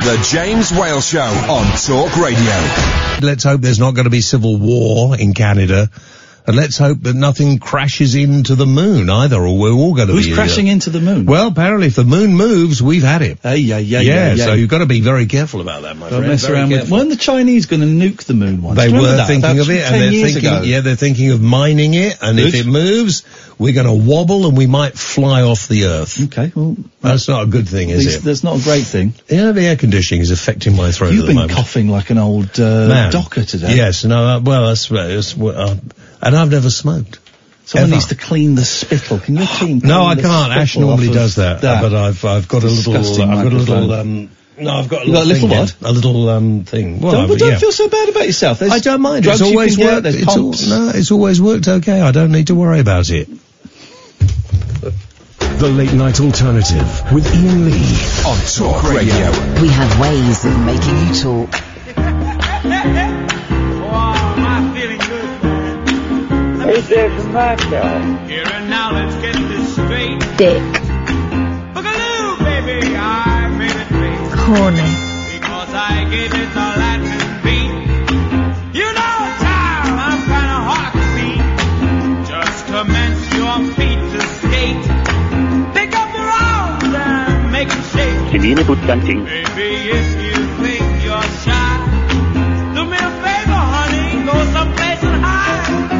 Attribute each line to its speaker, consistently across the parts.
Speaker 1: The James Whale Show on Talk Radio.
Speaker 2: Let's hope there's not going to be civil war in Canada. And let's hope that nothing crashes into the moon either, or we're all going to
Speaker 3: Who's
Speaker 2: be.
Speaker 3: crashing
Speaker 2: uh,
Speaker 3: into the moon?
Speaker 2: Well, apparently, if the moon moves, we've had it.
Speaker 3: Hey, yeah, yeah,
Speaker 2: yeah,
Speaker 3: yeah,
Speaker 2: so
Speaker 3: yeah.
Speaker 2: you've got to be very careful about that, my
Speaker 3: Don't
Speaker 2: friend.
Speaker 3: mess
Speaker 2: very
Speaker 3: around with.
Speaker 2: careful.
Speaker 3: Weren't the Chinese going to nuke the moon once?
Speaker 2: They
Speaker 3: Do you remember
Speaker 2: were
Speaker 3: that?
Speaker 2: thinking
Speaker 3: About
Speaker 2: of it, and
Speaker 3: 10
Speaker 2: they're
Speaker 3: years
Speaker 2: thinking,
Speaker 3: ago.
Speaker 2: yeah, they're thinking of mining it, and if
Speaker 3: Good.
Speaker 2: it moves, we're going to wobble and we might fly off the Earth.
Speaker 3: Okay, well,
Speaker 2: That's not a good thing,
Speaker 3: at
Speaker 2: is
Speaker 3: least
Speaker 2: it?
Speaker 3: that's not a great thing.
Speaker 2: Yeah, the air conditioning is affecting my throat
Speaker 3: You've
Speaker 2: at the
Speaker 3: been
Speaker 2: moment.
Speaker 3: coughing like an old uh,
Speaker 2: Man.
Speaker 3: docker today.
Speaker 2: Yes, no, uh, well, that's, uh, it's, uh, and I've never smoked.
Speaker 3: Someone
Speaker 2: ever.
Speaker 3: needs to clean the spittle. Can your team?
Speaker 2: No,
Speaker 3: clean
Speaker 2: I
Speaker 3: the
Speaker 2: can't. Ash
Speaker 3: spittle
Speaker 2: normally
Speaker 3: off of
Speaker 2: does that, uh, but I've I've got a little. I've
Speaker 3: Disgusting
Speaker 2: got a little.
Speaker 3: microphone.
Speaker 2: Um, no, I've got a
Speaker 3: You got
Speaker 2: little.
Speaker 3: a little
Speaker 2: thing here.
Speaker 3: what?
Speaker 2: A little um, thing. Well,
Speaker 3: Don't,
Speaker 2: I've-
Speaker 3: but don't
Speaker 2: yeah.
Speaker 3: feel so bad about yourself. There's
Speaker 2: I don't mind.
Speaker 3: drugs
Speaker 2: It's
Speaker 3: you
Speaker 2: always
Speaker 3: can get,
Speaker 2: worked.
Speaker 3: There's
Speaker 2: It's, al-
Speaker 3: pumps.
Speaker 2: no, it's always worked okay. I don't need to worry about it.
Speaker 1: The Late Night Alternative with Ian Lee on Talk Radio.
Speaker 4: We have ways of making you talk.
Speaker 5: It doesn't matter.
Speaker 6: Here and now, let's get this straight.
Speaker 7: dick,
Speaker 6: Boogaloo, baby, I made it big
Speaker 7: corny,
Speaker 6: because I gave it the Latin beat. You know, child, I'm kind of hard to beat. Just commence your feet to skate. Pick up your arms and make a shake.
Speaker 8: Janine Butanting.
Speaker 6: Baby, if you think you're shy, do me a favor, honey, go someplace and hide.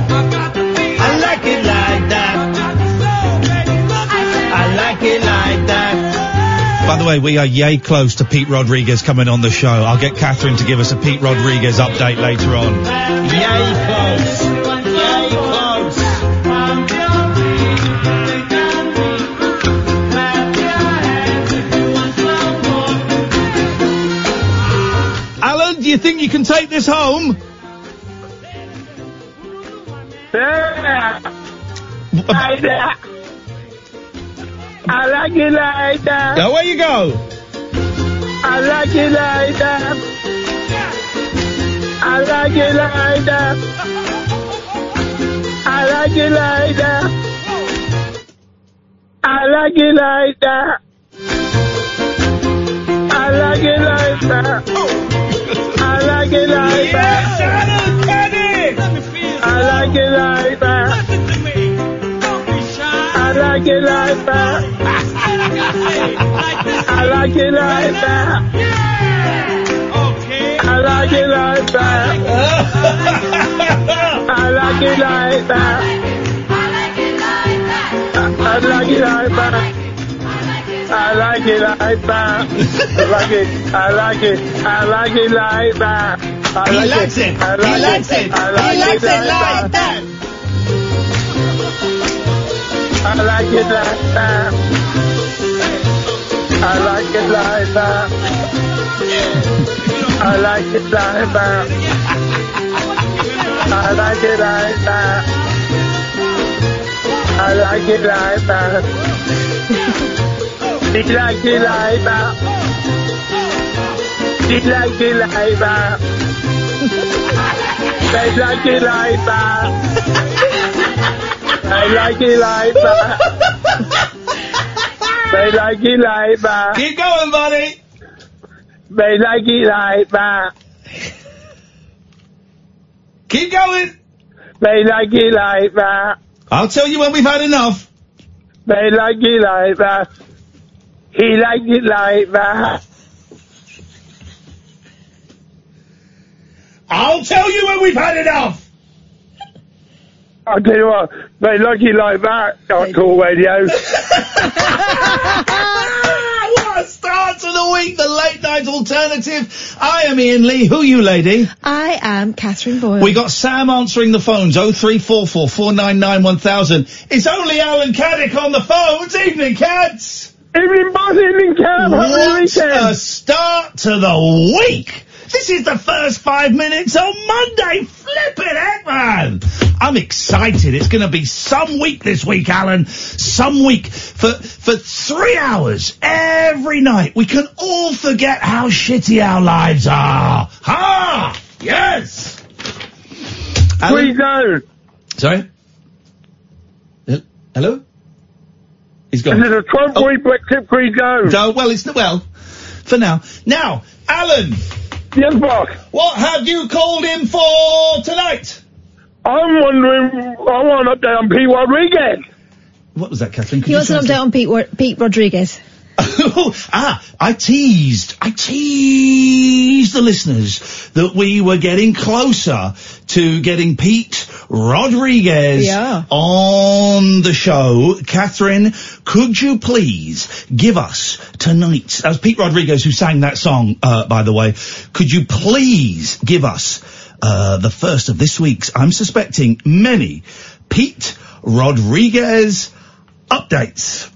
Speaker 3: I like it like that. I like it like that.
Speaker 9: By the way, we are yay close to Pete Rodriguez coming on the show. I'll get Catherine to give us a Pete Rodriguez update later on.
Speaker 3: Yay, close. Yay, close.
Speaker 9: Alan, do you think you can take this home?
Speaker 5: Like that. I like it like that.
Speaker 9: Now, where you go?
Speaker 5: I like it like that. I like it like that. I like it like that. I like it like that. I like it like that. I like it like that. I like it like that. I like it like that. I like it like that. I like it like that. I like it like that. I like it like that. I like it like that. I like it. I like it. I like it like that. I like it. I like it. I like it like that. I like it like that. I like it like that. I like it like that. I like it like that. I like it like that. She like it like that. She like it like that. They like it like that. They like it like that. They like it like that.
Speaker 3: Keep going, buddy.
Speaker 5: They like it like that.
Speaker 3: Keep going.
Speaker 5: They like it like that.
Speaker 3: I'll tell you when we've had enough.
Speaker 5: They like it like that. He like it like that.
Speaker 3: I'll tell you when we've had enough.
Speaker 5: I tell you what, they like it like that. Not cool radio.
Speaker 3: Ah, what a start to the week, the late night alternative. I am Ian Lee. Who you, lady?
Speaker 7: I am Catherine Boyle.
Speaker 3: We got Sam answering the phones, 0344 499 1000. It's only Alan Caddick on the phones. Evening, cats.
Speaker 5: Evening, boss. Evening, Cam. Have a
Speaker 3: What a
Speaker 5: weekend.
Speaker 3: start to the week! This is the first five minutes on Monday. Flippin' heck, man! I'm excited. It's going to be some week this week, Alan. Some week for for three hours every night. We can all forget how shitty our lives are. Ha! Yes.
Speaker 5: We go.
Speaker 3: sorry. Hel- Hello. He's
Speaker 5: And
Speaker 3: gone.
Speaker 5: there's a 12
Speaker 3: Oh.
Speaker 5: week black tip. We go.
Speaker 3: No, well, it's well for now. Now, Alan.
Speaker 5: Yes, boss.
Speaker 3: What have you called in for tonight?
Speaker 5: I'm wondering, I want an update on P. Rodriguez.
Speaker 3: What was that, Catherine? Could
Speaker 7: He
Speaker 3: you
Speaker 7: wants an update
Speaker 3: translate-
Speaker 7: on Pete, Wa- Pete Rodriguez.
Speaker 3: ah, I teased. I teased the listeners that we were getting closer to getting Pete Rodriguez
Speaker 7: Yeah.
Speaker 3: on the show. Catherine, could you please give us tonight, as Pete Rodriguez who sang that song, uh, by the way, could you please give us uh, the first of this week's, I'm suspecting many, Pete Rodriguez updates.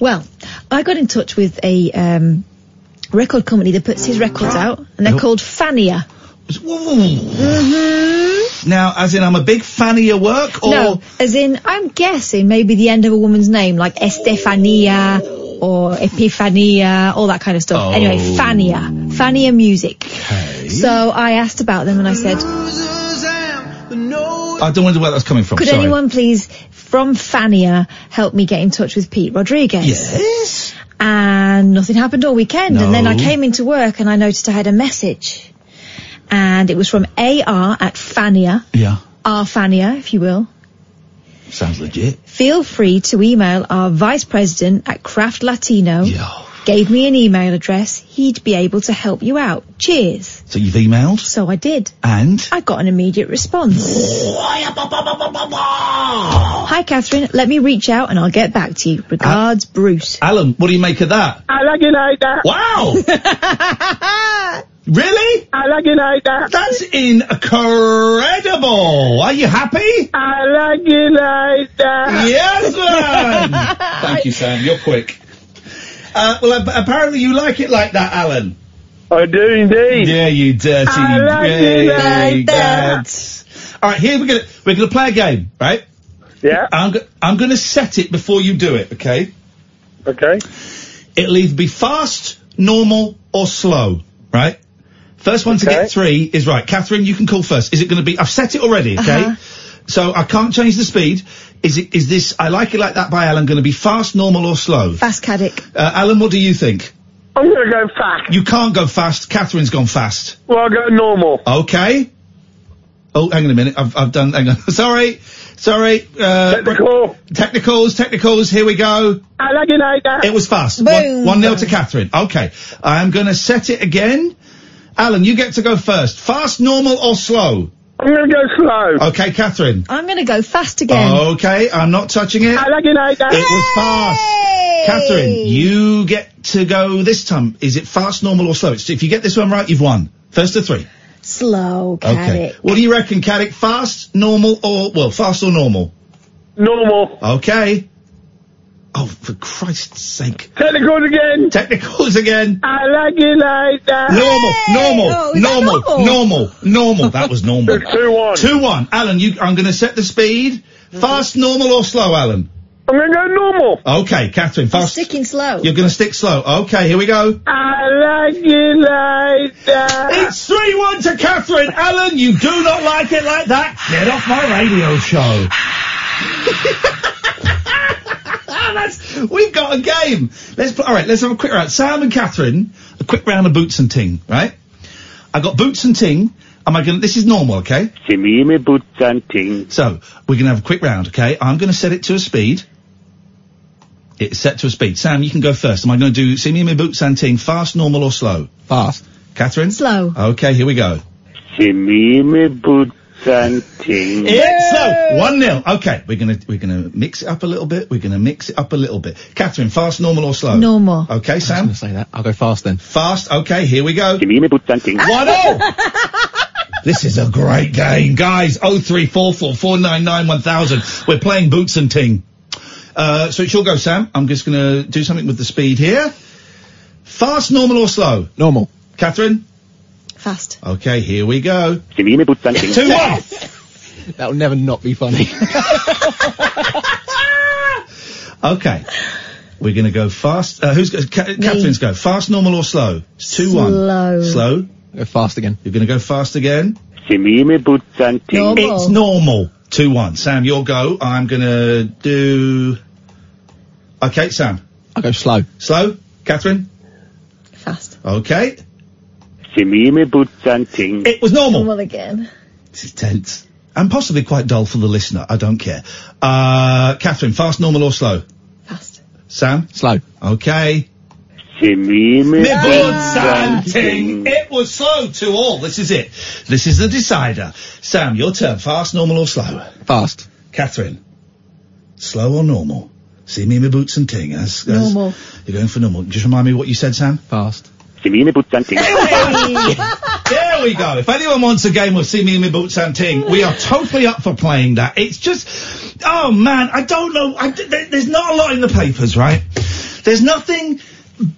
Speaker 7: Well, I got in touch with a um, record company that puts his records out, and they're
Speaker 3: Nope.
Speaker 7: called Fania.
Speaker 3: Ooh.
Speaker 7: Mm-hmm.
Speaker 3: Now, as in, I'm a big fan of your work, or
Speaker 7: No, as in, I'm guessing maybe the end of a woman's name, like Estefania or Epiphania, all that kind of stuff. Anyway, Fania. Fania Music. So I asked about them and I said,
Speaker 3: I don't wonder where that's coming from.
Speaker 7: could
Speaker 3: sorry.
Speaker 7: anyone please, from Fania, help me get in touch with Pete Rodriguez?
Speaker 3: Yes.
Speaker 7: and nothing happened all weekend. And then I
Speaker 3: No.
Speaker 7: came into work and I noticed I had a message. And it was from AR at Fania,
Speaker 3: Yeah.
Speaker 7: R Fania, if you will.
Speaker 3: Sounds legit.
Speaker 7: Feel free to email our vice president at Craft Latino.
Speaker 3: Yeah.
Speaker 7: Gave me an email address. He'd be able to help you out. Cheers.
Speaker 3: So you've emailed
Speaker 7: So I did.
Speaker 3: and.
Speaker 7: I got an immediate response. Hi, Catherine. Let me reach out and I'll get back to you.
Speaker 3: Ah.
Speaker 7: Regards, Bruce.
Speaker 3: Alan, what do you make of that?
Speaker 5: I like it like that.
Speaker 3: Wow! really?
Speaker 5: I like it like that.
Speaker 3: That's incredible! Are you happy?
Speaker 5: I like it like that.
Speaker 3: Yes, Alan! Mm. Thank you, Sam. You're quick. Uh, well, ap- apparently you like it like that, Alan.
Speaker 5: I do indeed.
Speaker 3: Yeah, you dirty.
Speaker 5: I like it
Speaker 3: dirty
Speaker 5: like that.
Speaker 3: cats. All right, here we're gonna we're gonna play a game, right?
Speaker 5: Yeah.
Speaker 3: I'm go- I'm gonna set it before you do it. Okay.
Speaker 5: Okay.
Speaker 3: It'll either be fast, normal, or slow. Right. First one to
Speaker 5: Okay.
Speaker 3: get three is right. Catherine, you can call first. Is it gonna be? I've set it already. Okay.
Speaker 7: Uh-huh.
Speaker 3: So I can't change the speed. Is it? Is this? I like it like that by Alan. Going to be fast, normal, or slow?
Speaker 7: Fast Caddick.
Speaker 3: Uh, Alan, what do you think?
Speaker 5: I'm going to go fast.
Speaker 3: You can't go fast. Catherine's gone fast.
Speaker 5: Well, I'll go normal.
Speaker 3: Okay. Oh, hang on a minute. I've, I've done, hang on. sorry. Sorry. Uh,
Speaker 5: Technical.
Speaker 3: Technicals, technicals. Here we go.
Speaker 5: I like it like that.
Speaker 3: It was fast.
Speaker 7: Boom.
Speaker 3: One, one nil to Catherine. Okay. I'm going to set it again. Alan, you get to go first. Fast, normal or slow?
Speaker 5: I'm going to go slow.
Speaker 3: Okay, Catherine.
Speaker 7: I'm going to go fast again.
Speaker 3: Okay. I'm not touching it.
Speaker 5: I like it like that.
Speaker 3: It was fast. Catherine, you get to go this time. Is it fast, normal or slow? It's- If you get this one right, you've won. First to three.
Speaker 7: Slow
Speaker 3: Okay.
Speaker 7: Caddick.
Speaker 3: What do you reckon, Caddick? Fast, normal, or well, fast or normal?
Speaker 5: Normal.
Speaker 3: Okay. Oh, for Christ's sake!
Speaker 5: Technicals again.
Speaker 3: Technicals again.
Speaker 5: I like it like that.
Speaker 3: Normal, normal,
Speaker 7: Oh, is that normal?
Speaker 3: normal, normal, normal. That was normal.
Speaker 5: It's 2 1.
Speaker 3: Two one. Alan, you, I'm going to set the speed. Fast, normal, or slow, Alan?
Speaker 9: I'm going to go normal.
Speaker 3: Okay, Catherine, fast.
Speaker 7: Sticking slow.
Speaker 3: You're going to stick slow. Okay, here we go.
Speaker 9: I like it like that.
Speaker 3: It's 3 1 to Catherine. Alan, you do not like it like that. Get off my radio show. That's, we've got a game. Let's put, all right, let's have a quick round. Sam and Catherine, a quick round of boots and ting, right? I got boots and ting. Am I going to, this is normal, okay?
Speaker 6: Simime boots and ting.
Speaker 3: So we're going to have a quick round, okay? I'm going to set it to a speed. It's set to a speed. Sam, you can go first. Am I going to do see me in my boots and ting fast, normal, or slow? Fast. Catherine.
Speaker 7: Slow.
Speaker 3: Okay, here we go.
Speaker 6: Simime boots and ting.
Speaker 3: It's slow. One 0 Okay, we're gonna we're gonna mix it up a little bit. We're gonna mix it up a little bit. Catherine, fast, normal, or slow?
Speaker 7: Normal.
Speaker 3: Okay, Sam.
Speaker 10: Say that. I'll go fast then.
Speaker 3: Fast. Okay, here we go.
Speaker 6: Simime boots and ting.
Speaker 3: One 0 This is a great game, guys. Oh three four four four nine nine one thousand. We're playing boots and ting. Uh, so it's your go, Sam. I'm just going to do something with the speed here. Fast, normal, or slow?
Speaker 10: Normal.
Speaker 3: Catherine.
Speaker 7: Fast.
Speaker 3: Okay, here we go.
Speaker 6: Simime boots and ting.
Speaker 3: Two one.
Speaker 10: That'll never not be funny.
Speaker 3: Okay, we're going to go fast. Uh, who's go- Ca- Catherine's go? Fast, normal, or slow? It's two
Speaker 7: Slow.
Speaker 3: one. Slow.
Speaker 10: go fast again.
Speaker 3: You're going to go fast again.
Speaker 6: Simime boots and ting.
Speaker 7: Normal.
Speaker 3: It's normal. Two one. Sam, your go. I'm going to do. Okay, Sam.
Speaker 10: I'll go slow.
Speaker 3: Slow. Catherine.
Speaker 7: Fast.
Speaker 3: Okay.
Speaker 6: Simime boots and ting.
Speaker 3: It was normal.
Speaker 7: Normal again.
Speaker 3: This is tense. And possibly quite dull for the listener. I don't care. Uh, Catherine, fast, normal or slow?
Speaker 7: Fast.
Speaker 3: Sam?
Speaker 10: Slow.
Speaker 3: Okay.
Speaker 6: Simime
Speaker 3: Nibbles and
Speaker 6: boots
Speaker 3: ting. It was slow to all. This is it. This is the decider. Sam, your turn. Fast, normal or slow?
Speaker 10: Fast.
Speaker 3: Catherine, slow or normal? See me in my boots and ting. That's, that's-
Speaker 7: Normal.
Speaker 3: You're going for normal. Just remind me what you said, Sam.
Speaker 10: Fast.
Speaker 6: Simime boots and ting.
Speaker 3: There we go. If anyone wants a game of See Me in My Boots and Ting, we are totally up for playing that. It's just, oh man, I don't know. I, there, there's not a lot in the papers, right? There's nothing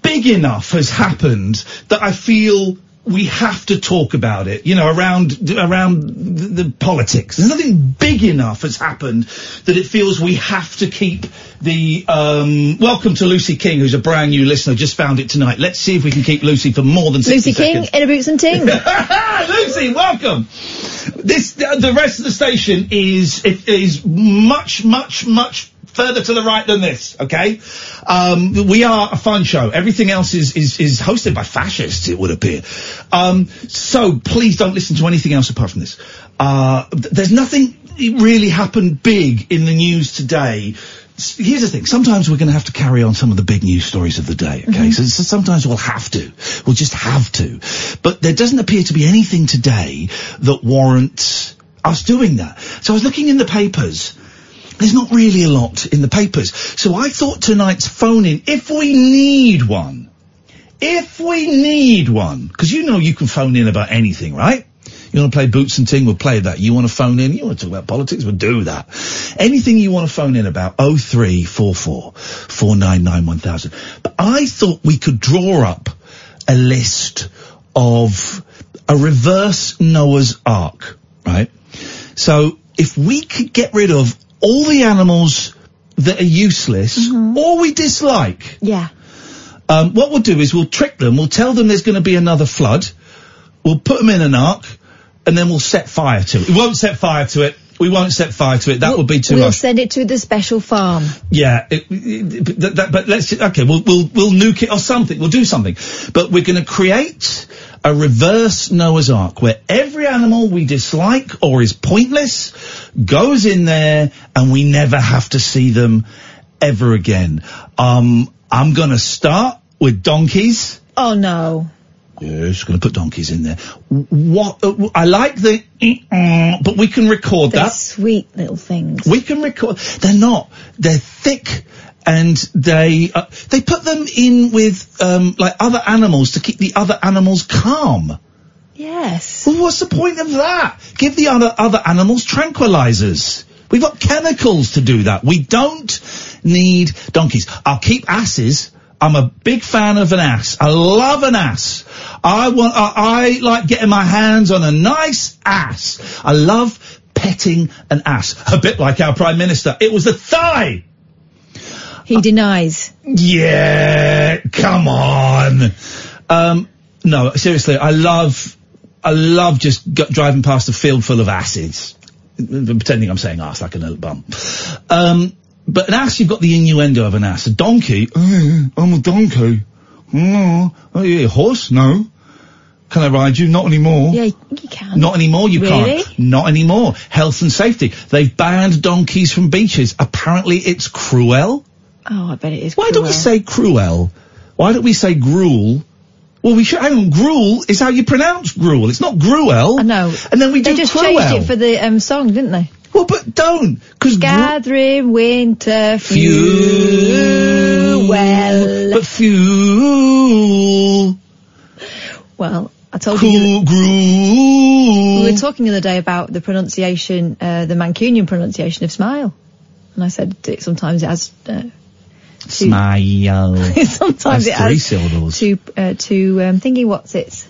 Speaker 3: big enough has happened that I feel we have to talk about it. You know, around around the, the politics. There's nothing big enough has happened that it feels we have to keep the um, welcome to Lucy King, who's a brand new listener, just found it tonight. Let's see if we can keep Lucy for more than 60
Speaker 7: Lucy King
Speaker 3: Oh,
Speaker 7: in
Speaker 3: seconds.
Speaker 7: a boots and ting.
Speaker 3: Lucy, welcome. This the the rest of the station is it is much much much further to the right than this. Okay, um, we are a fun show. Everything else is is is hosted by fascists. It would appear. Um, so please don't listen to anything else apart from this. Uh, th- there's nothing really happened big in the news today. S- Here's the thing. Sometimes we're going to have to carry on some of the big news stories of the day. Okay, so, so sometimes we'll have to. We'll just have to. But there doesn't appear to be anything today that warrants us doing that. So I was looking in the papers. There's not really a lot in the papers. So I thought tonight's phone in, if we need one, if we need one, because you know you can phone in about anything, right? You want to play boots and ting, we'll play that. You want to phone in, you want to talk about politics, we'll do that. Anything you want to phone in about, 0344 499 1000. But I thought we could draw up a list of a reverse Noah's Ark, right? So if we could get rid of all the animals that are useless or we dislike,
Speaker 7: Mm-hmm. Yeah.
Speaker 3: um, what we'll do is we'll trick them. We'll tell them there's going to be another flood. We'll put them in an ark, and then we'll set fire to it. We won't set fire to it. We won't set fire to it. That would be too
Speaker 7: We'll
Speaker 3: much.
Speaker 7: send it to the special farm.
Speaker 3: yeah. It, it- but that, that, but let's okay. We'll we'll we'll nuke it or something. We'll do something. But we're going to create a reverse Noah's Ark where every animal we dislike or is pointless goes in there, and we never have to see them ever again. Um, I'm going to start with donkeys.
Speaker 7: Oh no.
Speaker 3: Yes, going to put donkeys in there. What uh, w- I like the, uh, but we can record
Speaker 7: They're
Speaker 3: that.
Speaker 7: sweet little things.
Speaker 3: We can record. They're not. They're thick, and they uh, they put them in with um, like other animals to keep the other animals calm.
Speaker 7: yes.
Speaker 3: Well, what's the point of that? Give the other other animals tranquilizers. We've got chemicals to do that. We don't need donkeys. I'll keep asses. I'm a big fan of an ass. I love an ass. I want. I, I like getting my hands on a nice ass. I love petting an ass. A bit like our prime minister. It was the thigh Ah.
Speaker 7: He denies.
Speaker 3: Yeah, come on. Um, no, seriously, I love, I love just g- driving past a field full of acids. Pretending I'm saying ass like an old bum. Um, but an ass, you've got the innuendo of an ass. A donkey, "Oh, I'm a donkey. Oh, oh, yeah, horse, no. Can I ride you? Not anymore.
Speaker 7: Yeah, you can.
Speaker 3: Not anymore, you
Speaker 7: Really?
Speaker 3: can't. Not anymore. Health and safety. They've banned donkeys from beaches. Apparently it's cruel.
Speaker 7: Oh, I bet it is.
Speaker 3: Why don't we
Speaker 7: cruel.
Speaker 3: say cruel? Why don't we say gruel? Well, we should, hang on, gruel is how you pronounce gruel. It's not gruel. I know. And then we
Speaker 7: They
Speaker 3: do
Speaker 7: just
Speaker 3: cruel.
Speaker 7: changed it for the um, song, didn't they?
Speaker 3: Well, but don't, because
Speaker 7: gathering winter
Speaker 3: fuel.
Speaker 7: Well,
Speaker 3: but fuel.
Speaker 7: Well, I told
Speaker 3: you. Gruel.
Speaker 7: We were talking the other day about the pronunciation, uh, the Mancunian pronunciation of smile, and I said it, sometimes it has. Uh, two-
Speaker 3: Smile.
Speaker 7: sometimes
Speaker 3: That's
Speaker 7: it
Speaker 3: three
Speaker 7: has
Speaker 3: syllables.
Speaker 7: two uh, two um, thingy what's it?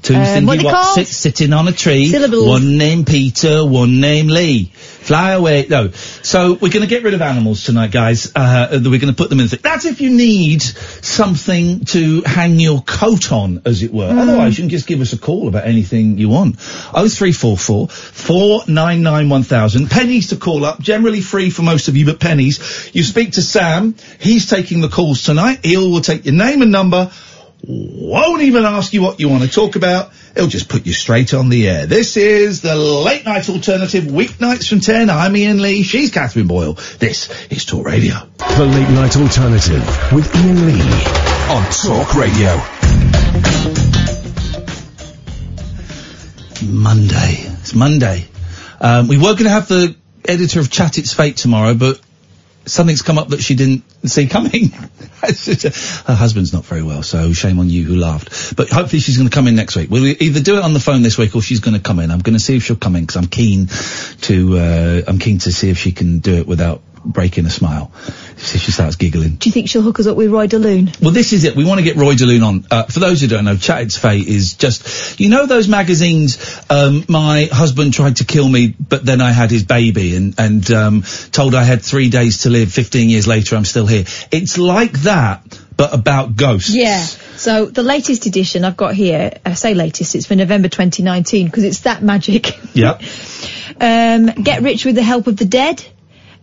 Speaker 3: Two
Speaker 7: Um,
Speaker 3: thingy
Speaker 7: what are they
Speaker 3: what's
Speaker 7: called?
Speaker 3: it sitting on a tree.
Speaker 7: Syllables.
Speaker 3: One name Peter, one name Lee. Fly away. No. So we're going to get rid of animals tonight, guys. Uh, we're going to put them in. Th- That's if you need something to hang your coat on, as it
Speaker 7: Mm.
Speaker 3: were. Otherwise, you can just give us a call about anything you want. 0344 499 1000. Pennies to call up. Generally free for most of you, but pennies. You speak to Sam. He's taking the calls tonight. He'll will take your name and number won't even ask you what you want to talk about. It'll just put you straight on the air. This is the late night alternative, weeknights from 10. I'm Ian Lee. She's Catherine Boyle. This is Talk Radio.
Speaker 2: The Late Night Alternative with Ian Lee on Talk Radio.
Speaker 3: Monday. It's Monday. Um, we were going to have the editor of Chat It's Fate tomorrow, but something's come up that she didn't see coming. It's just, uh, Her husband's not very well, so shame on you who laughed. But hopefully she's going to come in next week. We'll either do it on the phone this week or she's going to come in. I'm going to see if she'll come in because I'm keen to, uh, I'm keen to see if she can do it without breaking a smile. See if she starts giggling.
Speaker 7: Do you think she'll hook us up with Roy Daloon?
Speaker 3: Well, this is it. We want to get Roy Daloon on. Uh, for those who don't know, Chat It's Fate is just, you know those magazines, um, my husband tried to kill me, but then I had his baby and, and, um, told I had three days to live. 15 years later, I'm still here. It's like that, but about ghosts.
Speaker 7: Yeah. So the latest edition I've got here, I say latest, it's for November 2019 because it's that magic.
Speaker 3: Yep.
Speaker 7: Um, get rich with the help of the dead.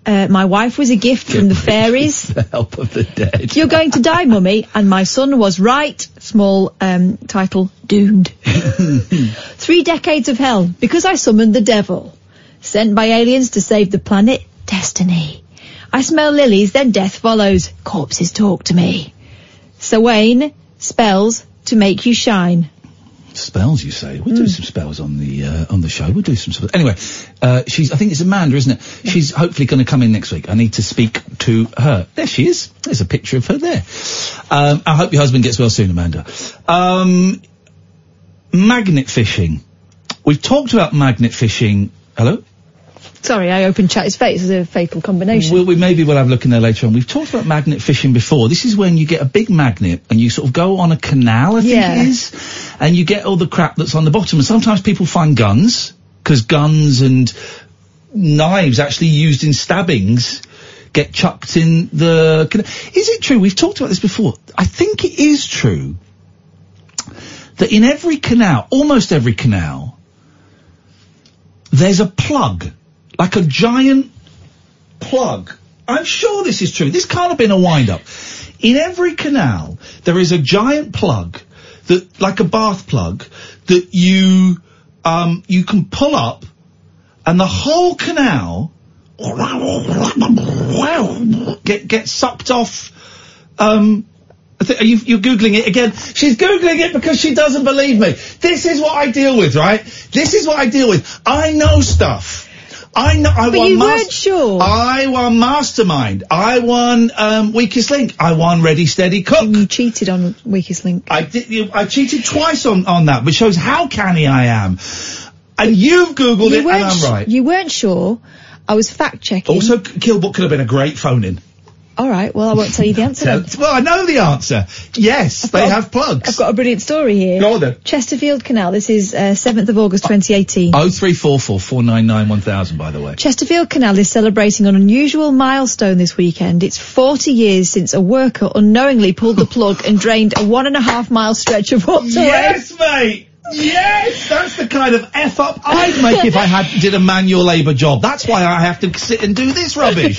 Speaker 7: Uh, my wife was a gift from the fairies.
Speaker 3: The help of the dead.
Speaker 7: You're going to die, mummy. And my son was right. Small um, title, doomed. Three decades of hell because I summoned the devil, sent by aliens to save the planet. Destiny. I smell lilies, then death follows. Corpses talk to me. Sawane spells to make you shine.
Speaker 3: Spells, you say? We'll do some spells on the uh, on the show. We'll do some spells. Anyway, uh, she's. I think it's Amanda, isn't it? She's hopefully going to come in next week. I need to speak to her. There she is. There's a picture of her there. Um, I hope your husband gets well soon, Amanda. Um, magnet fishing. We've talked about magnet fishing. Hello.
Speaker 7: Sorry, I opened Chat's face as a fatal combination.
Speaker 3: Well, we maybe we'll have a look in there later on. We've talked about magnet fishing before. This is when you get a big magnet and you sort of go on a canal, I think
Speaker 7: Yeah.
Speaker 3: it is, and you get all the crap that's on the bottom. And sometimes people find guns because guns and knives actually used in stabbings get chucked in the. Can- is it true? We've talked about this before. I think it is true that in every canal, almost every canal, there's a plug, like a giant plug. I'm sure this is true. This can't have been a wind up. In every canal, there is a giant plug that, like a bath plug, that you, um, you can pull up and the whole canal get, get sucked off, um, I thi- are you, you're googling it again. She's googling it because she doesn't believe me. This is what I deal with, right? This is what I deal with. I know stuff. I know. I
Speaker 7: But
Speaker 3: won
Speaker 7: you
Speaker 3: mas-
Speaker 7: weren't sure.
Speaker 3: I won Mastermind. I won um, Weakest Link. I won Ready Steady Cook.
Speaker 7: you cheated on Weakest Link.
Speaker 3: I did. you- I cheated twice on on that, which shows how canny I am. And you've googled
Speaker 7: you
Speaker 3: it,
Speaker 7: weren't
Speaker 3: and I'm
Speaker 7: sh-
Speaker 3: right.
Speaker 7: You weren't sure. I was fact checking.
Speaker 3: Also, K- Kilbrook could have been a great phone in.
Speaker 7: All right. Well, I won't tell you the answer.
Speaker 3: So-
Speaker 7: then.
Speaker 3: well, I know the answer. Yes, they have plugs.
Speaker 7: I've got a brilliant story here.
Speaker 3: Go on then.
Speaker 7: Chesterfield Canal. This is uh, 7th of August 2018.
Speaker 3: Oh three four four four nine nine one thousand. By the way,
Speaker 7: Chesterfield Canal is celebrating an unusual milestone this weekend. It's 40 years since a worker unknowingly pulled the plug and drained a one and a half mile stretch of waterway.
Speaker 3: Yes, mate. Yes, that's the kind of f up I'd make if I had did a manual labour job. That's why I have to sit and do this rubbish.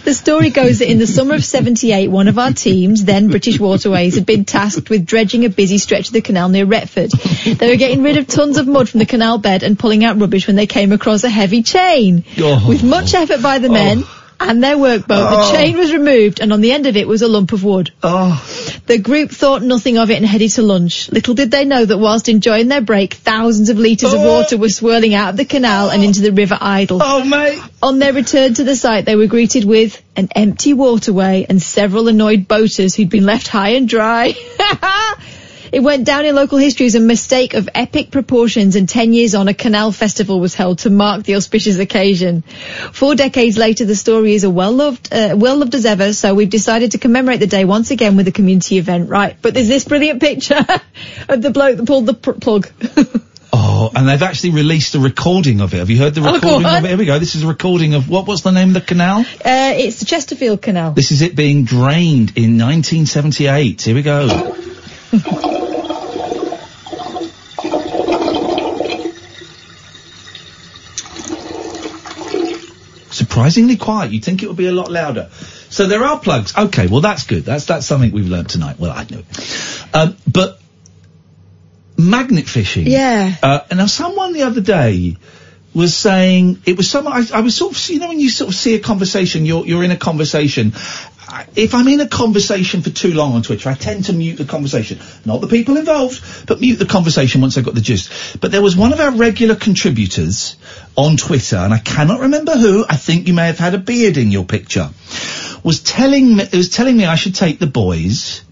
Speaker 7: The story goes that in the summer of 78, one of our teams, then British Waterways, had been tasked with dredging a busy stretch of the canal near Retford. They were getting rid of tons of mud from the canal bed and pulling out rubbish when they came across a heavy chain.
Speaker 3: Oh.
Speaker 7: With much effort by the men and their workboat,
Speaker 3: Oh.
Speaker 7: the chain was removed and on the end of it was a lump of wood.
Speaker 3: Oh,
Speaker 7: The group thought nothing of it and headed to lunch. Little did they know that whilst enjoying their break, thousands of litres of water were swirling out of the canal and into the River Idle.
Speaker 3: oh, mate.
Speaker 7: On their return to the site, they were greeted with an empty waterway and several annoyed boaters who'd been left high and dry. it went down in local history as a mistake of epic proportions and 10 years on, a canal festival was held to mark the auspicious occasion. Four decades later, the story is a well-loved, uh, well-loved as ever, so we've decided to commemorate the day once again with a community event, right? But there's this brilliant picture of the bloke that pulled the pr- plug.
Speaker 3: Oh, and they've actually released a recording of it. Have you heard the
Speaker 7: Oh, go
Speaker 3: recording of
Speaker 7: on.
Speaker 3: it? Here we go. This is a recording of what? What's the name of the canal?
Speaker 7: uh, it's the Chesterfield Canal.
Speaker 3: This is it being drained in 1978. Here we go. Surprisingly quiet. You'd think it would be a lot louder. So there are plugs. Okay, well that's good. That's that's something we've learned tonight. Well, I knew it. Um, but magnet fishing.
Speaker 7: Yeah.
Speaker 3: Uh, and now someone the other day was saying it was someone I, I was sort of you know when you sort of see a conversation you're you're in a conversation. I- If I'm in a conversation for too long on Twitter, I tend to mute the conversation. Not the people involved, but mute the conversation once I got the gist. But there was one of our regular contributors on Twitter, and I cannot remember who. I think you may have had a beard in your picture. Was telling me, was telling me I should take the boys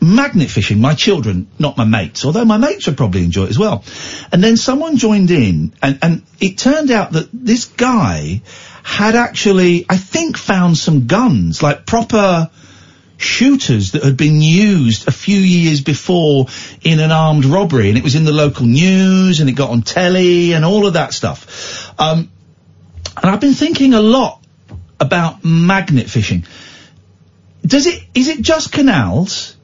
Speaker 3: magnet fishing, my children, not my mates, although my mates would probably enjoy it as well. And then someone joined in and, and it turned out that this guy had actually, I think, found some guns, like proper shooters that had been used a few years before in an armed robbery. And it was in the local news and it got on telly and all of that stuff. Um, and I've been thinking a lot about magnet fishing. Does it, is it just canals?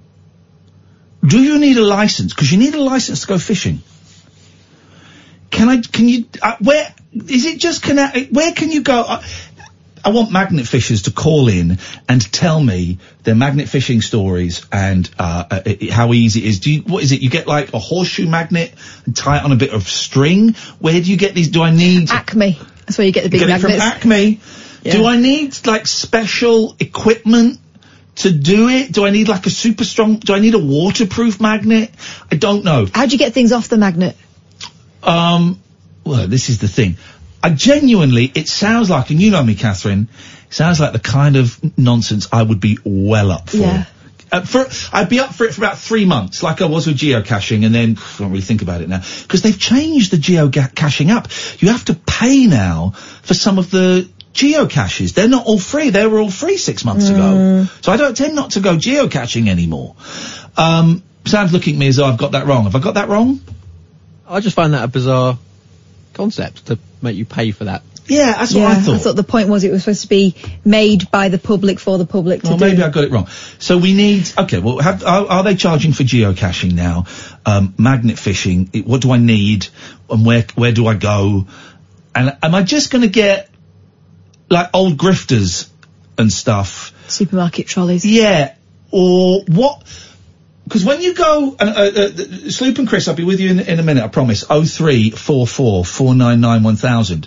Speaker 3: Do you need a license? Because you need a license to go fishing. Can I? Can you? Uh, where is it? Just can I? Where can you go? Uh, I want magnet fishers to call in and tell me their magnet fishing stories and uh, uh, it, how easy it is. Do you, what is it? You get like a horseshoe magnet and tie it on a bit of string. Where do you get these? Do I need?
Speaker 7: Acme. That's where you get the big
Speaker 3: get it from
Speaker 7: magnets.
Speaker 3: Acme. Do
Speaker 7: Yeah.
Speaker 3: I need like special equipment to do it? Do I need like a super strong? Do I need a waterproof magnet? I don't know.
Speaker 7: How do you get things off the magnet?
Speaker 3: Um, well, this is the thing. I genuinely, it sounds like, and you know me, Catherine, it sounds like the kind of nonsense I would be well up for.
Speaker 7: Yeah.
Speaker 3: Uh, for I'd be up for it for about three months, like I was with geocaching, and then I don't really think about it now because they've changed the geocaching app. You have to pay now for some of the geocaches. They're not all free. They were all free six months ago, so I don't tend not to go geocaching anymore. Um, Sam's looking at me as though I've got that wrong. Have I got that wrong?
Speaker 10: I just find that a bizarre concept to make you pay for that.
Speaker 3: Yeah, that's
Speaker 7: yeah,
Speaker 3: what I thought.
Speaker 7: the point was it was supposed to be made by the public for the public to
Speaker 3: Well,
Speaker 7: do.
Speaker 3: maybe I got it wrong. So we need. Okay, well, have, are, are they charging for geocaching now? Um, magnet fishing. it- What do I need? And where where do I go? And am I just going to get like old grifters and stuff?
Speaker 7: Supermarket trolleys.
Speaker 3: Yeah. Or what? Because when you go, and, uh, uh, th- Sloop and Chris, I'll be with you in, in a minute, I promise. Oh three four four four nine nine one thousand.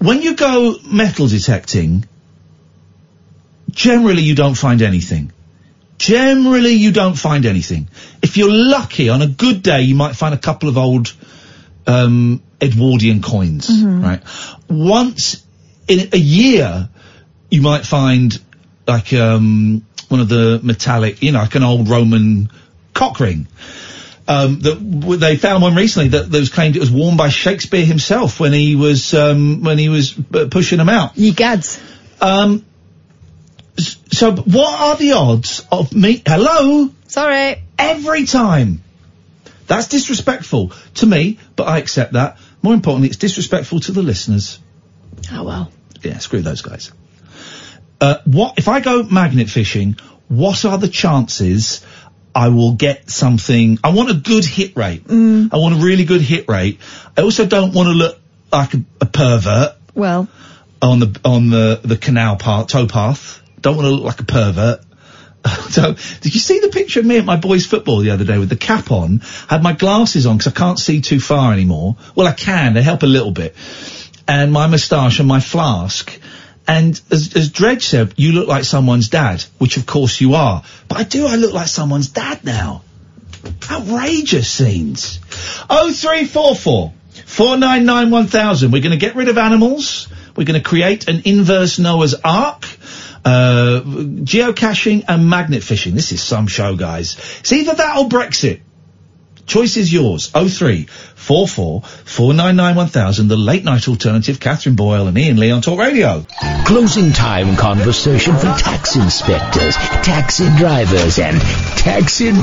Speaker 3: When you go metal detecting, generally you don't find anything. Generally you don't find anything. If you're lucky, on a good day, you might find a couple of old um, Edwardian coins, right? Once in a year, you might find like um, one of the metallic, you know, like an old Roman cock ring. Um, that w- they found one recently that, that was claimed it was worn by Shakespeare himself when he was um, when he was uh, pushing them out.
Speaker 7: Ye gads.
Speaker 3: Um, s- So, b- what are the odds of me? Hello?
Speaker 7: Sorry.
Speaker 3: Every time. That's disrespectful to me, but I accept that. More importantly, it's disrespectful to the listeners.
Speaker 7: Oh, well.
Speaker 3: Yeah, screw those guys. Uh, what if I go magnet fishing? What are the chances I will get something? I want a good hit rate.
Speaker 7: Mm.
Speaker 3: I want a really good hit rate. I also don't want to look like a, a pervert
Speaker 7: Well,
Speaker 3: on the on the the canal path towpath. Don't want to look like a pervert. so, did you see the picture of me at my boys' football the other day with the cap on? I had my glasses on because I can't see too far anymore. Well, I can; they help a little bit. And my moustache and my flask. And as, as Dredge said, you look like someone's dad, which of course you are. But I do. I look like someone's dad now. Outrageous scenes. 0344 499 1000. We're going to get rid of animals. We're going to create an inverse Noah's Ark. Uh, geocaching and magnet fishing. This is some show, guys. It's either that or Brexit. Choice is yours. 03 44 499 1000, the late night alternative, Catherine Boyle and Ian Lee on Talk Radio.
Speaker 2: Closing time conversation for tax inspectors, taxi drivers, and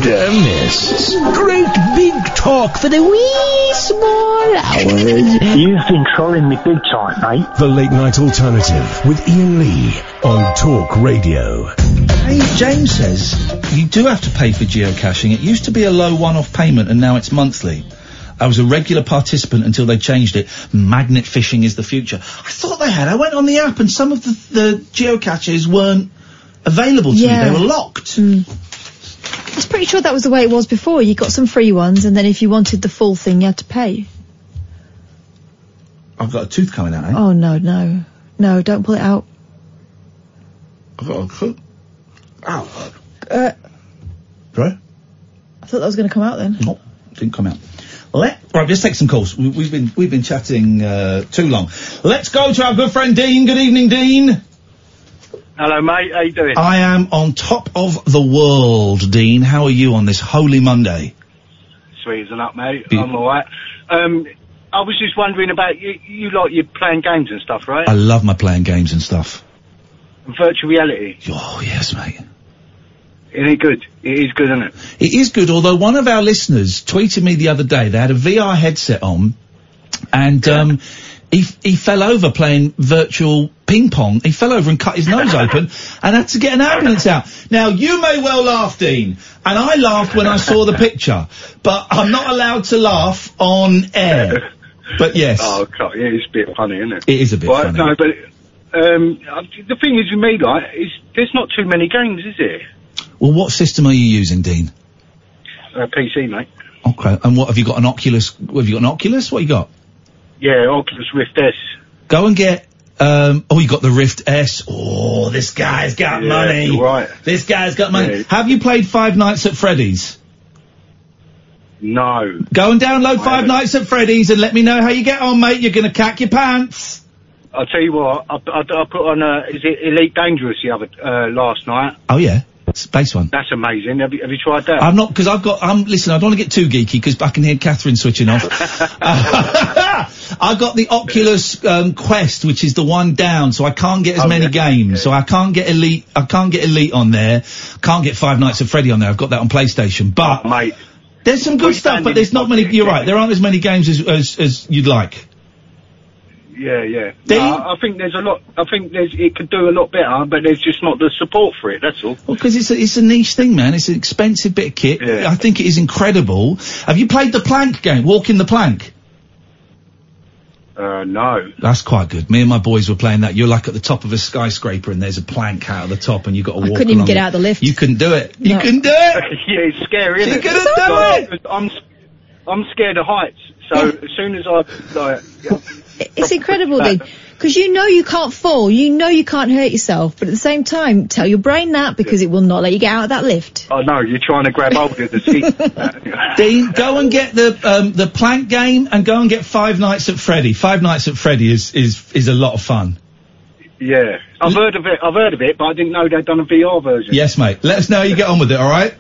Speaker 2: taxidermists. Great big talk for the wee small hours.
Speaker 11: You've been trolling me big time, mate. The Late Night Alternative with Ian Lee on Talk Radio.
Speaker 3: Hey, James says you do have to pay for geocaching. It used to be a low one-off payment, and now it's monthly. I was a regular participant until they changed it. Magnet fishing is the future. I thought they had. I went on the app, and some of the, the geocaches weren't available to
Speaker 7: Yeah. Mm.
Speaker 3: me. They were locked.
Speaker 7: I was pretty sure that was the way it was before. You got some free ones, and then if you wanted the full thing, you had to pay.
Speaker 3: I've got a tooth coming out. Eh?
Speaker 7: Oh, no, no. No, don't pull it out.
Speaker 3: I've got a tooth. Ow!
Speaker 7: Uh,
Speaker 3: Sorry?
Speaker 7: I thought that was going to come out then.
Speaker 3: No, didn't come out. Let right, let's take some calls. We, we've been we've been chatting uh, too long. Let's go to our good friend Dean. Good evening, Dean.
Speaker 12: Hello, mate. How you doing?
Speaker 3: I am on top of the world, Dean. How are you on this holy Monday?
Speaker 12: Sweet as an up, mate.
Speaker 3: Be-
Speaker 12: I'm all right. Um, I was just wondering about you. You like you playing games and stuff, right?
Speaker 3: I love my playing games and stuff.
Speaker 12: Virtual reality.
Speaker 3: Oh yes, mate.
Speaker 12: It is good. It is good, isn't it?
Speaker 3: It is good. Although one of our listeners tweeted me the other day, they had a VR headset on, and um, he he fell over playing virtual ping pong. He fell over and cut his nose open, and had to get an ambulance out. Now you may well laugh, Dean, and I laughed when I saw the picture, but I'm not allowed to laugh on air. But yes.
Speaker 12: Oh, God, yeah, it's a bit funny, isn't it?
Speaker 3: It is a bit
Speaker 12: Well,
Speaker 3: funny.
Speaker 12: No, but um, uh, the thing is with me, like, is there's not too many games, is there?
Speaker 3: Well, what system are you using, Dean?
Speaker 12: Uh, PC, mate.
Speaker 3: Okay. And what have you got? An Oculus? Have you got an Oculus? What you got?
Speaker 12: Yeah, Oculus Rift S.
Speaker 3: Go and get. Um, oh, you got the Rift S. Oh, this guy's got
Speaker 12: Yeah,
Speaker 3: money.
Speaker 12: you're right.
Speaker 3: This guy's got money.
Speaker 12: Yeah.
Speaker 3: Have you played Five Nights at Freddy's?
Speaker 12: No.
Speaker 3: Go and download
Speaker 12: I
Speaker 3: Five
Speaker 12: haven't.
Speaker 3: Nights at Freddy's and let me know how you get on, mate. You're gonna cack your pants.
Speaker 12: I'll tell you what. I, I, I put on a. Is it Elite Dangerous the other uh, last night?
Speaker 3: Oh yeah, space one.
Speaker 12: That's amazing. Have you, have you tried that?
Speaker 3: I'm not because I've got. I'm listen. I don't want to get too geeky because I can hear Catherine switching off. I got the Oculus um, Quest, which is the one down, so I can't get as many games. So I can't get Elite. I can't get Elite on there. Can't get Five Nights at Freddy on there. I've got that on PlayStation, but there's some good stuff. But there's not many. You're right. There aren't as many games as as, as you'd like.
Speaker 12: Yeah, yeah. No, I I think there's a lot. I think there's it could do a lot better, but there's just not the support for it. That's all.
Speaker 3: Well, because it's a, it's a niche thing, man. It's an expensive bit of kit. I think it is incredible. Have you played the plank game? Walking the plank.
Speaker 12: Uh, no.
Speaker 3: That's quite good. Me and my boys were playing that. You're like at the top of a skyscraper and there's a plank out of the top and you've got to walk.
Speaker 7: couldn't even
Speaker 3: along
Speaker 7: get
Speaker 3: it.
Speaker 7: out the lift.
Speaker 3: You couldn't do it. You
Speaker 7: No.
Speaker 3: couldn't do it.
Speaker 12: yeah, it's scary, isn't
Speaker 3: You
Speaker 12: it?
Speaker 3: could have done
Speaker 12: Like, I'm I'm scared of heights. So as soon as I like,
Speaker 7: It's incredible, Dean. Because you know you can't fall, you know you can't hurt yourself, but at the same time, tell your brain that because it will not let you get out of that lift.
Speaker 12: oh no, you're trying to grab hold of the seat.
Speaker 3: Dean, go and get the um, the plank game and go and get Five Nights at Freddy. Five Nights at Freddy is is is a lot of fun.
Speaker 12: yeah, I've heard of it. I've heard of it, but I didn't know they'd done a VR version.
Speaker 3: Yes, mate. Let us know how you get on with it. All right.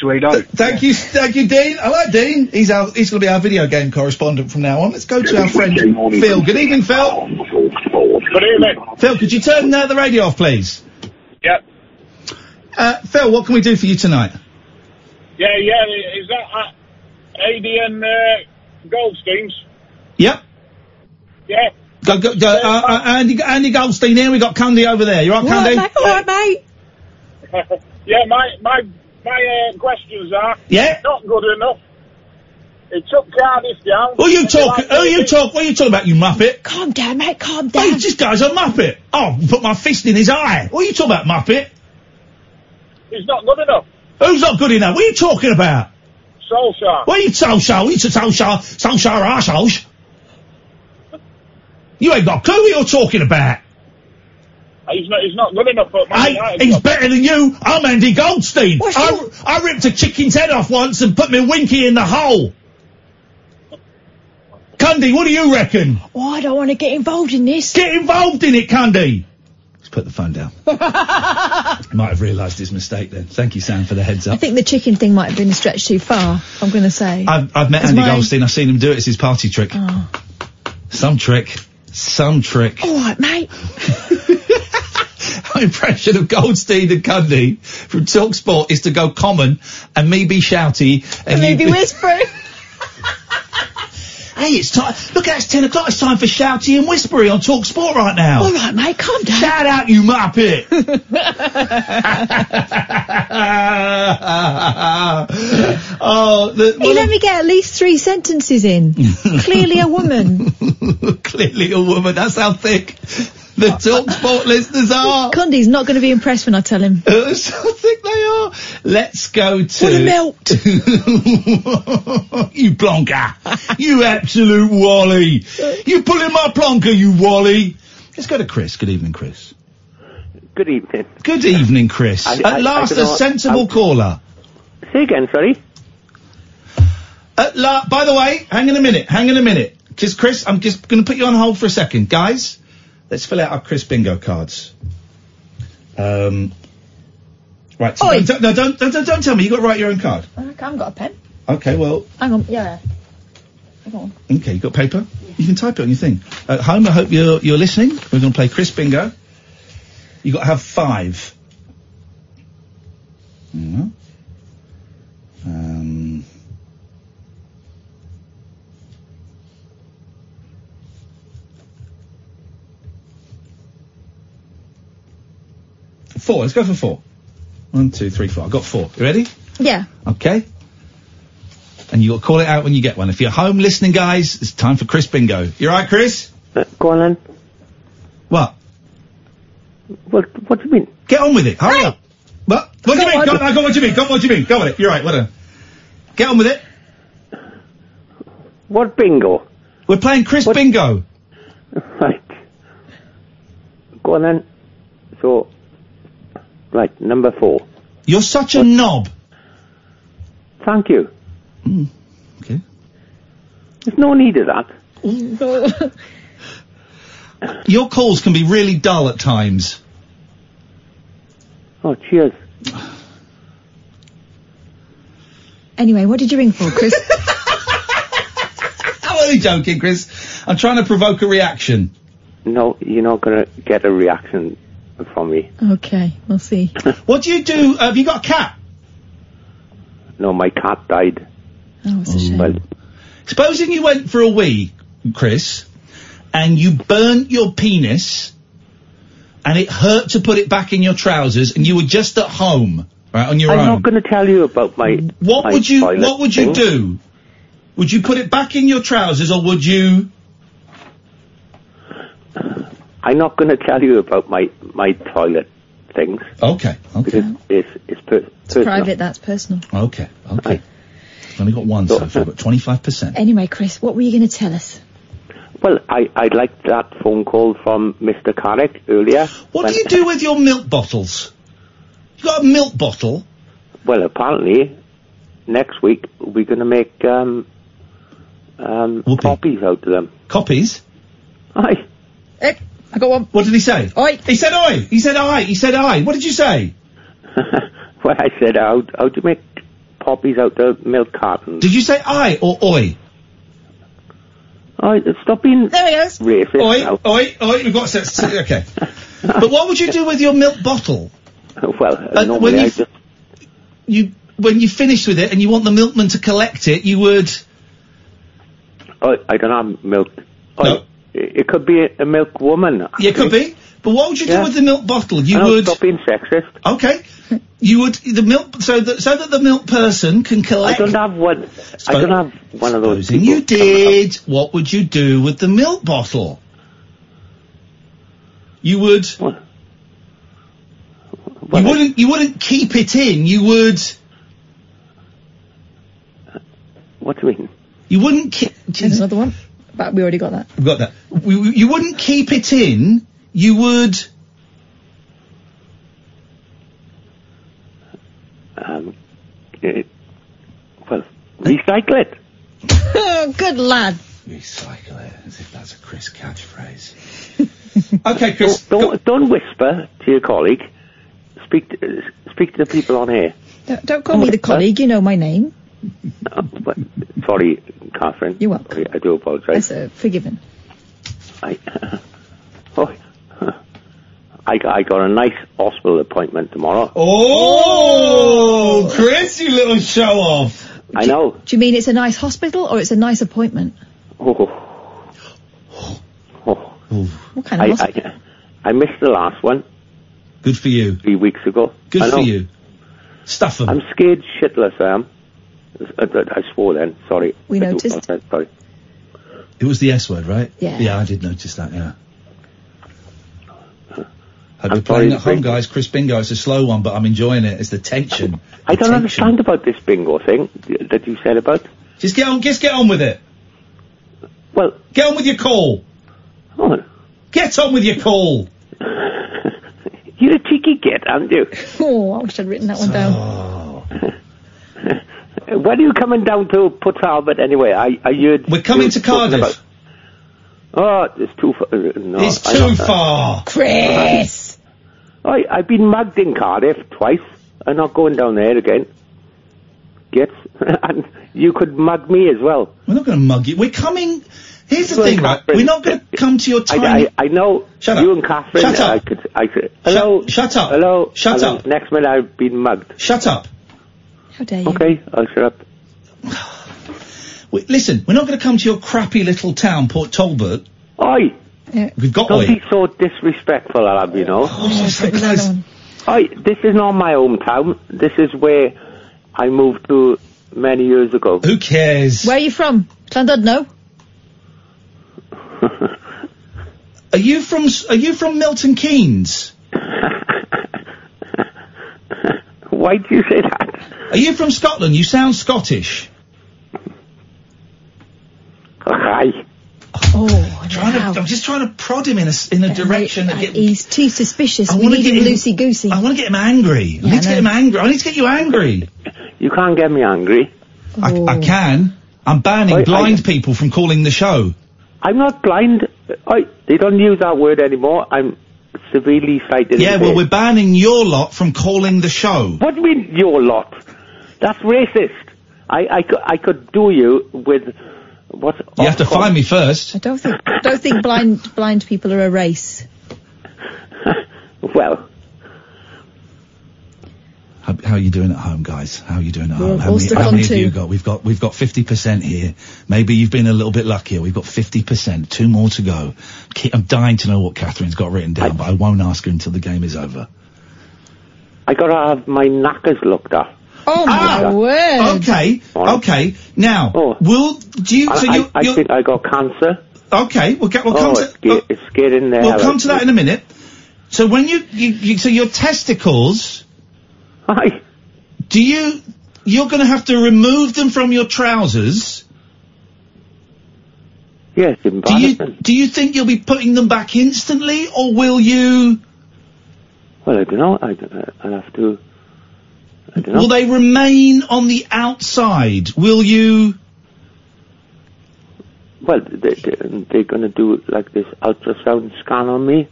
Speaker 12: Sweet. Th-
Speaker 3: thank you, thank you, Dean. I like Dean. He's our he's going to be our video game correspondent from now on. Let's go to our friend Phil. Good evening, Phil. Good evening. Phil, could you turn uh, the radio off, please?
Speaker 13: Yep.
Speaker 3: Uh, Phil, what can we do for you tonight?
Speaker 14: Yeah, yeah. Is that at ADN uh, Goldstein's?
Speaker 3: Yep.
Speaker 14: Yeah.
Speaker 3: Go, go, go, uh, uh, Andy, Andy Goldstein here. We got Candy over there. You all right,
Speaker 14: All right,
Speaker 3: Candy?
Speaker 14: mate.
Speaker 7: All right, mate.
Speaker 14: yeah, my my my uh, questions are
Speaker 3: Yeah?
Speaker 14: not good enough. It took Cardiff down.
Speaker 3: Who you talking? Who you talk? What are you talking about? You muppet?
Speaker 7: Calm down, mate. Calm down.
Speaker 3: Hey, this guy's a muppet. Oh, put my fist in his eye. What are you talking about, muppet?
Speaker 14: He's not good enough.
Speaker 3: Who's not good enough? What are you talking about?
Speaker 14: Solskjaer.
Speaker 3: What are you social? He's a social, social arsehole. You ain't got a clue what you're talking about.
Speaker 14: He's not he's not good enough for Man
Speaker 3: Hey,
Speaker 14: United.
Speaker 3: he's better than you. I'm Andy Goldstein. I, I ripped a chicken's head off once and put my winky in the hole. Cundy, what do you reckon?
Speaker 7: Oh, I don't want to get involved in this.
Speaker 3: Get involved in it, Cundy. Let's put the phone down. He might have realised his mistake then. Thank you, Sam, for the heads
Speaker 7: I
Speaker 3: up.
Speaker 7: think the chicken thing might have been a stretch too far, I'm going to say.
Speaker 3: I've, I've met
Speaker 7: It's
Speaker 3: Andy
Speaker 7: mine. Oh.
Speaker 3: Goldstein. I've seen him do it. It's his party trick. Some trick. Some trick.
Speaker 7: All right, mate.
Speaker 3: My impression of Goldstein and Cundy from Talksport is to go common and me be shouty and, you
Speaker 7: Maybe whispering.
Speaker 3: Hey, it's time. Look, it's 10 o'clock. It's time for Shouty and Whispery on Talk Sport right now.
Speaker 7: All right, mate. Calm down.
Speaker 3: Shout out, you muppet. oh, the,
Speaker 7: He let me get at least three sentences in. Clearly a woman.
Speaker 3: clearly a woman. That's how thick the Talk Sport listeners are.
Speaker 7: Condi's not going to be impressed when I tell him.
Speaker 3: That's how thick they are. Let's go to.
Speaker 7: What a melt.
Speaker 3: you plonker. you absolute wally. You pulling my plonker, you wally. Let's go to Chris. Good evening, Chris.
Speaker 8: Good evening.
Speaker 3: Good evening, Chris.
Speaker 8: I- I- I
Speaker 3: At last,
Speaker 8: don't know
Speaker 3: a
Speaker 8: what-
Speaker 3: sensible
Speaker 8: I'm-
Speaker 3: caller.
Speaker 8: Say again, sorry.
Speaker 3: At Uh, la- By the way, hang on a minute. Hang on a minute. Because, Chris, I'm just going to put you on hold for a second. Guys, let's fill out our Chris bingo cards. Um, right. So
Speaker 7: Oi.
Speaker 3: don't, no, don't, don't, don't, don't tell me. You've got to write your own card.
Speaker 7: I haven't got a pen.
Speaker 3: Okay, well,
Speaker 7: Hang on. Yeah. Hang on.
Speaker 3: Okay, you got paper? You can type it on your thing. At home, I hope you're you're listening. We're going to play Chris Bingo. You got to have five. Mhm. Um. Four. Let's go for four. One, two, three, four. I got four. You ready?
Speaker 7: Yeah.
Speaker 3: Okay? And you'll call it out when you get one. If you're home listening, guys, it's time for Chris Bingo. You alright, Chris?
Speaker 8: Uh, go on then.
Speaker 3: What?
Speaker 8: What, what do you mean?
Speaker 3: Get on with it. Hurry up. What? What do you mean? Go, no, go what do you mean? Go what do you mean? Go with it. You're right. What a... Get on with it.
Speaker 8: What bingo?
Speaker 3: We're playing Chris Bingo.
Speaker 8: Right. Go on then. So, right, number four.
Speaker 3: You're such a knob. Hmm,
Speaker 8: Thank you.
Speaker 3: okay.
Speaker 8: There's no need of that.
Speaker 3: Your calls can be really dull at times.
Speaker 8: Oh, cheers.
Speaker 7: Anyway, what did you ring for, Chris?
Speaker 3: I'm only Oh, joking, Chris. I'm trying to provoke a reaction.
Speaker 8: No, you're not going to get a reaction from me.
Speaker 7: okay, we'll see.
Speaker 3: What do you do? Have you got a cat?
Speaker 8: No, my cat died.
Speaker 7: Oh, it's a shame.
Speaker 8: Well,
Speaker 3: Supposing you went for a wee, Chris, and you burnt your penis, and it hurt to put it back in your trousers, and you were just at home, right, on your
Speaker 8: I'm
Speaker 3: own.
Speaker 8: not going to tell you about my.
Speaker 3: what
Speaker 8: my
Speaker 3: would you
Speaker 8: toilet
Speaker 3: What would you
Speaker 8: thing.
Speaker 3: do? Would you put it back in your trousers, or would you?
Speaker 8: I'm not going to tell you about my my toilet things.
Speaker 3: Okay. Okay.
Speaker 8: It's it's, per,
Speaker 7: It's
Speaker 8: personal.
Speaker 7: private, that's personal.
Speaker 3: Okay. Okay. I've only got one so far. I've got twenty-five percent.
Speaker 7: Anyway, Chris, what were you going to tell us?
Speaker 8: Well, I I liked that phone call from Mr. Carrick earlier.
Speaker 3: What do you do with your milk bottles? You got a milk bottle?
Speaker 8: Well, apparently, next week we're going to make um um copies out of them.
Speaker 3: Copies?
Speaker 8: Aye.
Speaker 7: Eh, I got one.
Speaker 3: What did he say?
Speaker 7: Oi.
Speaker 3: He said oi. He said I. He said I. What did you say?
Speaker 8: well, I said how how to make poppies out of milk cartons.
Speaker 3: Did you say I or oi? Eh,
Speaker 8: I stop being
Speaker 7: There he goes.
Speaker 8: racist.
Speaker 3: Oi,
Speaker 8: now.
Speaker 3: oi, oi, we've got sets. Okay. but what would you do with your milk bottle?
Speaker 8: well,
Speaker 3: But
Speaker 8: normally
Speaker 3: when
Speaker 8: I
Speaker 3: you
Speaker 8: just
Speaker 3: you when you finished with it and you want the milkman to collect it, you would.
Speaker 8: oh, I don't have milk. Oh, it, it could be a, a milk woman.
Speaker 3: Yeah, it could be. But what would you do
Speaker 8: Yeah.
Speaker 3: with the milk bottle? You
Speaker 8: I don't
Speaker 3: would
Speaker 8: stop being sexist.
Speaker 3: okay. You would the milk so that so that the milk person can collect. I don't
Speaker 8: have one.
Speaker 3: I don't
Speaker 8: have one of those.
Speaker 3: you did. What would you do with the milk bottle? You would. you wouldn't. You wouldn't keep it in. You would.
Speaker 8: What do you mean?
Speaker 3: You wouldn't keep.
Speaker 7: There's another one. But we already got that.
Speaker 3: We've got that. We, we- you wouldn't keep it in. You would.
Speaker 8: Um, it, well, recycle it.
Speaker 7: Oh, Good lad.
Speaker 3: Recycle it, as if that's a Chris catchphrase. okay, Chris.
Speaker 8: Don't, don't, don't whisper to your colleague. Speak to, speak to the people on air.
Speaker 7: Don't, don't call me the colleague. You know my name.
Speaker 8: Uh, but- sorry, Catherine. You're welcome. I do apologise.
Speaker 7: That's uh, forgiven.
Speaker 8: I, oh, I, got- I got a nice hospital appointment tomorrow.
Speaker 3: Oh, Chris, you little show off.
Speaker 8: I know.
Speaker 7: Do you mean it's a nice hospital or it's a nice appointment?
Speaker 8: Oh. Oh.
Speaker 7: What kind of
Speaker 8: I,
Speaker 7: hospital?
Speaker 8: I, I missed the last one.
Speaker 3: Good for you.
Speaker 8: Three weeks ago.
Speaker 3: Good
Speaker 8: I
Speaker 3: for
Speaker 8: know.
Speaker 3: you. Stuff 'em.
Speaker 8: I'm scared shitless, I am. I, I- I swore then. Sorry.
Speaker 7: We
Speaker 8: I do
Speaker 7: noticed.
Speaker 8: apologise, Sorry.
Speaker 3: It was the S word, right?
Speaker 7: Yeah.
Speaker 3: Yeah, I did notice that. Yeah. Hope you're
Speaker 8: sorry,
Speaker 3: playing at home, guys. Chris Bingo. It's a slow one, but I'm enjoying it. It's the tension.
Speaker 8: I don't understand about this bingo thing that you said about.
Speaker 3: Just get on. Just get on with it.
Speaker 8: Well, Oh.
Speaker 3: get on with your call.
Speaker 8: On.
Speaker 3: Get on with your call.
Speaker 8: You're a cheeky kid, aren't you?
Speaker 7: Oh, I wish I'd written that one down.
Speaker 8: When are you coming down to Port Talbot anyway? I, I heard
Speaker 3: We're coming to Cardiff.
Speaker 8: Oh, it's too far. No,
Speaker 3: It's
Speaker 8: I
Speaker 3: too
Speaker 8: know that.
Speaker 3: far.
Speaker 7: Chris!
Speaker 8: I, I've been mugged in Cardiff twice. I'm not going down there again. Get and you could mug me as well.
Speaker 3: We're not going to mug you. We're coming. Here's the
Speaker 8: Well,
Speaker 3: thing, right?
Speaker 8: Catherine,
Speaker 3: We're not going to come to your time.
Speaker 8: I, I, I know
Speaker 3: Shut
Speaker 8: you
Speaker 3: up.
Speaker 8: and Catherine.
Speaker 3: Shut up.
Speaker 8: I could, I could, hello.
Speaker 3: shut up.
Speaker 8: Hello.
Speaker 3: Shut
Speaker 8: And then
Speaker 3: up.
Speaker 8: Next minute I've been mugged.
Speaker 3: Shut up.
Speaker 7: How dare you?
Speaker 8: Okay, I'll shut up.
Speaker 3: We, listen, we're not going to come to your crappy little town, Port Talbot.
Speaker 8: Oi.
Speaker 3: We've got Oh,
Speaker 8: Don't
Speaker 3: oi.
Speaker 8: be so disrespectful, I'll have you know.
Speaker 3: close.
Speaker 8: Oi, this is not my hometown. This is where I moved to many years ago.
Speaker 3: Who cares?
Speaker 7: Where are you from? Llandudno?
Speaker 3: Are you from s- Are you from Milton Keynes?
Speaker 8: Why do you say that?
Speaker 3: Are you from Scotland? You sound Scottish.
Speaker 8: Aye.
Speaker 7: Oh, I'm,
Speaker 3: trying to, I'm just trying to prod him in a s- in a direction that get.
Speaker 7: uh, He's too suspicious.
Speaker 3: I
Speaker 7: we
Speaker 3: wanna
Speaker 7: need
Speaker 3: get
Speaker 7: him
Speaker 3: him-
Speaker 7: loosey goosey.
Speaker 3: I want to get him angry.
Speaker 7: Yeah,
Speaker 3: I
Speaker 7: I
Speaker 3: need to get him
Speaker 7: know.
Speaker 3: angry. I need to get you angry.
Speaker 8: You can't get me angry.
Speaker 3: I,
Speaker 7: Oh.
Speaker 3: I can. I'm banning
Speaker 8: Oi, I-
Speaker 3: blind people from calling the show.
Speaker 8: I'm not blind. Oi, they don't use that word anymore. I'm severely sighted.
Speaker 3: Yeah, well, we're banning your lot from calling the show.
Speaker 8: What do you mean, your lot? That's racist. I, I, could, I could do you with what?
Speaker 3: You have to find me first.
Speaker 7: I don't think don't think blind blind people are a race.
Speaker 8: Well,
Speaker 3: How, how are you doing at home, guys? How are you doing at
Speaker 7: We're
Speaker 3: home? How
Speaker 7: all
Speaker 3: many,
Speaker 7: stuck
Speaker 3: how
Speaker 7: on
Speaker 3: many have
Speaker 7: two.
Speaker 3: you got? We've got we've got fifty percent here. Maybe you've been a little bit luckier. We've got fifty percent. Two more to go. Ki- I'm dying to know what Catherine's got written down, but I won't ask her until the game is over.
Speaker 8: I got to have my knackers looked at.
Speaker 7: Oh
Speaker 3: my
Speaker 8: Ah!
Speaker 7: word!
Speaker 3: Okay, okay. Now, will do you?
Speaker 8: Oh. I,
Speaker 3: So
Speaker 8: I-
Speaker 3: you,
Speaker 8: I
Speaker 3: you
Speaker 8: think I got cancer.
Speaker 3: okay? We'll get we'll come
Speaker 8: oh,
Speaker 3: to
Speaker 8: it's, get, it's getting there.
Speaker 3: we'll come to that in a minute. So when you, you, you so your testicles,
Speaker 8: Hi.
Speaker 3: do you? You're going to have to remove them from your trousers.
Speaker 8: Yes,
Speaker 3: Do you do you think you'll be putting them back instantly, or will you?
Speaker 8: Well, I don't know. I don't, I'll have to. I don't know.
Speaker 3: Will they remain on the outside? Will you?
Speaker 8: Well, they, they, they're going to do like this ultrasound scan on me.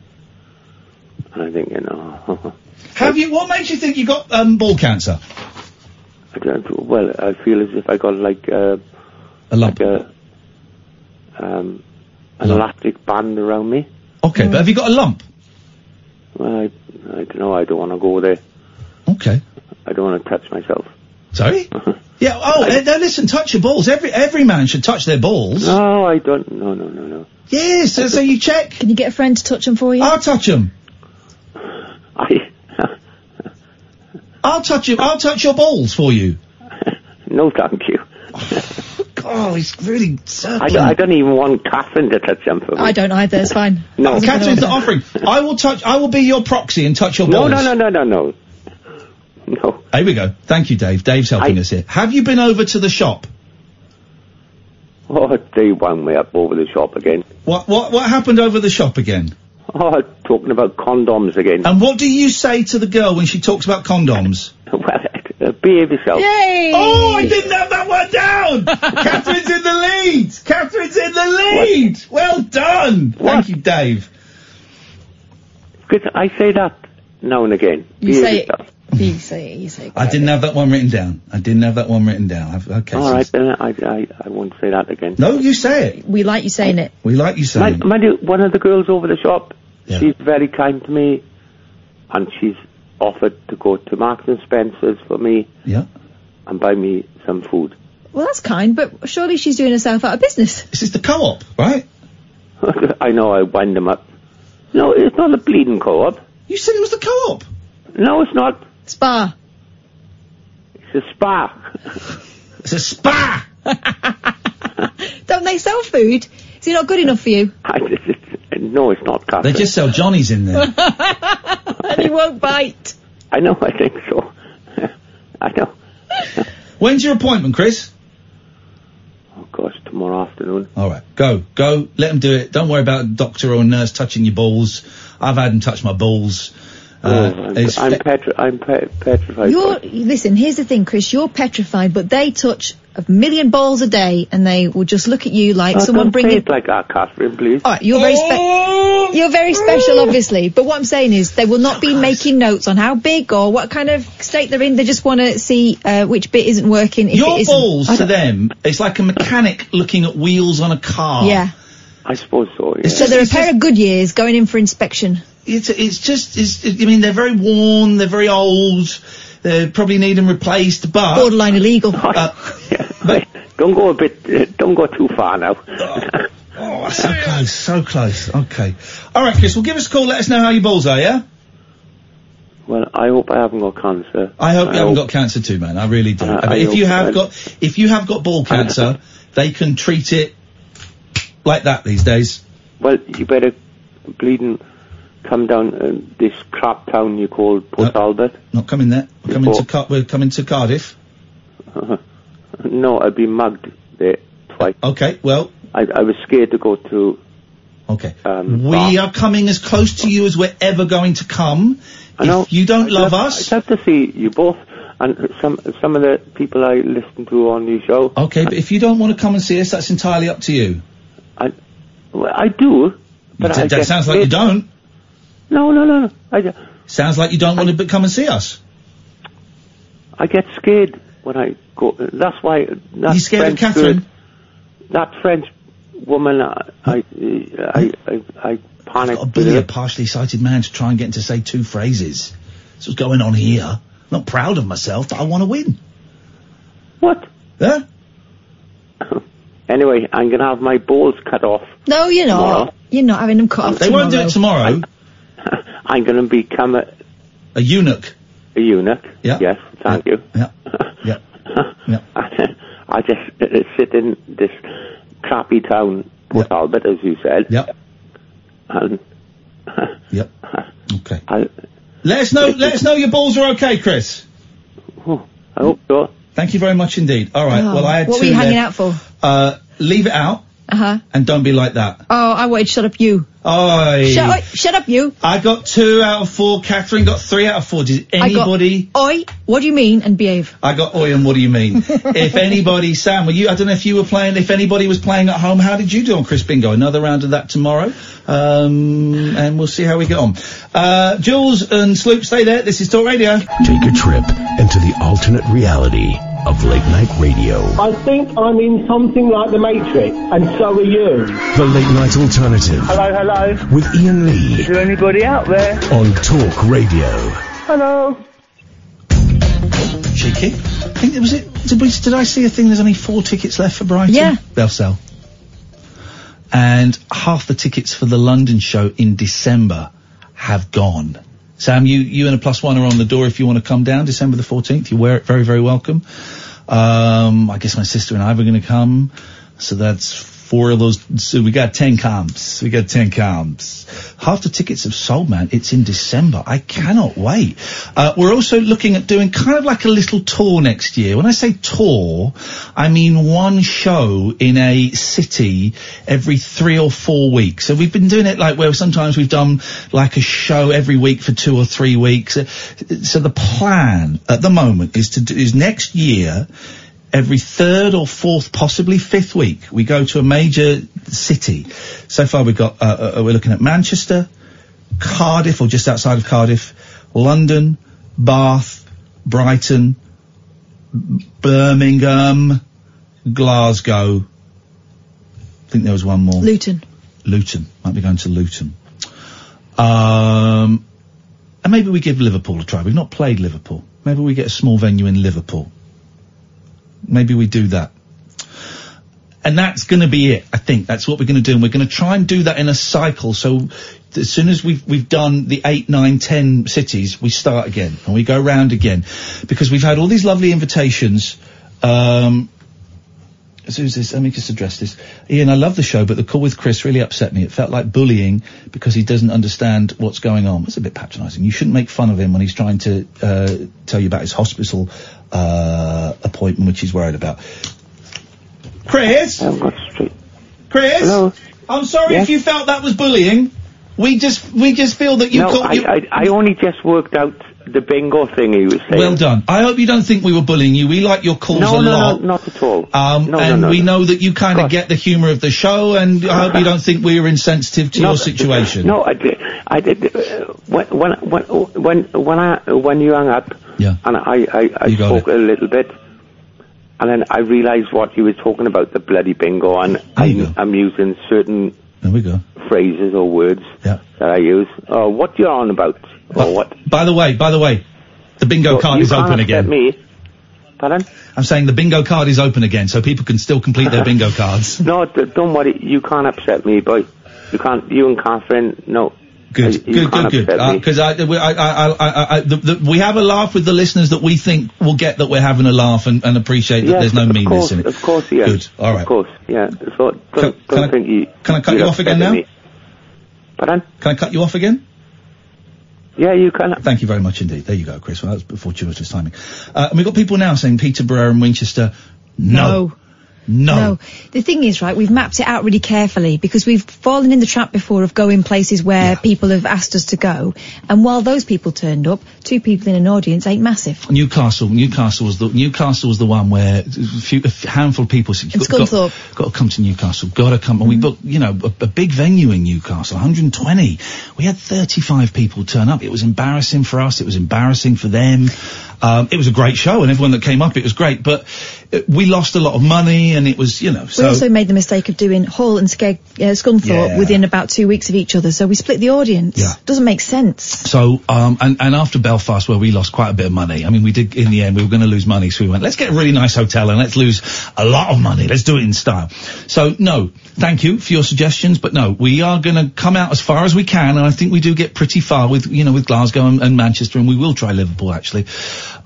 Speaker 8: And I think, you know,
Speaker 3: Have you? What makes you think you got um, ball cancer?
Speaker 8: I don't, well, I feel as if I got like uh,
Speaker 3: a
Speaker 8: like a um, an elastic band around me.
Speaker 3: Okay, but have you got a lump?
Speaker 8: Well, I, I don't know. I don't want to go there.
Speaker 15: Okay.
Speaker 8: I don't want to touch myself.
Speaker 3: Sorry? Yeah. Oh, eh, now listen. Touch your balls. Every every man should touch their balls.
Speaker 8: No, I don't. No, no, no, no.
Speaker 3: Yes. So, so you check.
Speaker 7: Can you get a friend to touch them for you?
Speaker 3: I'll touch them. I'll touch him. I'll touch your balls for you.
Speaker 8: No, thank you.
Speaker 3: Oh, he's really.
Speaker 8: I, don't, I don't even want Catherine to touch them for me.
Speaker 7: I don't either. It's fine.
Speaker 8: No.
Speaker 3: Catherine's not offering. I will touch. I will be your proxy and touch your
Speaker 8: No,
Speaker 3: balls.
Speaker 8: no, no, no, no, no.
Speaker 3: Here we go. Thank you, Dave. Dave's helping us here. Have you been over to the shop?
Speaker 8: Oh, they wound me up over the shop again.
Speaker 3: What what what happened over the shop again?
Speaker 8: Oh, talking about condoms again.
Speaker 3: And what do you say to the girl when she talks about condoms?
Speaker 8: well, behave yourself.
Speaker 7: Yay!
Speaker 3: Oh, I didn't have that one down. Catherine's in the lead. Catherine's in the lead. Well done. Thank you, Dave.
Speaker 8: Good. I say that now and again.
Speaker 7: You
Speaker 8: Behave
Speaker 7: say it.
Speaker 8: yourself.
Speaker 7: You say it. You say it.
Speaker 3: I didn't have that one written down. I didn't have that one written down. I've- Okay.
Speaker 8: All
Speaker 3: so-
Speaker 8: right, then I, I, I won't say that again.
Speaker 3: No, you say it.
Speaker 7: We like you saying it.
Speaker 3: We like you saying.
Speaker 8: Mind, mind you, one of the girls over the shop, she's very kind to me, and she's offered to go to Marks and Spencer's for me.
Speaker 3: Yeah.
Speaker 8: And buy me some food.
Speaker 7: Well, that's kind, but surely she's doing herself out of business.
Speaker 3: This is the co-op, right?
Speaker 8: I know I wind them up. No, it's not a bleeding co-op.
Speaker 3: You said it was the co-op.
Speaker 8: No, it's not.
Speaker 7: Spa.
Speaker 8: It's a spa.
Speaker 3: it's a spa.
Speaker 7: Don't they sell food? Is it not good enough for you?
Speaker 8: I, no, it's not.
Speaker 3: They just sell Johnnies in there.
Speaker 7: and he won't bite.
Speaker 8: I know. I think so. I know.
Speaker 3: When's your appointment, Chris?
Speaker 8: Oh gosh, tomorrow afternoon.
Speaker 3: All right, go, go. Let them do it. Don't worry about a doctor or a nurse touching your balls. I've had them touch my balls. Uh,
Speaker 8: oh, I'm,
Speaker 3: it's
Speaker 8: I'm,
Speaker 3: fe-
Speaker 8: petri- I'm pe- petrified.
Speaker 7: You're listen. Here's the thing, Chris. You're petrified, but they touch a million balls a day, and they will just look at you like
Speaker 8: Oh,
Speaker 7: someone
Speaker 8: don't say
Speaker 7: bringing.
Speaker 8: it like that, Catherine, please. Oh,
Speaker 7: All right, you're very
Speaker 3: Oh.
Speaker 7: spe- you're very special, obviously. But what I'm saying is, they will not be making notes on how big or what kind of state they're in. They just want to see uh, which bit isn't working. If it
Speaker 3: your
Speaker 7: isn't.
Speaker 3: balls
Speaker 7: I
Speaker 3: to
Speaker 7: don't-
Speaker 3: them. It's like a mechanic looking at wheels on a car.
Speaker 7: Yeah.
Speaker 8: I suppose so. Yeah.
Speaker 7: So they're a pair of good years going in for inspection.
Speaker 3: It's it's just it's. I mean, they're very worn. They're very old. They probably need them replaced. But Uh,
Speaker 7: borderline illegal.
Speaker 8: Don't go a bit. Uh, don't go too far now.
Speaker 3: Oh, so close, so close. Okay. All right, Chris. Well, give us a call. Let us know how your balls are. Yeah.
Speaker 8: Well, I hope I haven't got cancer.
Speaker 3: I hope you haven't
Speaker 8: hope-
Speaker 3: got cancer too, man. I really do.
Speaker 8: Uh,
Speaker 3: I mean,
Speaker 8: I
Speaker 3: if you
Speaker 8: hope-
Speaker 3: have
Speaker 8: I-
Speaker 3: got, if you have got ball cancer, they can treat it like that these days.
Speaker 8: Well, you better bleeding come down uh, this crap town you call
Speaker 3: Uh,
Speaker 8: Port Albert.
Speaker 3: Not coming there. We're coming to Car- we're coming to Cardiff.
Speaker 8: No, I've been mugged there twice.
Speaker 3: Okay, well.
Speaker 8: I, I was scared to go to.
Speaker 3: Okay.
Speaker 8: Um,
Speaker 3: We are coming as close to you as we're ever going to come.
Speaker 8: I know.
Speaker 3: If you don't
Speaker 8: I'd
Speaker 3: love
Speaker 8: love-
Speaker 3: us,
Speaker 8: I'd love to see you both and some some of the people I listen to on your show.
Speaker 3: okay. But if you don't want to come and see us, that's entirely up to you.
Speaker 8: I, well, I do. But
Speaker 3: that
Speaker 8: I
Speaker 3: that
Speaker 8: guess
Speaker 3: sounds like you
Speaker 8: it-
Speaker 3: don't.
Speaker 8: No, no, no, no. I, ju-
Speaker 3: Sounds like you don't want to come and see us.
Speaker 8: I get scared when I go. That's why. That
Speaker 3: You scared of
Speaker 8: French
Speaker 3: Catherine?
Speaker 8: girl- that French woman, I, I, I, I, I panic.
Speaker 3: got to bully a partially sighted man to try and get him to say two phrases. That's what's going on here. I'm not proud of myself, but I want to win.
Speaker 8: What?
Speaker 3: Huh?
Speaker 8: Anyway, I'm gonna have my balls cut off.
Speaker 7: No, you're not.
Speaker 8: Tomorrow.
Speaker 7: You're not having them cut off.
Speaker 8: They won't do it
Speaker 3: tomorrow.
Speaker 8: I'm gonna become a
Speaker 3: a eunuch.
Speaker 8: A eunuch.
Speaker 3: Yeah.
Speaker 8: Yes. Thank you.
Speaker 3: Yeah. Yeah.
Speaker 8: I just uh, sit in this crappy town, Port Albert, as you said.
Speaker 3: Yep.
Speaker 8: And.
Speaker 3: yep. Okay.
Speaker 8: I,
Speaker 3: Let us know. let us know your balls are okay, Chris.
Speaker 8: I hope so.
Speaker 3: Thank you very much indeed. All right.
Speaker 7: Oh,
Speaker 3: well, I had
Speaker 7: what
Speaker 3: two
Speaker 7: were you
Speaker 3: there.
Speaker 7: hanging out for?
Speaker 3: Uh, leave it out
Speaker 7: Uh huh.
Speaker 3: and don't be like that.
Speaker 7: Oh, I wanted shut up you.
Speaker 3: Oi.
Speaker 7: Shut up, shut up you.
Speaker 3: I got two out of four. Catherine got three out of four. Did anybody?
Speaker 7: I got, Oi, what do you mean? And behave.
Speaker 3: I got oi and what do you mean? if anybody, Sam, were you? I don't know if you were playing. If anybody was playing at home, how did you do on Chris Bingo? Another round of that tomorrow, um, and we'll see how we get on. Uh, Jules and Sloop, stay there. This is Talk Radio.
Speaker 2: Take a trip into the alternate reality of late night radio.
Speaker 12: I think I'm in something like The Matrix, and so are you.
Speaker 2: The late night alternative
Speaker 12: Hello, hello.
Speaker 2: with Ian Lee
Speaker 12: Is there anybody out there?
Speaker 2: on Talk Radio.
Speaker 12: Hello.
Speaker 16: thinking.
Speaker 3: I think was it. Did, we, did I see a thing? There's only four tickets left for Brighton. Yeah, they'll sell. And half the tickets for the London show in December have gone. Sam, you you and a plus one are on the door if you want to come down December the 14th. You're wer- very very welcome. Um, I guess my sister and I were going to come. So that's four of those. So we got 10 comps. We got 10 comps. Half the tickets have sold, man. It's in December. I cannot wait. Uh, we're also looking at doing kind of like a little tour next year. When I say tour, I mean one show in a city every three or four weeks. So we've been doing it like where sometimes we've done like a show every week for two or three weeks. Uh, So the plan at the moment is to do, is next year, every third or fourth, possibly fifth week, we go to a major city. So far, we've got uh, uh, we're looking at Manchester, Cardiff, or just outside of Cardiff, London, Bath, Brighton, B- Birmingham, Glasgow. I think there was one more.
Speaker 7: Luton.
Speaker 3: Luton. Might be going to Luton. Um, and maybe we give Liverpool a try. We've not played Liverpool. Maybe we get a small venue in Liverpool. Maybe we do that. And that's going to be it. I think that's what we're going to do. And we're going to try and do that in a cycle. So as soon as we've, we've done the eight, nine, ten cities, we start again and we go round again because we've had all these lovely invitations. Um, so who's this? Let me just address this. Ian, I love the show, but the call with Chris really upset me. It felt like bullying because he doesn't understand what's going on. It's a bit patronising. You shouldn't make fun of him when he's trying to uh, tell you about his hospital uh, appointment, which he's worried about. Chris? Chris? I'm sorry
Speaker 8: Yes?
Speaker 3: if you felt that was bullying. We just we just feel that you
Speaker 8: no,
Speaker 3: caught
Speaker 8: I,
Speaker 3: you.
Speaker 8: I, I only just worked out the bingo thing he was saying.
Speaker 3: Well done. I hope you don't think we were bullying you. We like your calls
Speaker 8: No,
Speaker 3: a
Speaker 8: no,
Speaker 3: lot.
Speaker 8: no, not at all.
Speaker 3: Um,
Speaker 8: No, no,
Speaker 3: and
Speaker 8: no,
Speaker 3: we
Speaker 8: no.
Speaker 3: know that you kind of get the humour of the show, and I hope you don't think we are insensitive to your situation.
Speaker 8: No, I did. I did. uh, When when when when when, I, when you hung up,
Speaker 3: yeah.
Speaker 8: and I I, I spoke a little bit, and then I realised what you were talking about the bloody bingo, and I'm, I'm using certain
Speaker 3: There we go.
Speaker 8: phrases or words
Speaker 3: Yeah.
Speaker 8: that I use. Oh, what you're on about, or what?
Speaker 3: By the way, by the way, the bingo
Speaker 8: So
Speaker 3: card
Speaker 8: you
Speaker 3: is
Speaker 8: can't
Speaker 3: open
Speaker 8: upset
Speaker 3: again.
Speaker 8: Me. Pardon?
Speaker 3: I'm saying the bingo card is open again, so people can still complete their bingo cards.
Speaker 8: No, d- don't worry. You can't upset me, boy. You can't. You and Catherine. No. Uh,
Speaker 3: Good,
Speaker 8: You
Speaker 3: good,
Speaker 8: can't
Speaker 3: good, good.
Speaker 8: upset me.
Speaker 3: Because I, we- I, I, I, I, I the, the, we have a laugh with the listeners that we think will get that we're having a laugh and, and appreciate that
Speaker 8: Yes,
Speaker 3: there's no
Speaker 8: of
Speaker 3: meanness
Speaker 8: course,
Speaker 3: in it.
Speaker 8: Of course, yes.
Speaker 3: Good. All right.
Speaker 8: Of course, yeah. So don't, don't think you.
Speaker 3: Can I cut
Speaker 8: you're
Speaker 3: you off again
Speaker 8: upsetting
Speaker 3: now?
Speaker 8: me. Pardon?
Speaker 3: Can I cut you off again?
Speaker 8: Yeah, you can.
Speaker 3: Thank you very much indeed. There you go, Chris. Well, that was fortuitous timing. Uh, and we've got people now saying Peterborough and Winchester. No. No.
Speaker 7: The thing is, right, we've mapped it out really carefully because we've fallen in the trap before of going places where people have asked us to go. And while those people turned up, two people in an audience ain't massive.
Speaker 3: Newcastle, Newcastle was the Newcastle was the one where a, few, a f- handful of people said,
Speaker 7: And
Speaker 3: got,
Speaker 7: Scunthorpe. Mm-hmm.
Speaker 3: got, got to come to Newcastle, got to come." And we booked, you know, a, a big venue in Newcastle, 120. We had 35 people turn up. It was embarrassing for us. It was embarrassing for them. Um, it was a great show, and everyone that came up, it was great. But uh, we lost a lot of money, and it was, you know, so
Speaker 7: we also made the mistake of doing Hull and Skeg, uh, Scunthorpe
Speaker 3: Yeah.
Speaker 7: within about two weeks of each other, so we split the audience.
Speaker 3: Yeah.
Speaker 7: Doesn't make sense.
Speaker 3: So, um, and, and after Belfast, where we lost quite a bit of money, I mean, we did, in the end, we were going to lose money, so we went, let's get a really nice hotel and let's lose a lot of money. Let's do it in style. So, no, thank you for your suggestions, but no, we are going to come out as far as we can, and I think we do get pretty far with, you know, with Glasgow and, and Manchester, and we will try Liverpool, actually,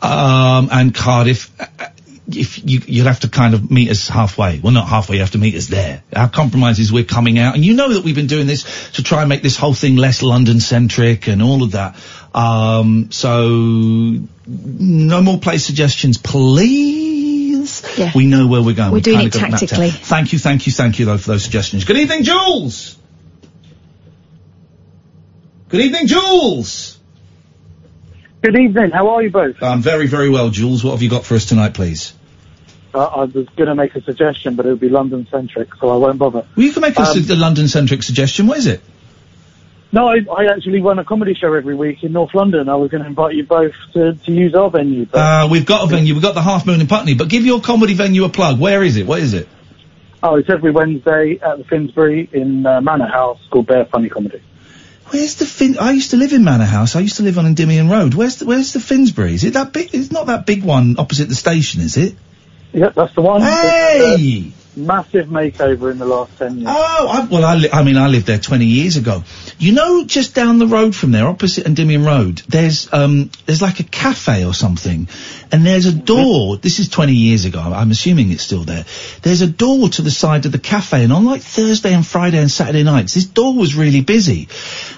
Speaker 3: um, and Cardiff. Uh, uh, If you, you'll have to kind of meet us halfway. Well, not halfway, you have to meet us there. Our compromise is we're coming out, and you know that we've been doing this to try and make this whole thing less London centric and all of that. Um, so no more play suggestions, please.
Speaker 7: Yeah.
Speaker 3: We know where we're going.
Speaker 7: We're
Speaker 3: We've
Speaker 7: doing
Speaker 3: kinda
Speaker 7: it
Speaker 3: got mapped out.
Speaker 7: tactically.
Speaker 3: Thank you, thank you, thank you though for those suggestions. Good evening, Jules. Good evening, Jules.
Speaker 17: Good evening. How are you both?
Speaker 3: I'm very, very well, Jules. What have you got for us tonight, please?
Speaker 17: Uh, I was going to make a suggestion, but it would be London centric, so I won't bother.
Speaker 3: Well, you can make a,
Speaker 17: Um,
Speaker 3: su- a London-centric suggestion. What is it?
Speaker 17: No, I, I actually run a comedy show every week in North London. I was going to invite you both to, to use our venue, but
Speaker 3: Uh, we've got a venue. We've got the Half Moon in Putney. But give your comedy venue a plug. Where is it? What is it?
Speaker 17: oh, it's every Wednesday at the Finsbury in uh, Manor House called Bear Funny Comedy.
Speaker 3: Where's the Fin? I used to live in Manor House. I used to live on Endymion Road. Where's the Where's the Finsbury? Is it that big? It's not that big one opposite the station, is it?
Speaker 17: Yep, that's the one.
Speaker 3: Hey!
Speaker 17: Massive makeover in the last 10 years.
Speaker 3: Oh, I, well, I, li- I mean, I lived there 20 years ago. You know, just down the road from there, opposite Endymion Road, there's, um, there's like a cafe or something, and there's a door, this is 20 years ago, I'm assuming it's still there, there's a door to the side of the cafe, and on like Thursday and Friday and Saturday nights, this door was really busy.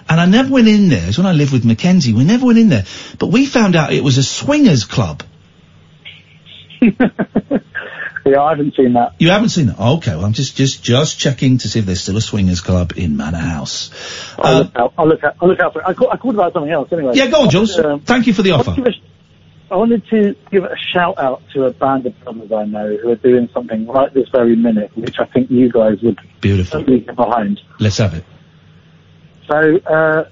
Speaker 3: And I never went in there, it's when I lived with Mackenzie, we never went in there, but we found out it was a swingers club.
Speaker 17: Yeah, I haven't seen that.
Speaker 3: You haven't seen it? Okay, well, I'm just just just checking to see if there's still a swingers club in Manor House.
Speaker 17: I'll, look out, I'll look out. I'll look out for it. I, call, I called about something else anyway.
Speaker 3: uh, Yeah, go on, Jules.
Speaker 17: Um,
Speaker 3: Thank you for the
Speaker 17: I
Speaker 3: offer.
Speaker 17: wanted to give a- I wanted to give a shout out to a band of brothers I know who are doing something right this very minute, which I think you guys would
Speaker 3: Beautiful.
Speaker 17: totally get behind.
Speaker 3: Let's have it.
Speaker 17: So, uh,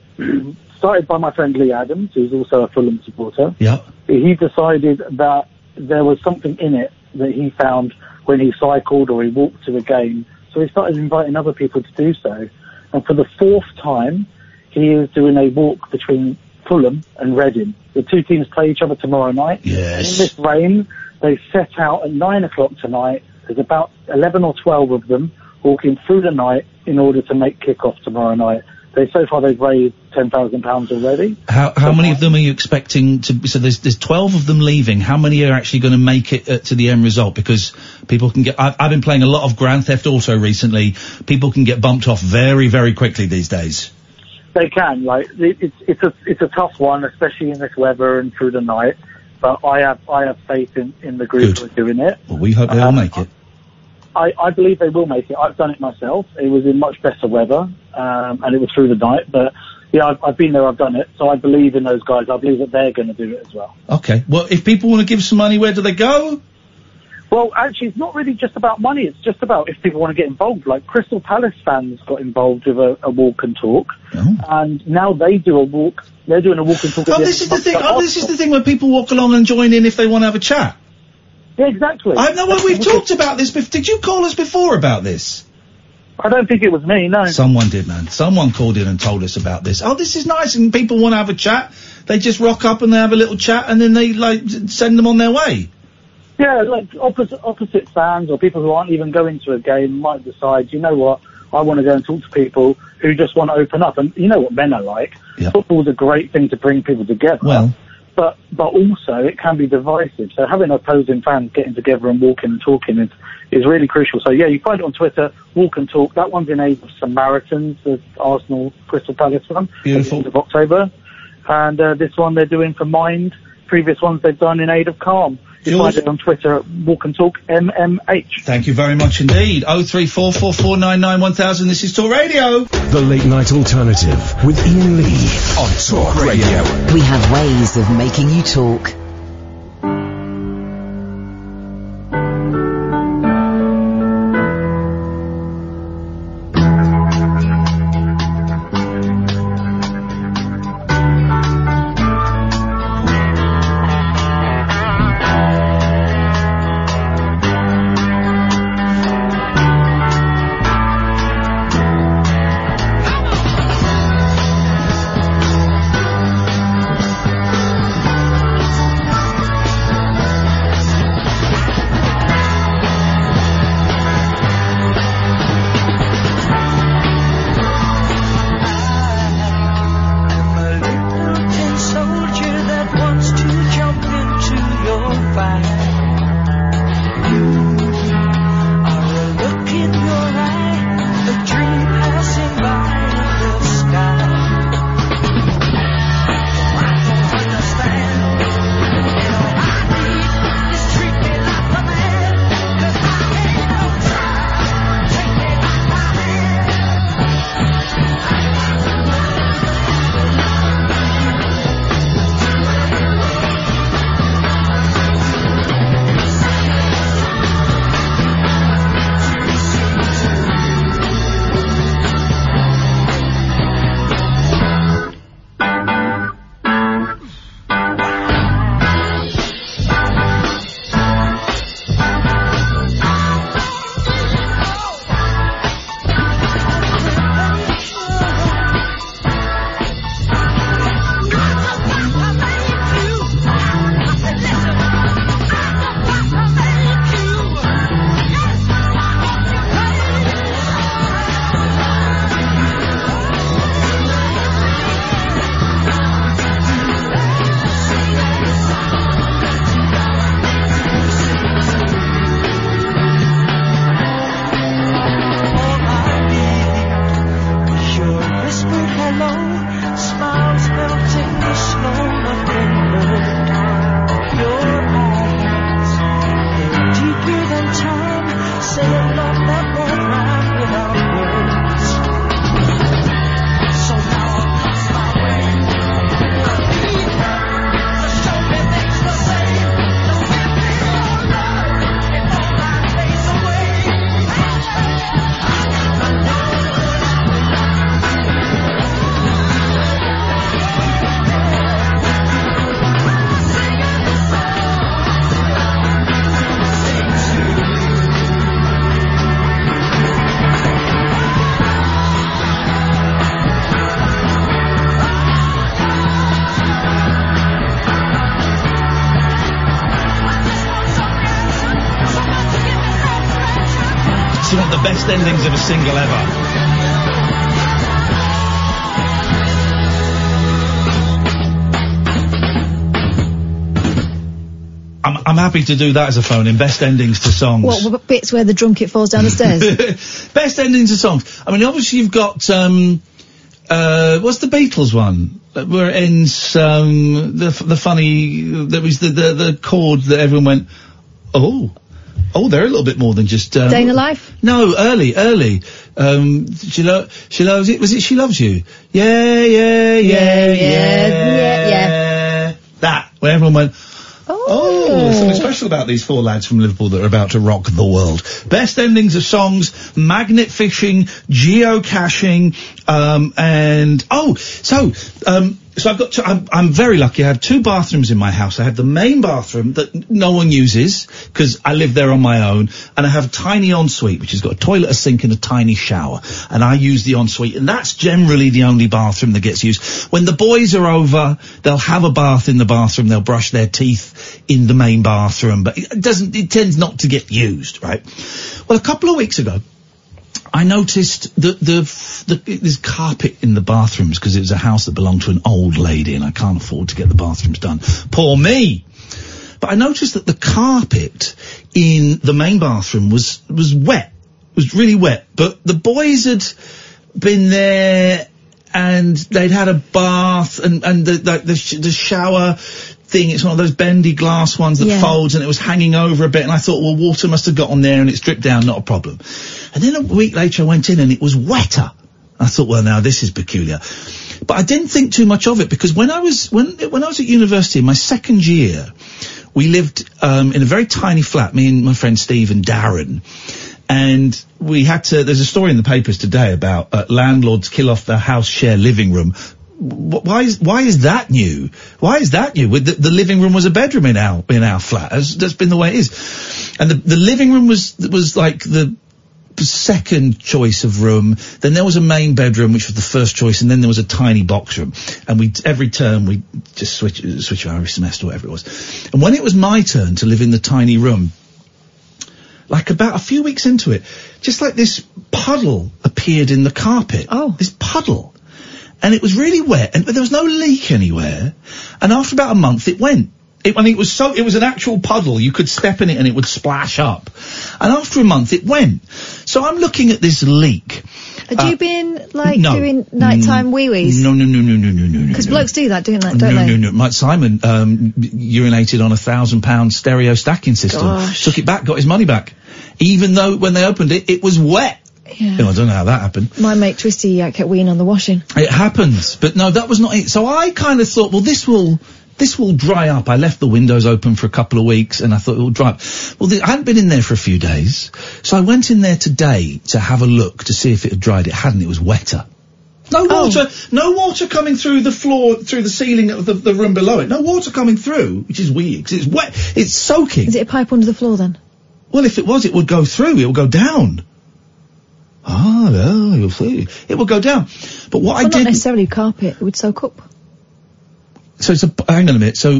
Speaker 17: started by my friend Lee Adams, who's also a Fulham supporter.
Speaker 3: Yeah.
Speaker 17: He decided that there was something in it that he found when he cycled or he walked to a game. So he started inviting other people to do so. And for the fourth time, he is doing a walk between Fulham and Reading. The two teams play each other tomorrow night. Yes. In this rain, they set out at nine o'clock tonight. There's about 11 or 12 of them walking through the night in order to make kick-off tomorrow night. They, so far they've raised £10,000 already.
Speaker 3: How how many of them are you expecting to? So there's there's 12 of them leaving. How many are actually going to make it uh, to the end result? Because people can get. I've, I've been playing a lot of Grand Theft Auto recently. People can get bumped off very very quickly these days.
Speaker 17: They can, like it- it's it's a it's a tough one, especially in this weather and through the night. But I have I have faith in, in the group who are doing it.
Speaker 3: Well, we hope they
Speaker 17: Uh-huh.
Speaker 3: all make it.
Speaker 17: I, I believe they will make it. I've done it myself. It was in much better weather, um, and it was through the night. But yeah, I've, I've been there. I've done it. So I believe in those guys. I believe that they're going to do it as well.
Speaker 3: Okay. Well, if people want to give some money, where do they go?
Speaker 17: Well, actually, it's not really just about money. It's just about if people want to get involved. Like Crystal Palace fans got involved with a, a walk and talk, and now they do a walk. They're doing a walk and talk. at
Speaker 3: Oh,
Speaker 17: the
Speaker 3: this
Speaker 17: end
Speaker 3: is the
Speaker 17: of
Speaker 3: thing.
Speaker 17: month.
Speaker 3: Oh, this is the thing where people walk along and join in if they want to have a chat.
Speaker 17: Yeah, exactly.
Speaker 3: I know. Well, we've talked about this. Bef- did you call us before about this?
Speaker 17: I don't think it was me. No.
Speaker 3: Someone did, man. Someone called in and told us about this. Oh, this is nice, and people want to have a chat. They just rock up and they have a little chat, and then they like s- send them on their way.
Speaker 17: Yeah, like opposite opposite fans or people who aren't even going to a game might decide, you know what, I want to go and talk to people who just want to open up. And you know what men are like. Football's a great thing to bring people together.
Speaker 3: Well.
Speaker 17: But but also it can be divisive. So having opposing fans getting together and walking and talking is is really crucial. So yeah, you find it on Twitter, walk and talk. That one's in aid of Samaritans, the Arsenal Crystal Palace one. Beautiful. Of October. And uh, this one they're doing for Mind. Previous ones they've done in aid of Calm. You find it on Twitter at Walk and Talk MMH.
Speaker 3: Thank you very much indeed. Oh three four four four nine nine one thousand. This is Talk Radio.
Speaker 2: The Late Night Alternative with Ian Lee on Talk Radio.
Speaker 18: We have ways of making you talk.
Speaker 3: best endings of a single ever. I'm, I'm happy to do that as a phone in best endings to songs.
Speaker 7: What, what bits where the drum kit falls down the stairs?
Speaker 3: Best endings of songs. I mean, obviously you've got um, uh, what's the Beatles one Uh, where it ends um, the f- the funny that was the, the the chord that everyone went oh oh they're a little bit more than just um,
Speaker 7: Day in the life?
Speaker 3: no early early um, she lo- she loves it was it she loves you yeah yeah yeah yeah yeah, that where everyone went. Oh, something special about these four lads from Liverpool that are about to rock the world. Best endings of songs, magnet fishing, geocaching, um, and oh, so um, so I've got. Two, I'm, I'm very lucky. I have two bathrooms in my house. I have the main bathroom that no one uses because I live there on my own, and I have a tiny ensuite which has got a toilet, a sink, and a tiny shower. And I use the ensuite, and that's generally the only bathroom that gets used. When the boys are over, they'll have a bath in the bathroom. They'll brush their teeth in the main bathroom, but it doesn't. It tends not to get used, right? Well, a couple of weeks ago, I noticed that the, f- the there's carpet in the bathrooms because it was a house that belonged to an old lady, and I can't afford to get the bathrooms done. Poor me. But I noticed that the carpet in the main bathroom was was wet, was really wet. But the boys had been there and they'd had a bath and and the the, the, sh- the shower thing. It's one of those bendy glass ones that
Speaker 9: Yeah.
Speaker 3: folds, and it was hanging over a bit. And I thought, well, water must have got on there and it's dripped down, not a problem. And then a week later, I went in and it was wetter. I thought, well, now this is peculiar. But I didn't think too much of it because when I was when when I was at university, my second year, we lived um, in a very tiny flat. Me and my friend Steve and Darren, and we had to. There's a story in the papers today about uh, landlords kill off their house share living room. Wh- Why is why is that new? Why is that new? With The, the living room was a bedroom in our in our flat. That's, that's been the way it is, and the, the living room was was like the second choice of room. Then there was a main bedroom, which was the first choice, and then there was a tiny box room. And we every term we just switch switch around every semester, whatever it was. And when it was my turn to live in the tiny room, like about a few weeks into it, just like this puddle appeared in the carpet. Oh, this puddle. And it was really wet, and but there was no leak anywhere. And after about a month, it went. It, I mean, it was so. It was an actual puddle. You could step in it, and it would splash up. And after a month, it went. So I'm looking at this leak.
Speaker 7: Had you
Speaker 3: Uh,
Speaker 7: been like
Speaker 3: no.
Speaker 7: doing nighttime wee wees?
Speaker 3: No, no, no, no, no, no, no, no.
Speaker 7: Because blokes do that, don't they? Don't they?
Speaker 3: no, no, no. My Simon um, urinated on a thousand pound stereo stacking system.
Speaker 7: Gosh.
Speaker 3: Took it back, got his money back. Even though when they opened it, it was wet.
Speaker 7: Yeah.
Speaker 3: Oh, I don't know how that happened.
Speaker 7: My mate Twisty uh, kept weeing on the washing.
Speaker 3: It happens, but no, that was not it. So I kind of thought, well, this will this will dry up. I left the windows open for a couple of weeks, and I thought it will dry up. Well, the, I hadn't been in there for a few days, so I went in there today to have a look to see if it had dried. It hadn't. It was wetter. No water, no water coming through the floor, through the ceiling of the, the room below it. No water coming through, which is weird 'cause it's wet. It's soaking.
Speaker 7: Is it a pipe under the floor then?
Speaker 3: Well, if it was, it would go through. It would go down. Ah, no, you'll see. It would go down. But what
Speaker 7: well,
Speaker 3: I
Speaker 7: not
Speaker 3: did.
Speaker 7: necessarily carpet. It would soak up
Speaker 3: So it's a, hang on a minute. So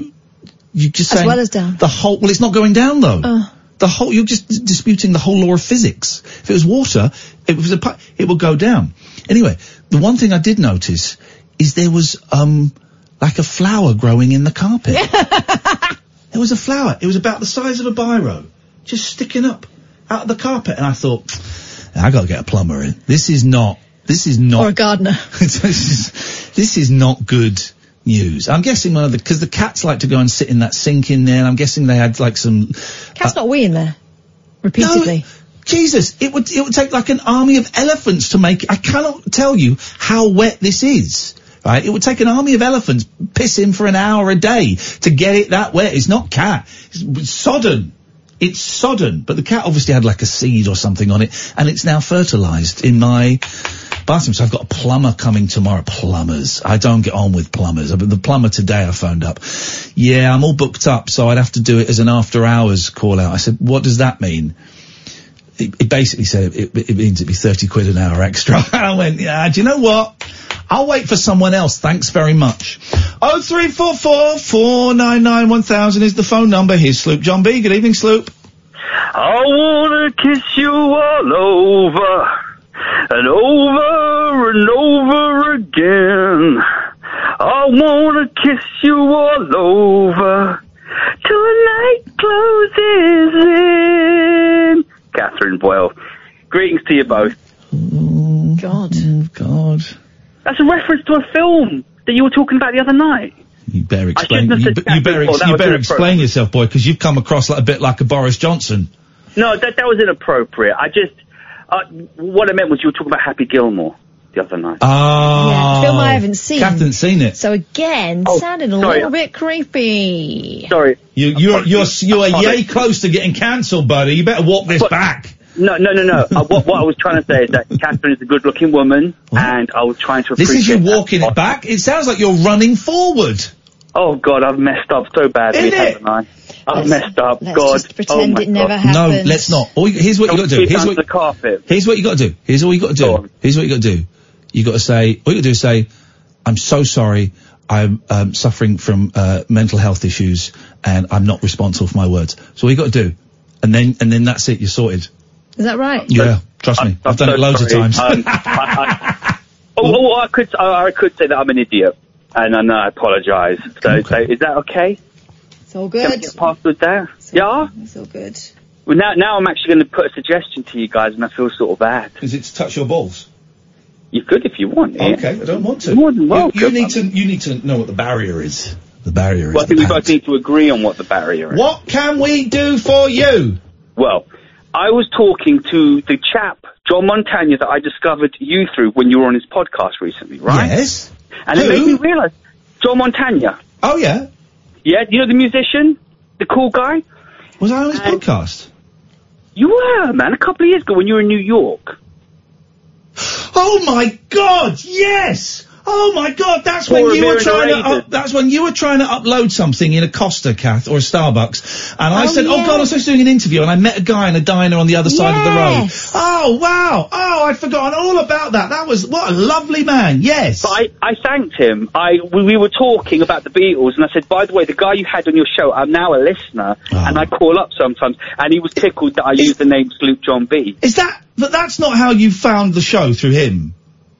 Speaker 3: you just
Speaker 7: as
Speaker 3: saying
Speaker 7: well as down.
Speaker 3: the whole. Well, it's not going down though.
Speaker 7: Oh.
Speaker 3: The whole. You're just d- disputing the whole law of physics. If it was water, it was a. pi- It would go down. Anyway, the one thing I did notice is there was um like a flower growing in the carpet. there was a flower. It was about the size of a biro, just sticking up out of the carpet, and I thought, I got to get a plumber in. This is not. This is not.
Speaker 7: or a gardener.
Speaker 3: this, is, this is not good news. I'm guessing one of the because the cats like to go and sit in that sink in there. And I'm guessing they had like some. uh,
Speaker 7: Cat's not weeing there repeatedly.
Speaker 3: Jesus, it would it would take like an army of elephants to make. I cannot tell you how wet this is. Right, it would take an army of elephants pissing for an hour a day to get it that wet. It's not cat. It's sodden. It's sodden. But the cat obviously had like a seed or something on it, and it's now fertilised in my bathroom. So I've got a plumber coming tomorrow. Plumbers. I don't get on with plumbers. But the plumber today I phoned up. Yeah, I'm all booked up, so I'd have to do it as an after hours call out. I said, what does that mean? He he basically said it, it, it means it'd be 30 quid an hour extra. I went, yeah, do you know what? I'll wait for someone else. Thanks very much. Oh, 0344 499 1000 is the phone number. Here's Sloop John B. Good evening, Sloop.
Speaker 19: I wanna kiss you all over and over and over again. I wanna kiss you all over till the night closes in. Catherine Boyle. Greetings to you both.
Speaker 7: God.
Speaker 3: Oh,
Speaker 20: God.
Speaker 19: That's a reference to a film that you were talking about the other night.
Speaker 3: You better explain.
Speaker 19: shouldn't
Speaker 3: You,
Speaker 19: have
Speaker 3: be-
Speaker 19: said
Speaker 3: you
Speaker 19: that
Speaker 3: better,
Speaker 19: before.
Speaker 3: ex-
Speaker 19: That
Speaker 3: you
Speaker 19: was
Speaker 3: better
Speaker 19: inappropriate.
Speaker 3: explain yourself, boy, because you've come across like, a bit like a Boris Johnson.
Speaker 19: No, that that was inappropriate. I just uh, what I meant was you were talking about Happy Gilmore the other night.
Speaker 3: Ah,
Speaker 7: Film I haven't seen.
Speaker 3: haven't seen it.
Speaker 7: So again, sounded a
Speaker 19: Oh, sorry.
Speaker 7: little bit creepy.
Speaker 19: Sorry.
Speaker 3: You, you're you're you're
Speaker 19: Apologies.
Speaker 3: yay close to getting cancelled, buddy. You better walk this back.
Speaker 19: No, no, no, no. uh, what, what I was trying to say is that Catherine is a good-looking woman, and I was trying to
Speaker 3: This
Speaker 19: appreciate.
Speaker 3: is you walking it back. It sounds like you're running forward.
Speaker 19: Oh God, I've messed up so badly, haven't I? I've messed up. God, oh my God.
Speaker 3: No, let's not. All you, here's what you got to
Speaker 19: Don't
Speaker 3: do.
Speaker 19: sweep
Speaker 3: Here's
Speaker 19: under
Speaker 3: what
Speaker 19: the carpet.
Speaker 3: Here's what you got to do. Here's all you got to do. Here's what you got to do. You got to say. All you got to do is say, "I'm so sorry. I'm um, suffering from uh, mental health issues, and I'm not responsible for my words." So all you got to do, and then and then that's it. You're sorted.
Speaker 7: Is that right?
Speaker 3: Yeah, trust me. I've done it loads of
Speaker 19: sorry.
Speaker 3: times.
Speaker 19: Um, I, I, oh, oh, I could, I, I could say that I'm an idiot, and I know I apologise. So, so, is that okay?
Speaker 7: It's all good.
Speaker 19: Passed with that? yeah.
Speaker 7: It's all good.
Speaker 19: Well, now, now I'm actually going to put a suggestion to you guys, and I feel sort of bad.
Speaker 3: Is it to touch your balls?
Speaker 19: You could if you want. yeah.
Speaker 3: Okay, I don't want to.
Speaker 19: More than
Speaker 3: You-
Speaker 19: welcome.
Speaker 3: You, need to you need to know what the barrier is. The barrier
Speaker 19: Well, I
Speaker 3: is. the
Speaker 19: think we
Speaker 3: barrier.
Speaker 19: both need to agree on what the barrier is.
Speaker 3: What can we do for you?
Speaker 19: Well, I was talking to the chap, John Montagna, that I discovered you through when you were on his podcast recently, right?
Speaker 3: Yes.
Speaker 19: And it made me realise, John Montagna.
Speaker 3: Oh, yeah.
Speaker 19: Yeah, you know the musician? The cool guy?
Speaker 3: Was I on his podcast?
Speaker 19: You were, man, a couple of years ago when you were in New York.
Speaker 3: Oh my God! Yes. Oh my God! That's
Speaker 19: Or
Speaker 3: when you were
Speaker 19: Ramirez
Speaker 3: trying to.
Speaker 19: Raven.
Speaker 3: Up, that's when you were trying to upload something in a Costa Cath or a Starbucks, and I
Speaker 9: Oh,
Speaker 3: said, "Oh
Speaker 9: yeah.
Speaker 3: God, I was supposed to doing an interview," and I met a guy in a diner on the other side
Speaker 9: Yes.
Speaker 3: of the road. Oh wow! Oh, I'd forgotten all about that. That was what a lovely man. Yes.
Speaker 19: But I, I thanked him. I we, we were talking about the Beatles, and I said, "By the way, the guy you had on your show, I'm now a listener,
Speaker 3: Oh.
Speaker 19: and I call up sometimes." And he was tickled that I used the name Sloop John B.
Speaker 3: Is that? But that's not how you found the show through him.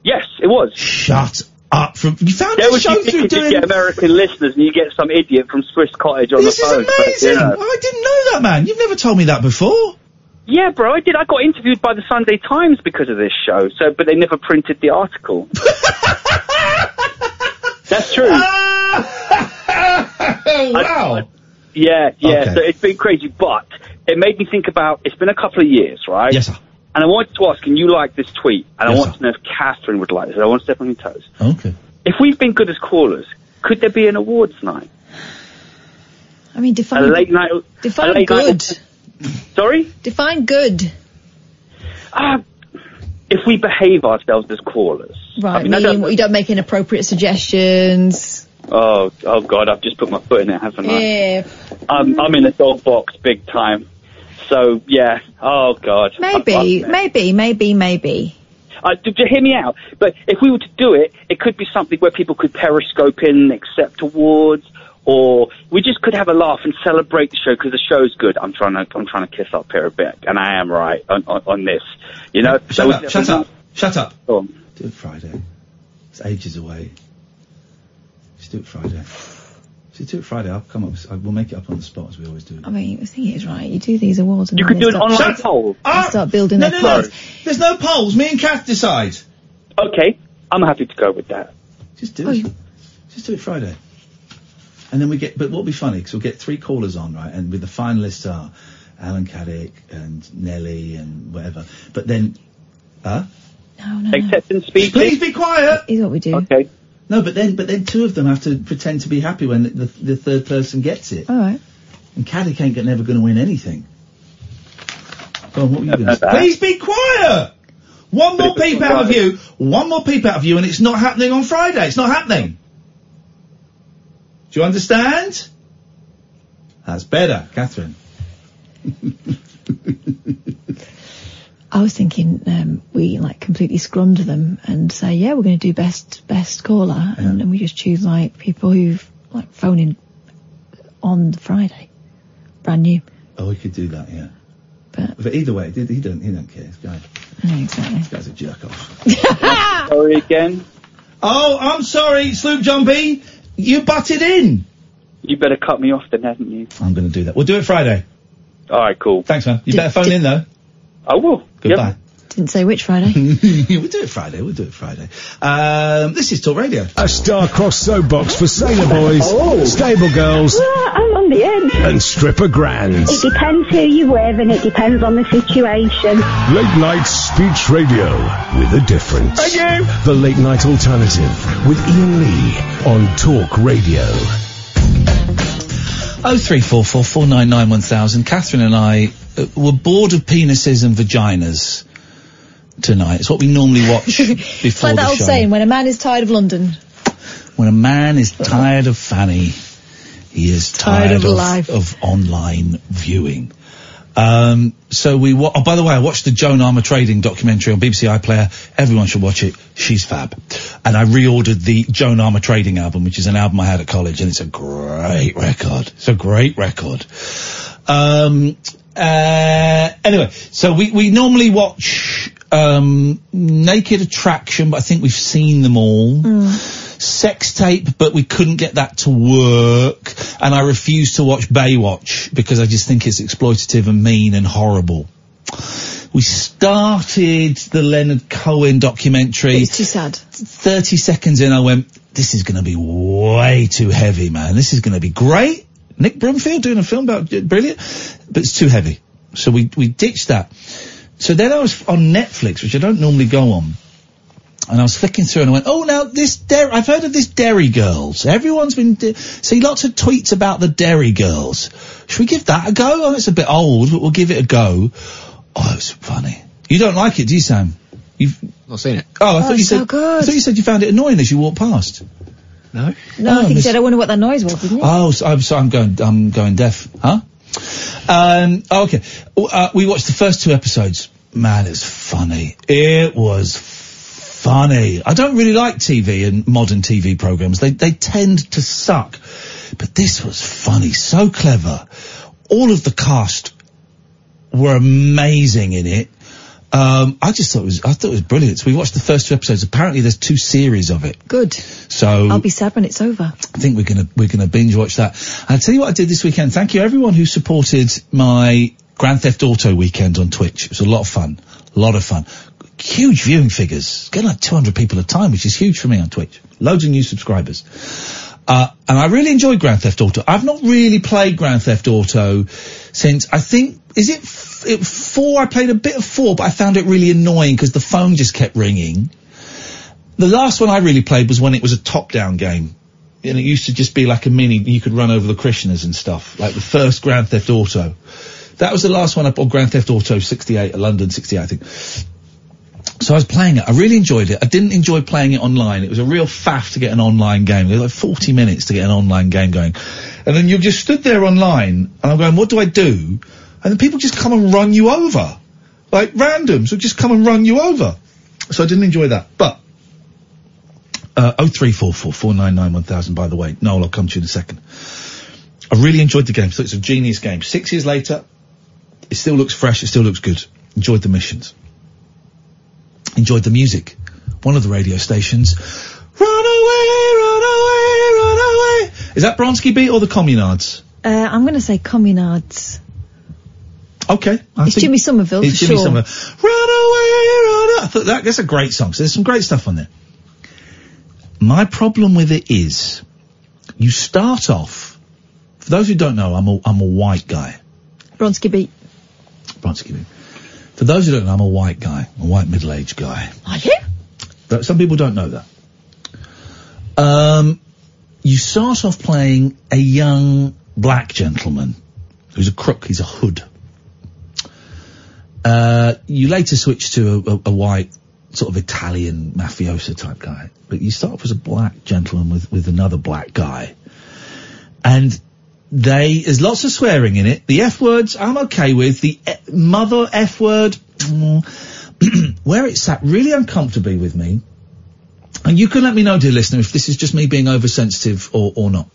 Speaker 19: Yes, it was.
Speaker 3: Shut up! From you found
Speaker 19: There
Speaker 3: the
Speaker 19: was
Speaker 3: show
Speaker 19: you
Speaker 3: through
Speaker 19: think you
Speaker 3: doing.
Speaker 19: get American listeners, and you get some idiot from Swiss Cottage on
Speaker 3: This
Speaker 19: the
Speaker 3: is
Speaker 19: phone. but,
Speaker 3: amazing!
Speaker 19: you know.
Speaker 3: I didn't know that, man. You've never told me that before.
Speaker 19: Yeah, bro, I did. I got interviewed by the Sunday Times because of this show. So, but they never printed the article. That's true.
Speaker 3: Ah! wow.
Speaker 19: Yeah, yeah.
Speaker 3: Okay.
Speaker 19: So it's been crazy, but it made me think about. It's been a couple of years, right? Yes,
Speaker 3: sir.
Speaker 19: And I wanted to ask, and you like this tweet, and
Speaker 3: Yes,
Speaker 19: I want to know if Catherine would like this. I want to step on your toes.
Speaker 3: Okay.
Speaker 19: If we've been good as callers, could there be an awards night?
Speaker 7: I mean,
Speaker 19: A
Speaker 7: define
Speaker 19: late night.
Speaker 7: define
Speaker 19: a late night-
Speaker 7: good.
Speaker 19: sorry.
Speaker 7: Define good.
Speaker 19: Ah, if we behave ourselves as callers.
Speaker 7: Right.
Speaker 19: mean, I
Speaker 7: meaning you don't make inappropriate suggestions.
Speaker 19: Oh, oh God! I've just put my foot in it, haven't I?
Speaker 7: Yeah.
Speaker 19: I'm, I'm in a dog box big time. So yeah. Oh God.
Speaker 7: Maybe,
Speaker 19: I- I-
Speaker 7: maybe, maybe, maybe.
Speaker 19: Uh, d- d- hear me out. But if we were to do it, it could be something where people could periscope in, accept awards, or we just could have a laugh and celebrate the show because the show's good. I'm trying to, I'm trying to kiss up here a bit, and I am right on, on, on this. You know.
Speaker 3: Shut up, shut up, shut up.
Speaker 19: Go on.
Speaker 3: Do it Friday. It's ages away. Just do it Friday. Just do it Friday. I'll come up. I will make it up on the spot as we always do.
Speaker 7: I mean, the thing is, right? You do these awards, and
Speaker 3: You
Speaker 7: then
Speaker 3: could
Speaker 7: they
Speaker 3: do an
Speaker 7: start-
Speaker 3: online Shut poll.
Speaker 7: they Start building
Speaker 3: No,
Speaker 7: their
Speaker 3: no, no.
Speaker 7: polls.
Speaker 3: There's no polls. Me and Kath decide.
Speaker 19: Okay, I'm happy to go with that.
Speaker 3: Just
Speaker 7: Oh,
Speaker 3: do it. Just do it Friday. And then we get, but what'll be funny, because we'll get three callers on, right? And with the finalists are Alan Caddick and Nelly and whatever. But then, huh?
Speaker 7: No, no.
Speaker 19: Acceptance speech.
Speaker 3: Please be quiet.
Speaker 7: Is what we do.
Speaker 19: Okay.
Speaker 3: No, but then, but then two of them have to pretend to be happy when the, the, the third person gets it.
Speaker 7: All right.
Speaker 3: And Caddick ain't never going to win anything. Go on, what were you going to say?
Speaker 9: that.
Speaker 3: Please be quiet. One more peep out of you. One more peep out of you, and it's not happening on Friday. It's not happening. Do you understand? That's better, Catherine.
Speaker 7: I was thinking um, we like completely scrunder them and say, yeah, we're going to do best best caller, and, and we just choose like people who've like phoned in on the Friday, brand new.
Speaker 3: Oh, we could do that, yeah.
Speaker 7: But,
Speaker 9: but either way, he, he don't he don't care. This guy,
Speaker 7: no, exactly. this
Speaker 9: guy's a jerk off.
Speaker 17: Sorry again.
Speaker 9: Oh, I'm sorry, Sloop John B. You butted in.
Speaker 17: You better cut me off then, haven't you?
Speaker 9: I'm going to do that. We'll do it Friday.
Speaker 17: All right, cool.
Speaker 9: Thanks, man. You better phone in though.
Speaker 17: I will.
Speaker 9: Goodbye.
Speaker 7: Didn't say which Friday.
Speaker 9: we'll do it Friday. We'll do it Friday. Um, this is Talk Radio.
Speaker 2: A star-crossed soapbox for sailor boys,
Speaker 21: Oh.
Speaker 2: stable girls,
Speaker 22: Uh, I'm on the edge.
Speaker 2: and stripper
Speaker 22: It
Speaker 2: grands.
Speaker 22: depends who you're with and it depends on the situation.
Speaker 2: Late night speech radio with a difference. Thank you. The late night alternative with Ian Lee on Talk Radio.
Speaker 3: Oh three four four four nine nine one thousand. Catherine and I uh, were bored of penises and vaginas tonight. It's what we normally watch
Speaker 7: It's
Speaker 3: before
Speaker 7: like that
Speaker 3: the
Speaker 7: old
Speaker 3: show.
Speaker 7: saying, when a man is tired of London,
Speaker 3: When a man is tired of fanny, he is tired,
Speaker 7: Tired of life.
Speaker 3: of online viewing. Um, so we. Wa- oh, by the way, I watched the Joan Armour trading documentary on BBC iPlayer. Everyone should watch it. She's fab. And I reordered the Joan Armour trading album, which is an album I had at college, and it's a great record. It's a great record. Um, uh, anyway, so we, we normally watch um, Naked Attraction, but I think we've seen them all.
Speaker 7: Hmm.
Speaker 3: Sex Tape, but we couldn't get that to work. And I refuse to watch Baywatch because I just think it's exploitative and mean and horrible. We started the Leonard Cohen documentary. It's
Speaker 7: too sad.
Speaker 3: 30 seconds in, I went, this is going to be way too heavy, man. This is going to be great. Nick Brumfield doing a film about uh, brilliant, but it's too heavy. So we, we ditched that. So then I was on Netflix, which I don't normally go on. And I was flicking through and I went, oh, now this Der- I've heard of this Derry Girls. Everyone's been, de- see lots of tweets about the Derry Girls. Should we give that a go? Oh, it's a bit old, but we'll give it a go. Oh, it's funny. You don't like it, do you, Sam? You've not seen it. Oh, I
Speaker 7: Oh,
Speaker 3: thought you
Speaker 7: it's so
Speaker 3: said. I thought you said you found it annoying as you walked past. No.
Speaker 7: No, I think he
Speaker 3: miss-
Speaker 7: said, I wonder what that noise was, didn't he?
Speaker 3: Oh, so I'm, so I'm going. I'm going deaf. Huh? Um, okay. W- Uh, we watched the first two episodes. Man, it's funny. It was funny. I don't really like TV and modern TV programs. They they tend to suck. But this was funny. So clever. All of the cast were amazing in it. Um, I just thought it was I thought it was brilliant. So we watched the first two episodes. Apparently, there's two series of it.
Speaker 7: Good.
Speaker 3: So
Speaker 7: I'll be sad when it's over.
Speaker 3: I think we're gonna we're gonna binge watch that. I'll tell you what I did this weekend. Thank you everyone who supported my Grand Theft Auto weekend on Twitch. It was a lot of fun. A lot of fun. Huge viewing figures. Getting like 200 people a time, which is huge for me on Twitch. Loads of new subscribers. Uh, and I really enjoyed Grand Theft Auto. I've not really played Grand Theft Auto since I think is it, f- it four? I played a bit of four, but I found it really annoying because the phone just kept ringing. The last one I really played was when it was a top-down game and it used to just be like a mini. You could run over the Krishnas and stuff, like the first Grand Theft Auto. That was the last one up on Grand Theft Auto 68, uh, London 68, I think. So I was playing it. I really enjoyed it. I didn't enjoy playing it online. It was a real faff to get an online game. It was like 40 minutes to get an online game going. And then you just stood there online and I'm going, what do I do? And then people just come and run you over. Like randoms will just come and run you over. So I didn't enjoy that. But uh, 0344 499 1000, by the way. Noel, I'll come to you in a second. I really enjoyed the game. So it's a genius game. Six years later, it still looks fresh. It still looks good. Enjoyed the missions. Enjoyed the music. One of the radio stations. Run away, run away, run away. Is that Bronsky beat or the Communards?
Speaker 7: Uh, I'm going to say communards.
Speaker 3: Okay. I
Speaker 7: It's
Speaker 3: think-
Speaker 7: Jimmy Somerville,
Speaker 3: It's
Speaker 7: for
Speaker 3: Jimmy
Speaker 7: sure.
Speaker 3: Somerville. Run away, run away. I thought that, that's a great song. So there's some great stuff on there. My problem with it is you start off, for those who don't know, I'm a, I'm a white guy.
Speaker 7: Bronsky Beat.
Speaker 3: Bronsky Beat. For those who don't know, I'm a white guy, a white middle-aged guy.
Speaker 7: Are you?
Speaker 3: But some people don't know that. Um, you start off playing a young black gentleman who's a crook, he's a hood. Uh, you later switch to a, a, a white, sort of Italian mafiosa type guy, but you start off as a black gentleman with, with another black guy. And they, there's lots of swearing in it. The F words I'm okay with. The e- mother F word, mm, where it sat really uncomfortably with me. And you can let me know, dear listener, if this is just me being oversensitive or, or not.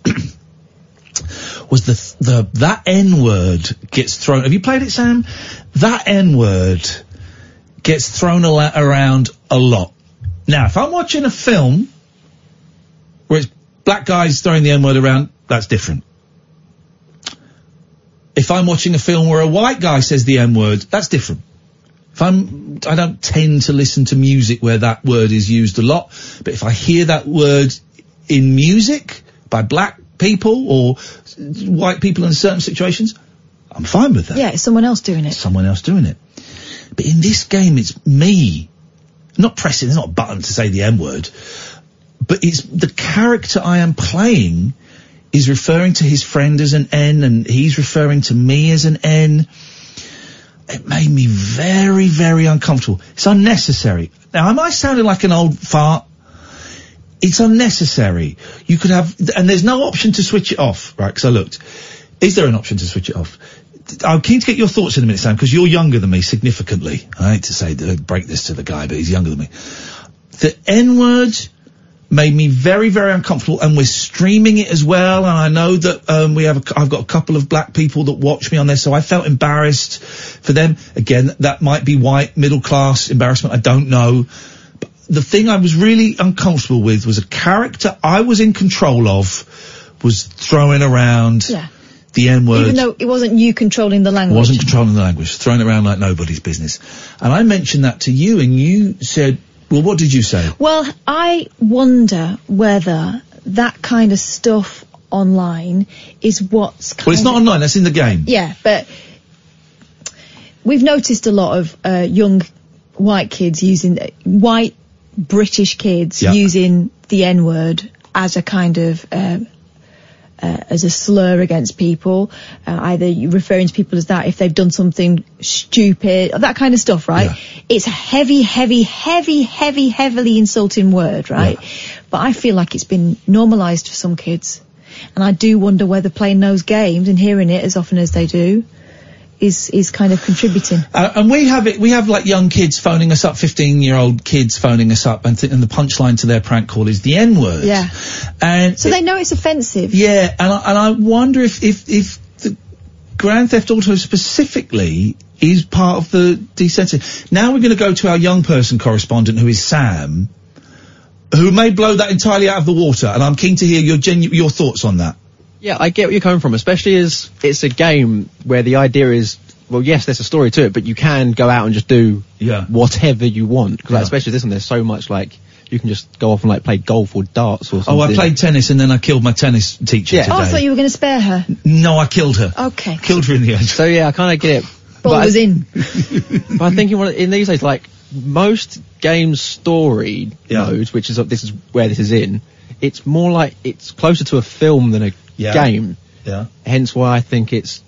Speaker 3: was the the that N word gets thrown. Have you played it, Sam? That N word gets thrown a la- around a lot. Now, if I'm watching a film where it's black guys throwing the N word around, that's different. If I'm watching a film where a white guy says the N word, that's different. If I'm, I don't tend to listen to music where that word is used a lot, but if I hear that word in music by black people or s- white people in certain situations, I'm fine with that.
Speaker 7: Yeah, it's someone else doing it.
Speaker 3: Someone else doing it. But in this game, it's me. I'm not pressing, there's not a button to say the M word, but it's the character I am playing is referring to his friend as an N and he's referring to me as an N. It made me very, very uncomfortable. It's unnecessary. Now, am I sounding like an old fart? It's unnecessary. You could have, and there's no option to switch it off, right? Because I looked. Is there an option to switch it off? I'm keen to get your thoughts in a minute, Sam, because you're younger than me significantly. I hate to say that, uh, break this to the guy, but he's younger than me. The N word made me very, very uncomfortable, and we're streaming it as well. And I know that um, we have, a, cou- I've got a couple of black people that watch me on there, so I felt embarrassed for them. Again, that might be white middle class embarrassment. I don't know. But the thing I was really uncomfortable with was a character I was in control of was throwing around
Speaker 7: Yeah.
Speaker 3: the N word.
Speaker 7: Even though it wasn't you controlling the language.
Speaker 3: Wasn't controlling the language, throwing it around like nobody's business. And I mentioned that to you, and you said, "Well, what did you say?"
Speaker 7: Well, I wonder whether that kind of stuff online is what's
Speaker 3: Well, it's not online. That's in the game.
Speaker 7: Yeah, but we've noticed a lot of uh, young white kids using white British kids
Speaker 5: Yeah.
Speaker 7: using the N word as a kind of um, uh, as a slur against people, uh, either you referring to people as that if they've done something stupid, that kind of stuff, right? It's a heavy, heavy, heavy, heavy, heavily insulting word, right? But I feel like it's been normalised for some kids. And I do wonder whether playing those games and hearing it as often as they do is, is kind of contributing.
Speaker 3: Uh, and we have it. We have like young kids phoning us up, fifteen-year-old kids phoning us up, and, th- and the punchline to their prank call is the N word.
Speaker 7: Yeah.
Speaker 3: And
Speaker 7: So they know it's offensive.
Speaker 3: Yeah, and I, and I wonder if if if the Grand Theft Auto specifically is part of the desensitive. Now we're going to go to our young person correspondent, who is Sam, who may blow that entirely out of the water. And I'm keen to hear your genu- your thoughts on that.
Speaker 10: Yeah, I get where you're coming from, especially as it's a game where the idea is, well, yes, there's a story to it, but you can go out and just do whatever you want. 'Cause, like, especially this one, there's so much like you can just go off and like play golf or darts or something.
Speaker 3: Oh, I played tennis and then I killed my tennis teacher
Speaker 10: Yeah.
Speaker 7: Oh, I
Speaker 10: today.
Speaker 7: thought you were going to spare her.
Speaker 3: No, I killed her.
Speaker 7: Okay.
Speaker 3: Killed her in the end.
Speaker 10: So yeah, I kind of get it.
Speaker 7: Ball
Speaker 10: I-
Speaker 7: was in.
Speaker 10: but I think in, one of- in these days, like most game story modes, which is this is where this is in, it's more like it's closer to a film than a
Speaker 3: Yeah.
Speaker 10: game.
Speaker 3: Yeah.
Speaker 10: Hence why I think it's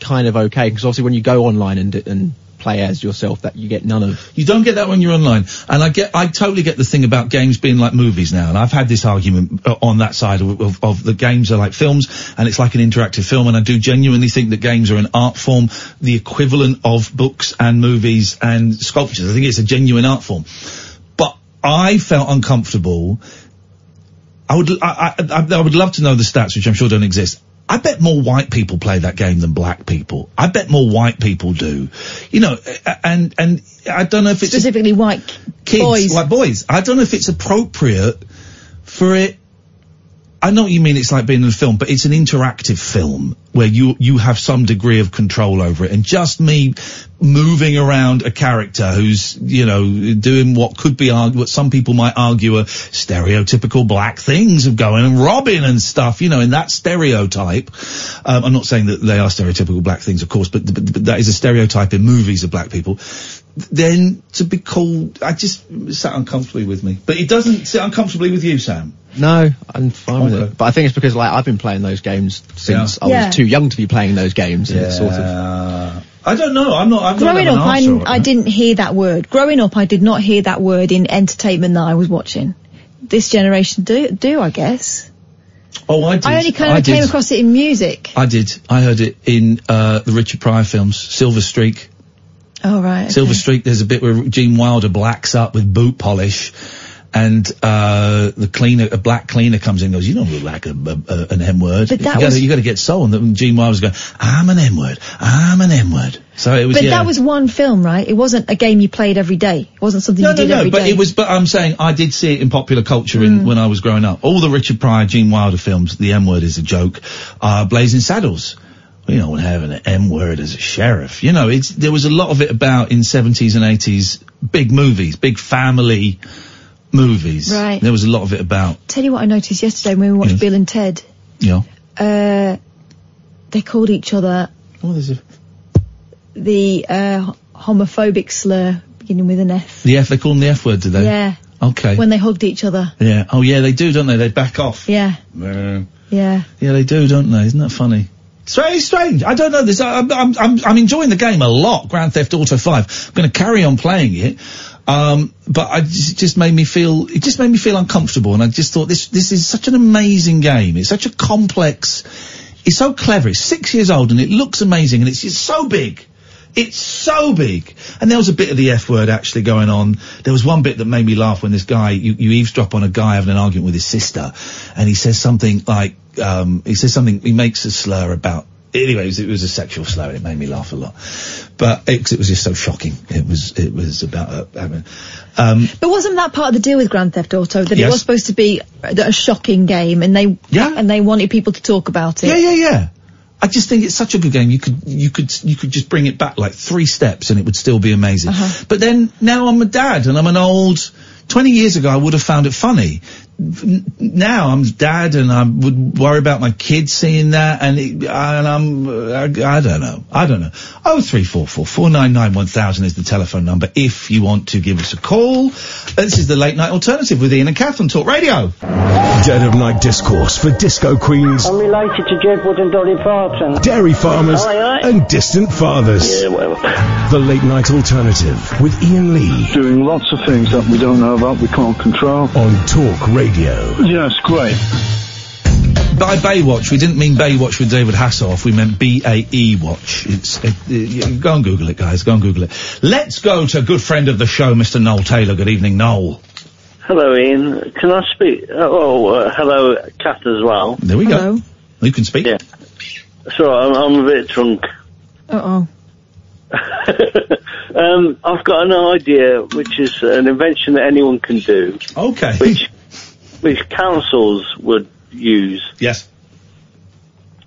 Speaker 10: kind of okay because obviously when you go online and d- and play as yourself, that you get none of.
Speaker 3: You don't get that when you're online. And I get, I totally get the thing about games being like movies now. And I've had this argument uh, on that side of, of, of the games are like films and it's like an interactive film. And I do genuinely think that games are an art form, the equivalent of books and movies and sculptures. I think it's a genuine art form. But I felt uncomfortable I would, I, I, I- I would love to know the stats, which I'm sure don't exist. I bet more white people play that game than black people. I bet more white people do. You know, a- and, and I don't know if it's
Speaker 7: specifically white
Speaker 3: kids,
Speaker 7: boys.
Speaker 3: white boys. I don't know if it's appropriate for it. I know what you mean. It's like being in a film, but it's an interactive film where you, you have some degree of control over it. And just me moving around a character who's, you know, doing what could be argu what some people might argue are stereotypical black things of going and robbing and stuff, you know, in that stereotype. Um, I'm not saying that they are stereotypical black things, of course, but, but, but that is a stereotype in movies of black people. Then to be called, I just it sat uncomfortably with me, but it doesn't sit uncomfortably with you, Sam.
Speaker 10: No, I'm fine with
Speaker 3: Okay.
Speaker 10: it. But I think it's because like I've been playing those games since
Speaker 3: Yeah.
Speaker 10: I was
Speaker 7: Yeah.
Speaker 10: too young to be playing those games. And it's sort
Speaker 3: of. I don't know. I'm not. I'm not
Speaker 7: Growing
Speaker 3: an
Speaker 7: up, I,
Speaker 3: answer on
Speaker 7: I
Speaker 3: that.
Speaker 7: didn't hear that word. Growing up, I did not hear that word in entertainment that I was watching. This generation do, do I guess.
Speaker 3: Oh, I did.
Speaker 7: I only kind of
Speaker 3: I
Speaker 7: came
Speaker 3: did.
Speaker 7: across it in music.
Speaker 3: I did. I heard it in uh, the Richard Pryor films, Silver Streak.
Speaker 7: Oh, right.
Speaker 3: Silver Streak. There's a bit where Gene Wilder blacks up with boot polish, and uh, the cleaner, a black cleaner comes in and goes, you don't look like a, a, a- an M word.
Speaker 7: But that
Speaker 3: you
Speaker 7: was-
Speaker 3: got to get sold. And Gene Wilder was going, I'm an M word. I'm an M word. So it was,
Speaker 7: but
Speaker 3: yeah.
Speaker 7: that was one film, right? It wasn't a game you played every day. It wasn't something
Speaker 3: No,
Speaker 7: you
Speaker 3: no,
Speaker 7: did
Speaker 3: no.
Speaker 7: every
Speaker 3: But
Speaker 7: day. Mm.
Speaker 3: it was. But I'm saying I did see it in popular culture in, when I was growing up. All the Richard Pryor, Gene Wilder films. The M word is a joke. Uh, Blazing Saddles. We don't have an M word as a sheriff. You know, it's there was a lot of it about in 70s and 80s. Big movies, big family movies.
Speaker 7: Right.
Speaker 3: There was a lot of it about.
Speaker 7: Tell you what I noticed yesterday when we watched Bill and Ted.
Speaker 3: You know.
Speaker 7: Uh, they called each other
Speaker 3: What is it?
Speaker 7: the uh, homophobic slur beginning with an F.
Speaker 3: The F. They call them the F word, do they?
Speaker 7: yeah.
Speaker 3: Okay.
Speaker 7: When they hugged each other.
Speaker 3: yeah. Oh yeah, they do, don't they? They back off.
Speaker 7: Yeah.
Speaker 3: Yeah.
Speaker 7: Yeah.
Speaker 3: Yeah, they do, don't they? Isn't that funny? It's very strange. I don't know this. I, I'm, I'm- I'm, I'm enjoying the game a lot, Grand Theft Auto 5. I'm going to carry on playing it. Um, but I just, it just made me feel, it just made me feel uncomfortable. And I just thought this, this is such an amazing game. It's such a complex, it's so clever. It's six years old and it looks amazing and it's, it's so big. It's so big. And there was a bit of the F word actually going on. There was one bit that made me laugh when this guy, you, you eavesdrop on a guy having an argument with his sister and he says something like, um, he says something, he makes a slur about, anyway, it was, it was a sexual slur and it made me laugh a lot. But it, 'cause it was just so shocking. It was, it was about, uh, I mean, um,
Speaker 7: But wasn't that part of the deal with Grand Theft Auto that
Speaker 3: Yes.
Speaker 7: it was supposed to be a a shocking game and they and they wanted people to talk about it?
Speaker 3: yeah, yeah, yeah. I just think it's such a good game. You could, you could, you could just bring it back like three steps and it would still be amazing. But then now I'm a dad and I'm an old, 20 years ago I would have found it funny. N- Now I'm dad and I would worry about my kids seeing that and, it, and I'm, I, I don't know. I don't know. Oh, three, four, four, four, nine, nine, one thousand is the telephone number if you want to give us a call. This is the late night alternative with Ian and Kath on Talk Radio.
Speaker 2: Dead of night discourse for disco queens,
Speaker 5: I'm related to Jed Wood and Dolly Parton.
Speaker 2: dairy farmers,
Speaker 5: Aye, aye.
Speaker 2: and distant fathers. The late night alternative with Ian Lee.
Speaker 21: Doing lots of things that we don't know about, we can't control.
Speaker 2: On Talk Radio.
Speaker 21: Yes, great.
Speaker 3: By Baywatch, we didn't mean Baywatch with David Hasselhoff. We meant B A E Watch. It's it, it, go and Google it, guys. Go and Google it. Let's go to a good friend of the show, Mr. Noel Taylor. Good evening, Noel.
Speaker 23: Hello, Ian. Can I speak? Oh, uh, hello, Kath as well.
Speaker 3: There we go. You can speak.
Speaker 23: Yeah. So I'm, I'm a bit drunk.
Speaker 7: Uh oh.
Speaker 23: Um, I've got an idea, which is an invention that anyone can do.
Speaker 3: Okay.
Speaker 23: Which, which councils would use.
Speaker 3: Yes.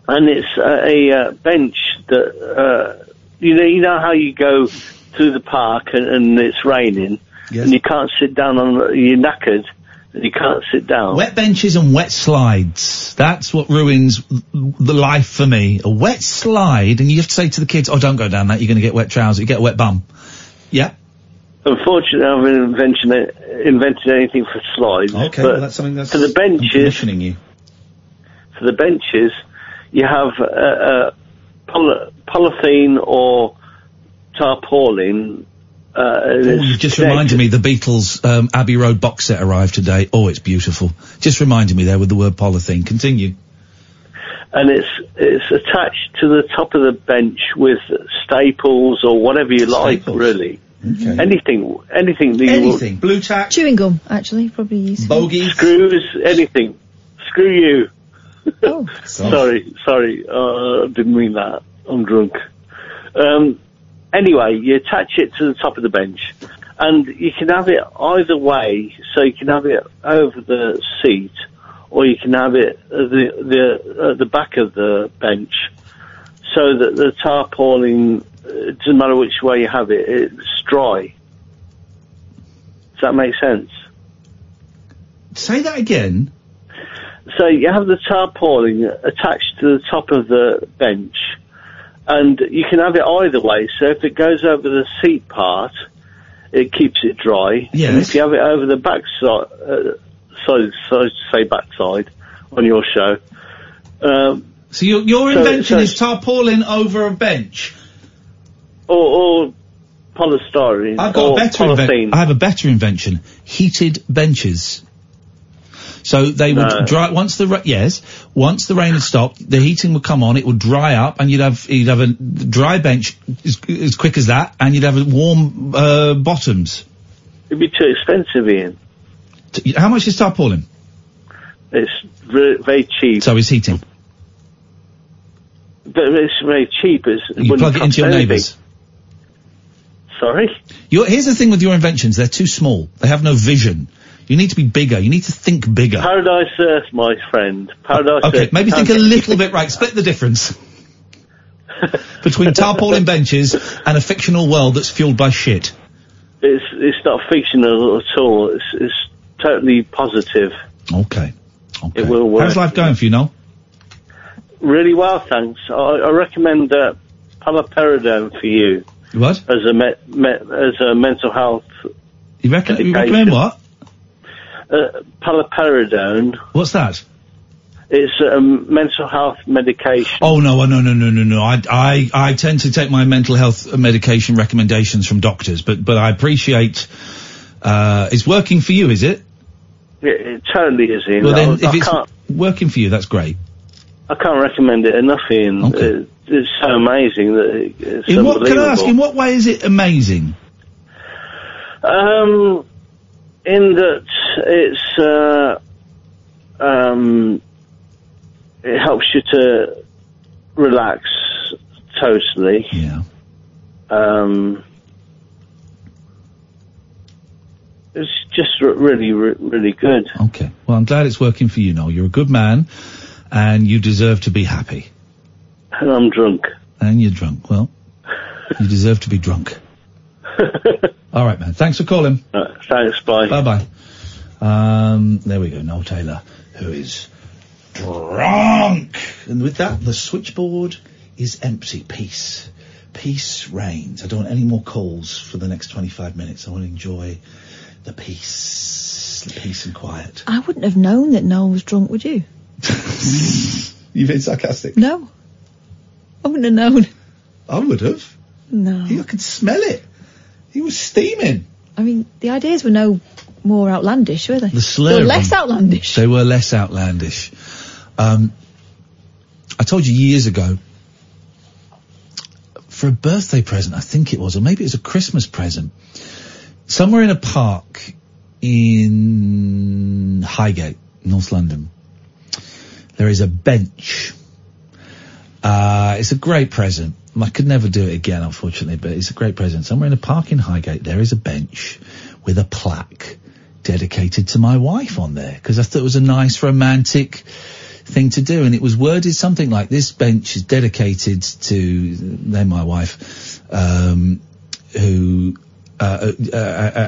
Speaker 23: And it's a, a uh, bench that uh, you know. You know how you go through the park and, and it's raining,
Speaker 3: Yes.
Speaker 23: and you can't sit down on. the- You're knackered, and you can't sit down.
Speaker 3: Wet benches and wet slides. That's what ruins the life for me. A wet slide, and you have to say to the kids, "Oh, don't go down that. You're going to get wet trousers. You get a wet bum." Yeah.
Speaker 23: Unfortunately, I haven't invented, invented anything for slides.
Speaker 3: Okay,
Speaker 23: but
Speaker 3: well, that's something that's
Speaker 23: for the benches.
Speaker 3: Conditioning you.
Speaker 23: For the benches, you have a, a poly, polythene or tarpaulin. Uh, and
Speaker 3: Oh,
Speaker 23: it's
Speaker 3: you just
Speaker 23: connected.
Speaker 3: reminded me the Beatles um, Abbey Road box set arrived today. Oh, it's beautiful. Just reminded me there with the word polythene. Continue.
Speaker 23: and it's it's attached to the top of the bench with staples or whatever you like, really. Anything, anything that you
Speaker 3: Blue tack.
Speaker 7: Chewing gum, actually, probably useful.
Speaker 23: want. Screws, anything. Screw you.
Speaker 7: Oh.
Speaker 23: sorry, sorry, uh, didn't mean that. I'm drunk. Um, anyway, you attach it to the top of the bench, and you can have it either way. So you can have it over the seat, or you can have it at the the at the back of the bench, so that the tarpaulin uh, it doesn't matter which way you have it, it's dry. Does that make sense?
Speaker 3: Say that again.
Speaker 23: So you have the tarpaulin attached to the top of the bench, and you can have it either way. So if it goes over the seat part, it keeps it dry. And
Speaker 3: Yes.
Speaker 23: if you have it over the back side, uh, so so say backside on your show. Um,
Speaker 3: so your your invention
Speaker 23: so-
Speaker 3: is tarpaulin over a bench.
Speaker 23: or, or polystyrene.
Speaker 3: I've got
Speaker 23: or
Speaker 3: a better
Speaker 23: polythene.
Speaker 3: invention. I have a better invention. Heated benches. So they would
Speaker 23: No.
Speaker 3: dry once the ra- yes once the rain had stopped, the heating would come on. It would dry up, and you'd have you'd have a dry bench as, as quick as that, and you'd have a warm uh, bottoms.
Speaker 23: It'd be too expensive, Ian.
Speaker 3: T- How much is tarpaulin?
Speaker 23: It's re- very cheap.
Speaker 3: So it's heating.
Speaker 23: But it's very cheap. It's,
Speaker 3: You plug it into your neighbours.
Speaker 23: Sorry?
Speaker 3: Your, here's the thing with your inventions. They're too small. They have no vision. You need to be bigger. You need to think bigger.
Speaker 23: Paradise Earth, my friend. Paradise
Speaker 3: Okay,
Speaker 23: Earth.
Speaker 3: maybe think a
Speaker 23: Can't-
Speaker 3: little bit right. Split the difference between tarpaulin benches and a fictional world that's fueled by shit.
Speaker 23: It's, it's not fictional at all. It's, it's totally positive.
Speaker 3: Okay.
Speaker 23: It will work.
Speaker 3: How's life going for you, Noel?
Speaker 23: Really well, thanks. I, I recommend uh, paliperidone for you.
Speaker 3: What?
Speaker 23: As a me- me- as a mental health.
Speaker 3: You reckon? You recommend
Speaker 23: Medication.
Speaker 3: what?
Speaker 23: Uh, paliperidone.
Speaker 3: What's that?
Speaker 23: It's a mental health medication.
Speaker 3: Oh no, oh, no, no, no, no, no. I, I, I tend to take my mental health medication recommendations from doctors, but, but I appreciate, uh, it's working for you, is it?
Speaker 23: It, it totally is, Ian.
Speaker 3: well
Speaker 23: I,
Speaker 3: then, if
Speaker 23: I
Speaker 3: it's
Speaker 23: can't,
Speaker 3: working for you, that's great.
Speaker 23: I can't recommend it enough, Ian. It, it's so amazing that it, it's
Speaker 3: In what,
Speaker 23: unbelievable.
Speaker 3: can I ask, in what way is it amazing?
Speaker 23: Um, in that it's uh, um, it helps you to relax totally.
Speaker 3: Yeah.
Speaker 23: Um, it's just re- really, re- really good.
Speaker 3: Okay. Well, I'm glad it's working for you, Noel. You're a good man and you deserve to be happy.
Speaker 23: And I'm drunk.
Speaker 3: And you're drunk. Well, you deserve to be drunk. All right, man. Thanks for calling.
Speaker 23: Uh, thanks. Bye.
Speaker 3: Bye bye. Um, there we go. Noel Taylor, who is drunk. And with that, the switchboard is empty. Peace. Peace reigns. I don't want any more calls for the next 25 minutes. I want to enjoy the peace, the peace and quiet.
Speaker 7: I wouldn't have known that Noel was drunk, would you?
Speaker 3: You've been sarcastic.
Speaker 7: No. I wouldn't have known.
Speaker 3: I would have.
Speaker 7: No.
Speaker 3: I could smell it. He was steaming.
Speaker 7: I mean, the ideas were no more outlandish, were they?
Speaker 3: The slur.
Speaker 7: They were less outlandish.
Speaker 3: They were less outlandish. Um, I told you years ago, for a birthday present, I think it was, or maybe it was a Christmas present, somewhere in a park in Highgate, North London, there is a bench. Uh, it's a great present. I could never do it again, unfortunately, but it's a great present. Somewhere in a park in Highgate, there is a bench with a plaque dedicated to my wife on there because I thought it was a nice romantic thing to do. And it was worded something like this bench is dedicated to, then my wife, um, who, uh, uh, uh,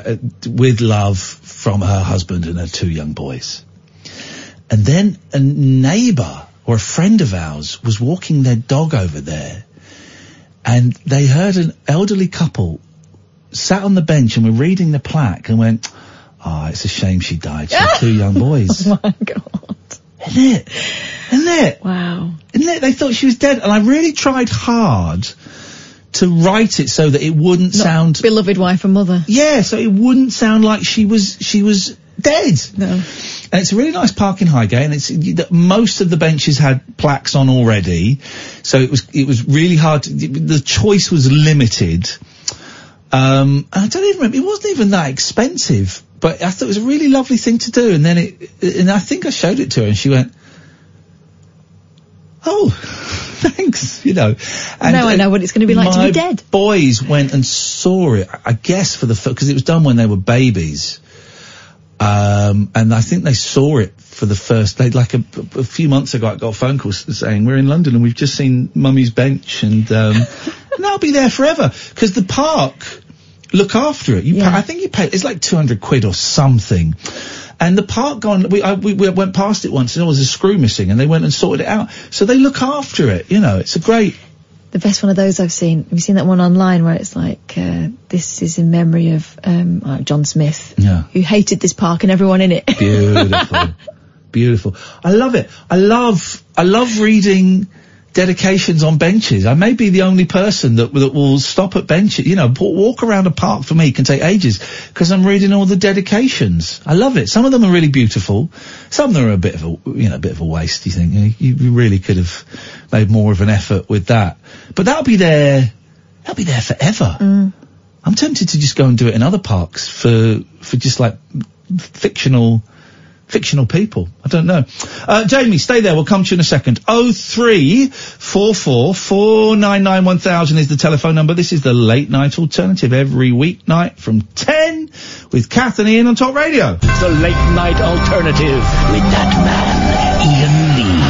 Speaker 3: uh, with love from her husband and her two young boys. And then a neighbour or a friend of ours was walking their dog over there and they heard an elderly couple sat on the bench and were reading the plaque and went, ah, it's a shame she died. She had two young boys. oh my God. Isn't it? Isn't it?
Speaker 7: Wow.
Speaker 3: Isn't it? They thought she was dead. And I really tried hard to write it so that it wouldn't sound
Speaker 7: beloved wife and mother.
Speaker 3: Yeah, so it wouldn't sound like she was she was dead.
Speaker 7: No.
Speaker 3: And it's a really nice park in Highgate, and it's you- that most of the benches had plaques on already, so it was it was really hard. To, the choice was limited. Um, and I don't even remember. It wasn't even that expensive, but I thought it was a really lovely thing to do. And then it, and I think I showed it to her, and she went, "Oh, thanks," you know. And,
Speaker 7: Now I know what it's gonna be like to be
Speaker 3: my
Speaker 7: dead.
Speaker 3: Boys went and saw it, I- I guess, for the because it was done when they were babies. Um, and I think they saw it for the first, they, like a, a few months ago, I got a phone call s- saying, we're in London and we've just seen Mummy's Bench and, um, and that'll be there forever. Cause the park look after it. You pay, I think you pay, it's like 200 quid or something. And the park gone, we, I, we, we went past it once and there was a screw missing and they went and sorted it out. So they look after it, you know, it's a great,
Speaker 7: The best one of those I've seen. Have you seen that one online where it's like, uh, this is in memory of um, uh, John Smith,
Speaker 3: yeah.
Speaker 7: who hated this park and everyone in it.
Speaker 3: Beautiful. Beautiful. I love it. I love, I love reading dedications on benches. I may be the only person that, that will stop at benches. You know, wa- walk around a park for me can take ages because I'm reading all the dedications. I love it. Some of them are really beautiful. Some of them are a bit of a, you know, a bit of a waste. You think you, you really could have made more of an effort with that, but that'll be there. That'll be there forever. I'm tempted to just go and do it in other parks for, for just like fictional fictional people. I don't know. Uh, Jamie, stay there. We'll come to you in a second. Oh three four four four nine nine one thousand is the telephone number. This is the late night alternative every weeknight from ten with Kath and Ian on Top Radio.
Speaker 24: The late night alternative with that man, Ian Lee.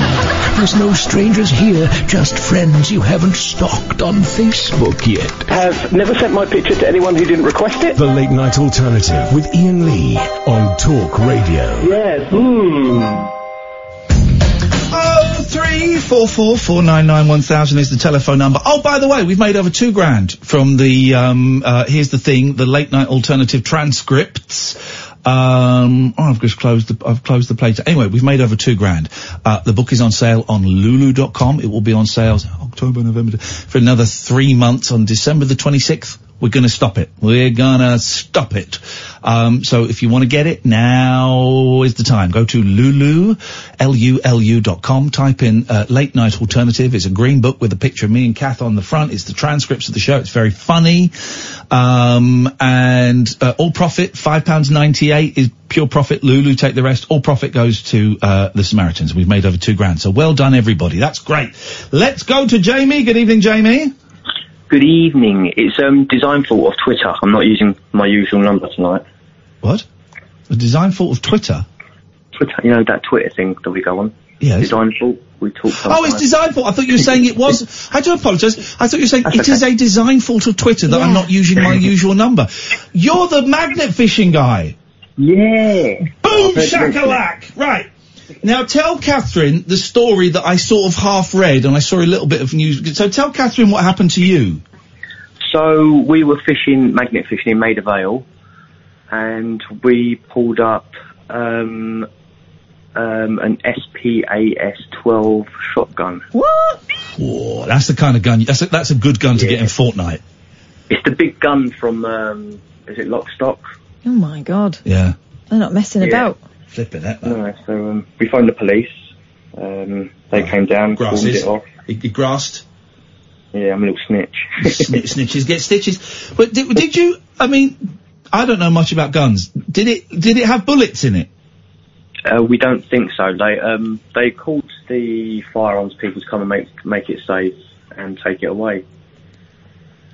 Speaker 24: There's no strangers here, just friends you haven't stalked on Facebook yet.
Speaker 2: Have never sent my picture to anyone who didn't request it. The Late Night Alternative with Ian Lee on Talk Radio.
Speaker 3: Yes. Hmm. Oh three four four four nine nine one thousand is the telephone number. Oh, by the way, we've made over two grand from the um, uh, here's the thing, the late night alternative transcripts. Um, oh, I've just closed the I've closed the plate. Anyway, we've made over two grand. Uh, the book is on sale on Lulu.com. It will be on sale October, November for another three months on December the twenty sixth. We're going to stop it. We're going to stop it. Um, so if you want to get it, now is the time. Go to lulu, L-U-L-U dot com. Type in uh, Late Night Alternative. It's a green book with a picture of me and Kath on the front. It's the transcripts of the show. It's very funny. Um, and uh, all profit, £5.98 is pure profit. Lulu take the rest. All profit goes to uh, the Samaritans. We've made over two grand. So well done, everybody. That's great. Let's go to Jamie. Good evening, Jamie.
Speaker 25: Good evening. It's um, Design Fault of Twitter. I'm not using my usual number tonight.
Speaker 3: What? A design fault of Twitter?
Speaker 25: Twitter, you know that Twitter thing that we go on.
Speaker 3: Yes.
Speaker 25: Design Fault. We talk.
Speaker 3: Oh, it's
Speaker 25: sometimes.
Speaker 3: design fault. I thought you were saying it was. I do apologise. I thought you were saying it is a design fault of Twitter that I'm not using my usual number. You're the magnet fishing guy.
Speaker 25: Yeah.
Speaker 3: Boom
Speaker 6: I've heard you mention
Speaker 3: shakalak. Right. Now tell Catherine the story that I sort of half read and I saw a little bit of news. So tell Catherine what happened to you.
Speaker 25: So we were fishing, magnet fishing in Maida Vale, and we pulled up um, um, an SPAS 12 shotgun.
Speaker 3: What? Whoa, that's the kind of gun. That's a, that's a good gun to get in Fortnite.
Speaker 25: It's the big gun from, um, is it Lockstock?
Speaker 7: Oh my god.
Speaker 3: Yeah.
Speaker 7: They're not messing
Speaker 25: Yeah.
Speaker 7: about.
Speaker 3: Flipping that.
Speaker 25: No, so um, we phoned the police. Um, they came down,
Speaker 3: Ah, Grasses.
Speaker 25: called it off.
Speaker 3: You, you grassed?
Speaker 25: Yeah, I'm a little snitch.
Speaker 3: Snitch, snitches get stitches. But did, did you? I mean, I don't know much about guns. Did it? Did it have bullets in it?
Speaker 25: Uh, we don't think so. They um, they called the firearms people to come and make make it safe and take it away.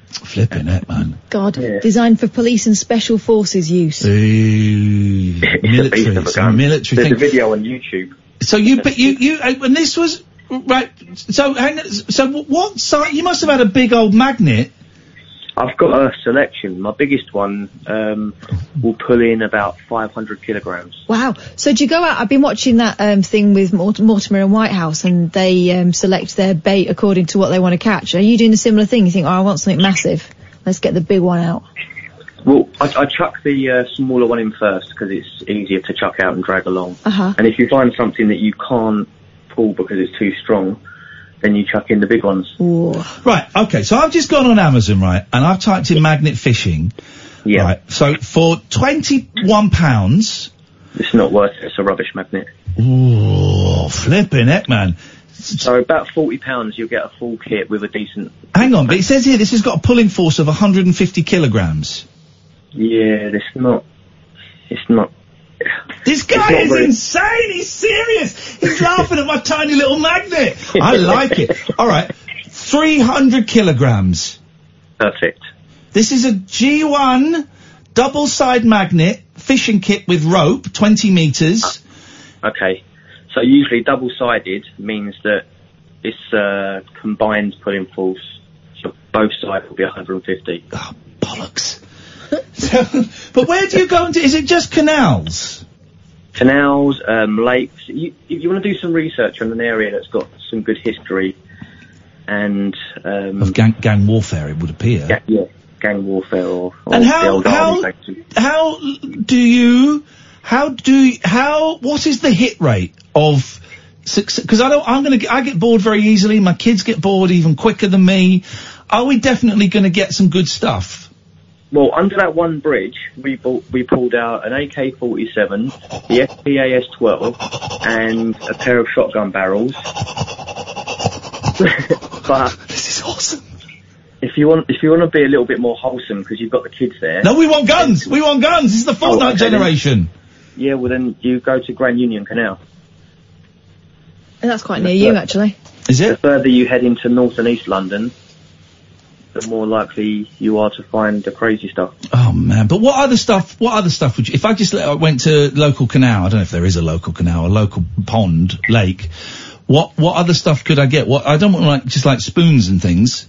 Speaker 3: Flipping it, man.
Speaker 7: God, designed for police and special forces use.
Speaker 3: Ooh,
Speaker 25: beast
Speaker 3: military,
Speaker 25: of a
Speaker 3: it's a
Speaker 25: gun.
Speaker 3: military
Speaker 25: There's
Speaker 3: thing.
Speaker 25: a video on YouTube.
Speaker 3: So you, but you, you, uh, and this was right. So hang. on, So what site? You must have had a big old magnet.
Speaker 25: I've got a selection. My biggest one um, will pull in about 500 kilograms.
Speaker 7: Wow. So do you go out? I've been watching that um, thing with Mort- Mortimer and Whitehouse, and they um, select their bait according to what they want to catch. Are you doing a similar thing? You think, oh, I want something massive. Let's get the big one out.
Speaker 25: Well, I, I chuck the uh, smaller one in first because it's easier to chuck out and drag along.
Speaker 7: Uh huh.
Speaker 25: And if you find something that you can't pull because it's too strong, then you chuck in the big ones.
Speaker 3: Right. Okay. So I've just gone on Amazon, right, and I've typed in magnet fishing. Yeah. Right. So for twenty-one pounds.
Speaker 25: It's not worth it. It's a rubbish magnet.
Speaker 3: Ooh, flipping it, man.
Speaker 25: So about forty pounds, you'll get a full kit with a decent.
Speaker 3: Hang on, but it says here this has got a pulling force of 150 kilograms.
Speaker 25: Yeah, it's not. It's not.
Speaker 3: This guy
Speaker 25: not
Speaker 3: is
Speaker 25: very-
Speaker 3: insane. He's serious. He's laughing at my tiny little magnet. I like it. All right, 300 kilograms.
Speaker 25: Perfect.
Speaker 3: This is a G1 double side magnet fishing kit with rope, 20 meters.
Speaker 25: Okay. So usually double-sided means that it's uh, combined pulling force. So both sides will be 150.
Speaker 3: bollocks. but where do you go into? Is it just canals?
Speaker 25: Canals, um, lakes. You, if you want to do some research on an area that's got some good history and um,
Speaker 3: Of gang, gang warfare, it would appear.
Speaker 25: ga- yeah, gang warfare or, or
Speaker 3: And
Speaker 25: the
Speaker 3: how-
Speaker 25: old
Speaker 3: how-
Speaker 25: army bases.
Speaker 3: How l- do you? How do? y- How? What is the hit rate of success? Because I don't. I'm gonna. get- I get bored very easily. My kids get bored even quicker than me. Are we definitely going to get some good stuff?
Speaker 25: Well, under that one bridge, we bought, we pulled out an AK-47, the FPAS-12, and a pair of shotgun barrels. but
Speaker 3: this is awesome.
Speaker 25: If you want, if you want to be a little bit more wholesome, because you've got the kids there. Oh,
Speaker 3: No, we want guns. We want guns. This is the Fortnite
Speaker 25: okay then.
Speaker 3: generation.
Speaker 25: Yeah, well then you go to Grand Union Canal.
Speaker 7: And that's quite near you, actually.
Speaker 3: Is it?
Speaker 25: The further you head into North and East London, the more likely you are to find the crazy stuff.
Speaker 3: Oh man! But what other stuff? What other stuff would you? If I just let- I went to local canal, I don't know if there is a local canal, a local pond, lake. What what other stuff could I get? What I don't want like just like spoons and things.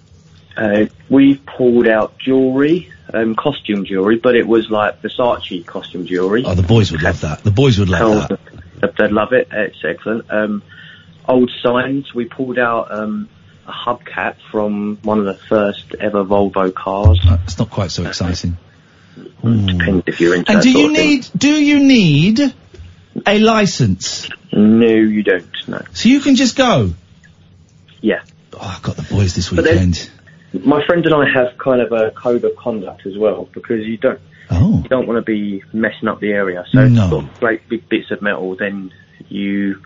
Speaker 25: Uh, we pulled out jewellery, um, costume jewellery, but it was like Versace costume jewellery.
Speaker 3: Oh, the boys would love that. The boys would love that.
Speaker 25: They'd, they'd love it. It's excellent. Um, old signs. We pulled out um, a hubcap from one of the first ever Volvo cars.
Speaker 3: Uh, It's not quite so exciting.
Speaker 25: Depends if you're into
Speaker 3: And
Speaker 25: that
Speaker 3: do
Speaker 25: sort
Speaker 3: you
Speaker 25: of thing.
Speaker 3: need do you need a license?
Speaker 25: No, you don't. No.
Speaker 3: So you can just go.
Speaker 25: Yeah.
Speaker 3: Oh, I've got the boys this
Speaker 25: But then-
Speaker 3: weekend.
Speaker 25: My friend and I have kind of a code of conduct as well because you don't
Speaker 3: oh.
Speaker 25: you don't want to be messing up the area. So
Speaker 3: No.
Speaker 25: if you've got great big bits of metal, then you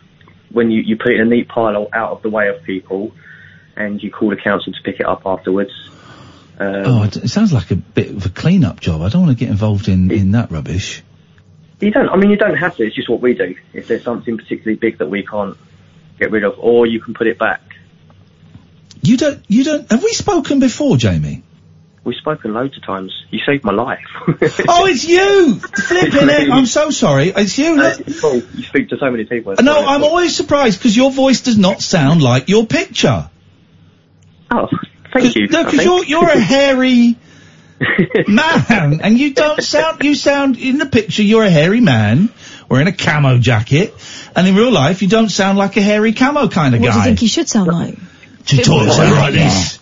Speaker 25: when you, you put it in a neat pile out of the way of people, and you call the council to pick it up afterwards. Um,
Speaker 3: oh, it it sounds like a bit of a clean-up job. I don't want to get involved in, in that rubbish.
Speaker 25: You don't. I mean, you don't have to. It's just what we do. If there's something particularly big that we can't get rid of, or you can put it back.
Speaker 3: You don't. You don't. Have we spoken before, Jamie?
Speaker 25: We've spoken loads of times. You saved my life.
Speaker 3: oh, it's you flipping it. I'm so sorry. It's you. Look.
Speaker 25: Paul, you speak to so many people. it's
Speaker 3: No,
Speaker 25: like-
Speaker 3: I'm always surprised because your voice does not sound like your picture.
Speaker 25: Oh, thank you.
Speaker 3: No,
Speaker 25: I
Speaker 3: because
Speaker 25: think.
Speaker 3: you're you're a hairy man, and you don't sound. You sound in the picture. You're a hairy man wearing a camo jacket, and in real life, you don't sound like a hairy camo kind of
Speaker 7: what do you
Speaker 3: guy.
Speaker 7: think he should sound like?
Speaker 3: She told us like this.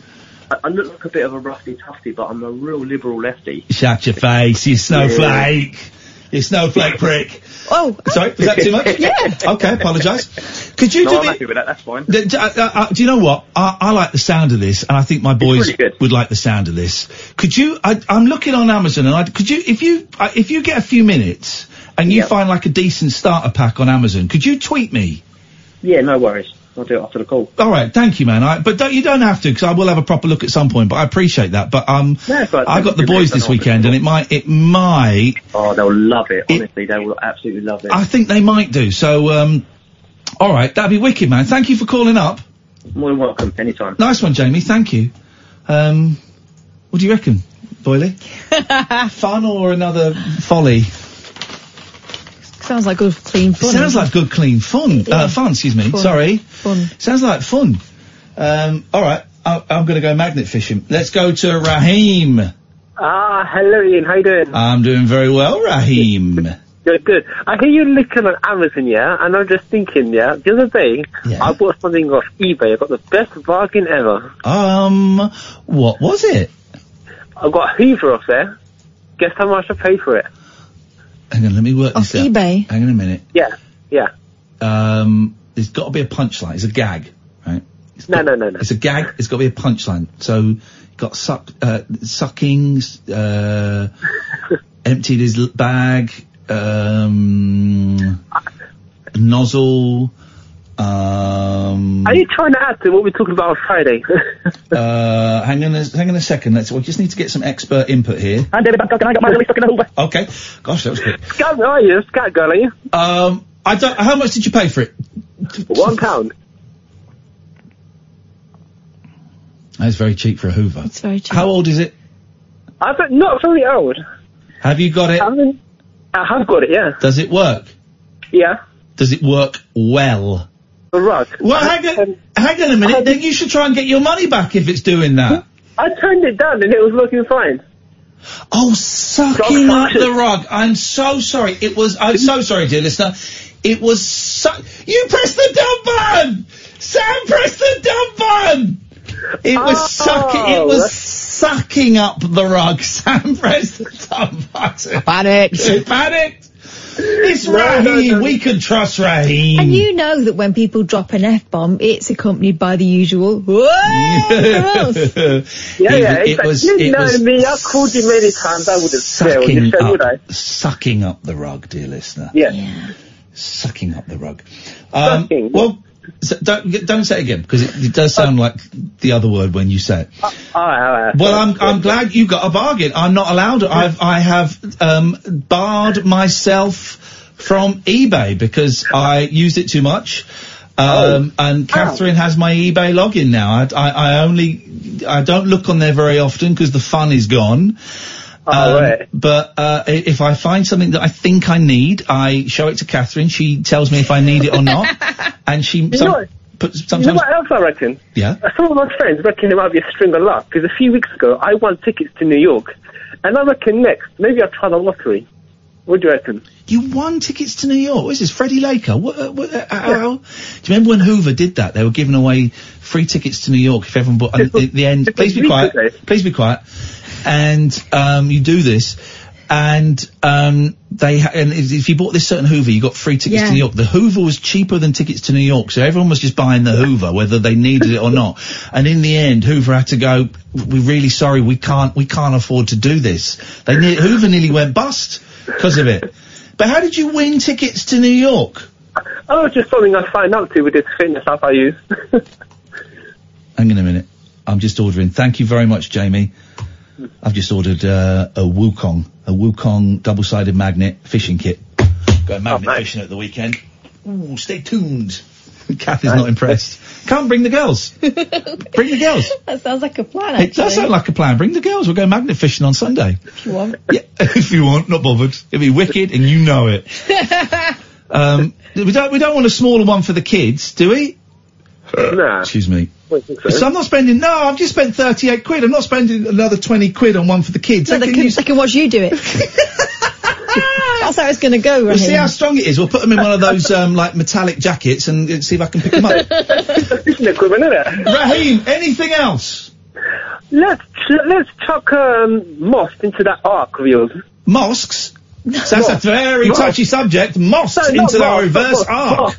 Speaker 25: I, I look like a bit of a rusty tufty, but I'm a real liberal lefty.
Speaker 3: Shut your face, you snowflake. You snowflake prick.
Speaker 7: Oh.
Speaker 3: Sorry, was that too much?
Speaker 25: Yeah.
Speaker 3: Okay, apologise. Could you
Speaker 25: no,
Speaker 3: do
Speaker 25: I'm
Speaker 3: me...
Speaker 25: happy with that. That's fine.
Speaker 3: Th- d- uh, uh, uh, do you know what? I, I like the sound of this, and I think my boys would like the sound of this. Could you? I, I'm looking on Amazon, and I could you if you uh, if you get a few minutes and you find like a decent starter pack on Amazon, could you tweet me?
Speaker 25: Yeah, no worries. I'll do it after the call.
Speaker 3: All right, thank you, man. I, but don't, you don't have to because I will have a proper look at some point. But I appreciate that. But um, I got the boys this weekend, and it might it might.
Speaker 25: Oh, they'll love it. Honestly, they will absolutely love it.
Speaker 3: I think they might do. So um, all right, that'd be wicked, man. Thank you for calling up.
Speaker 25: More than welcome. Anytime.
Speaker 3: Nice one, Jamie. Thank you. Um, what do you reckon, Boyley? Fun or another folly?
Speaker 7: Sounds like good, clean
Speaker 3: It
Speaker 7: fun.
Speaker 3: sounds like good, clean fun.
Speaker 7: Yeah.
Speaker 3: Uh, fun, excuse me.
Speaker 7: Fun.
Speaker 3: Sorry.
Speaker 7: Fun.
Speaker 3: Sounds like fun. Um, all right. I, I'm going to go magnet fishing. Let's go to Raheem.
Speaker 26: Ah, hello Ian, how you doing?
Speaker 3: I'm doing very well, Raheem.
Speaker 26: Good, good. I hear you looking on Amazon, yeah, and I'm just thinking, yeah, the other day, I bought something off eBay, I got the best bargain ever.
Speaker 3: Um, what was it?
Speaker 26: I got a Hoover off there, guess how much I paid for it?
Speaker 3: Hang on, let me work this out. eBay. Hang on a minute.
Speaker 26: Yeah, yeah.
Speaker 3: Um, there's got to be a punchline. It's a gag, right?
Speaker 26: No, no, no, no.
Speaker 3: It's a gag. It's got to be a punchline. So, got suck, uh, sucking, uh, emptied his l- bag, um, nozzle, um,
Speaker 26: Are you trying to add to what we talked about on Friday?
Speaker 3: uh, hang on, a, hang on a second. Let's. We just need to get some expert input here. Oh.
Speaker 26: I'm David Babcock and I got my really stuck in a Hoover.
Speaker 3: Okay. Gosh, that was quick.
Speaker 26: Scat girl, are you? Scat girl, are you?
Speaker 3: Um, I don't. How much did you pay for it?
Speaker 26: One pound.
Speaker 3: That's very cheap for a Hoover. It's
Speaker 26: very cheap.
Speaker 3: How old is it?
Speaker 26: I bet not very old.
Speaker 3: Have you got it?
Speaker 26: I, mean, I have got it, yeah.
Speaker 3: Does it work?
Speaker 26: Yeah.
Speaker 3: Does it work well?
Speaker 26: Right.
Speaker 3: Well, hang
Speaker 26: Um,
Speaker 3: on, hang on a minute. Then you should try and get your money back if it's doing that.
Speaker 26: I turned it down and it was looking fine.
Speaker 3: Oh, sucking up the rug. I'm so sorry. It was. I'm so sorry, dear listener. It was. Su- you pressed the dumb button. Sam pressed the dumb button. It was sucking. It was
Speaker 26: that's-
Speaker 3: sucking up the rug. Sam pressed the dumb button. Panicked. Panicked. It's Raheem. We can trust Raheem.
Speaker 7: And you know that when people drop an F bomb, it's accompanied by the usual, whoa!
Speaker 26: Yeah,
Speaker 3: It-
Speaker 26: yeah.
Speaker 3: it
Speaker 26: exactly.
Speaker 3: was-
Speaker 26: you
Speaker 3: it
Speaker 26: know
Speaker 3: was
Speaker 26: me. I called you many times. I would have failed. You
Speaker 3: sucking
Speaker 26: said, would I?
Speaker 3: up, sucking up the rug, dear listener.
Speaker 26: Yeah.
Speaker 3: Sucking up the rug. Um, Well, s- don't g- don't say it again because it, it does sound like the other word when you say it.
Speaker 26: All right, all right.
Speaker 3: Well, I'm I'm glad you got a bargain. I'm not allowed. I've I have um, barred myself from eBay because I used it too much. Um,
Speaker 26: Oh.
Speaker 3: and Catherine has my eBay login now. I, I, I only, I don't look on there very often because the fun is gone.
Speaker 26: Oh,
Speaker 3: Um, But uh, i- if I find something that I think I need, I show it to Catherine. She tells me if I need it or not, and she
Speaker 26: You
Speaker 3: some,
Speaker 26: know-
Speaker 3: puts
Speaker 26: You know
Speaker 3: sometimes.
Speaker 26: what else I reckon?
Speaker 3: Yeah.
Speaker 26: Some of my friends reckon it might be a string of luck because a few weeks ago I won tickets to New York, and I reckon next maybe I'll try the lottery. What do you reckon?
Speaker 3: You won tickets to New York. What is this, Freddie Laker? What, uh, what, uh, how? Do you remember when Hoover did that? They were giving away free tickets to New York if everyone bought. And at the end, please be
Speaker 26: week
Speaker 3: quiet. Please be quiet. And um, you do this, and um, they ha- and if if you bought this certain Hoover, you got free tickets
Speaker 26: Yeah.
Speaker 3: to New York. The Hoover was cheaper than tickets to New York, so everyone was just buying the Hoover whether they needed it or not. And in the end, Hoover had to go. We're really sorry. We can't. We can't afford to do this. They ne- Hoover nearly went bust because of it. But how did you win tickets to New York?
Speaker 26: Oh, it's just something I signed up to with this fitness app I use.
Speaker 3: Hang on a minute. I'm just ordering. Thank you very much, Jamie. I've just ordered uh, a Wukong, a Wukong double-sided magnet fishing kit. Going magnet fishing at the weekend. Ooh, stay tuned. Kath is not impressed. Can't bring the girls. bring the girls.
Speaker 7: That sounds like a plan.
Speaker 3: It does sound like a plan. Bring the girls. We'll go magnet fishing on Sunday.
Speaker 7: If you want.
Speaker 3: if you want, not bothered. It'd be wicked, and you know it. Um, we don't. We don't want a smaller one for the kids, do we?
Speaker 26: nah.
Speaker 3: Excuse me. So
Speaker 26: Some-
Speaker 3: I'm not spending. No, I've just spent 38 quid. I'm not spending another 20 quid on one for the kids.
Speaker 7: No, they can, they can watch you do it. That's how it's going to go,
Speaker 3: We'll
Speaker 7: right?
Speaker 3: see how strong it is. We'll put them in one of those um, like metallic jackets and uh, see if I can pick them up. Raheem, anything else?
Speaker 26: Let's let's chuck um, mosque into that arc of yours.
Speaker 3: Mosques. So that's a very
Speaker 26: Moth.
Speaker 3: touchy subject. Moths
Speaker 26: No, not
Speaker 3: into the
Speaker 26: moth,
Speaker 3: reverse
Speaker 26: moth,
Speaker 3: arc.
Speaker 26: moth.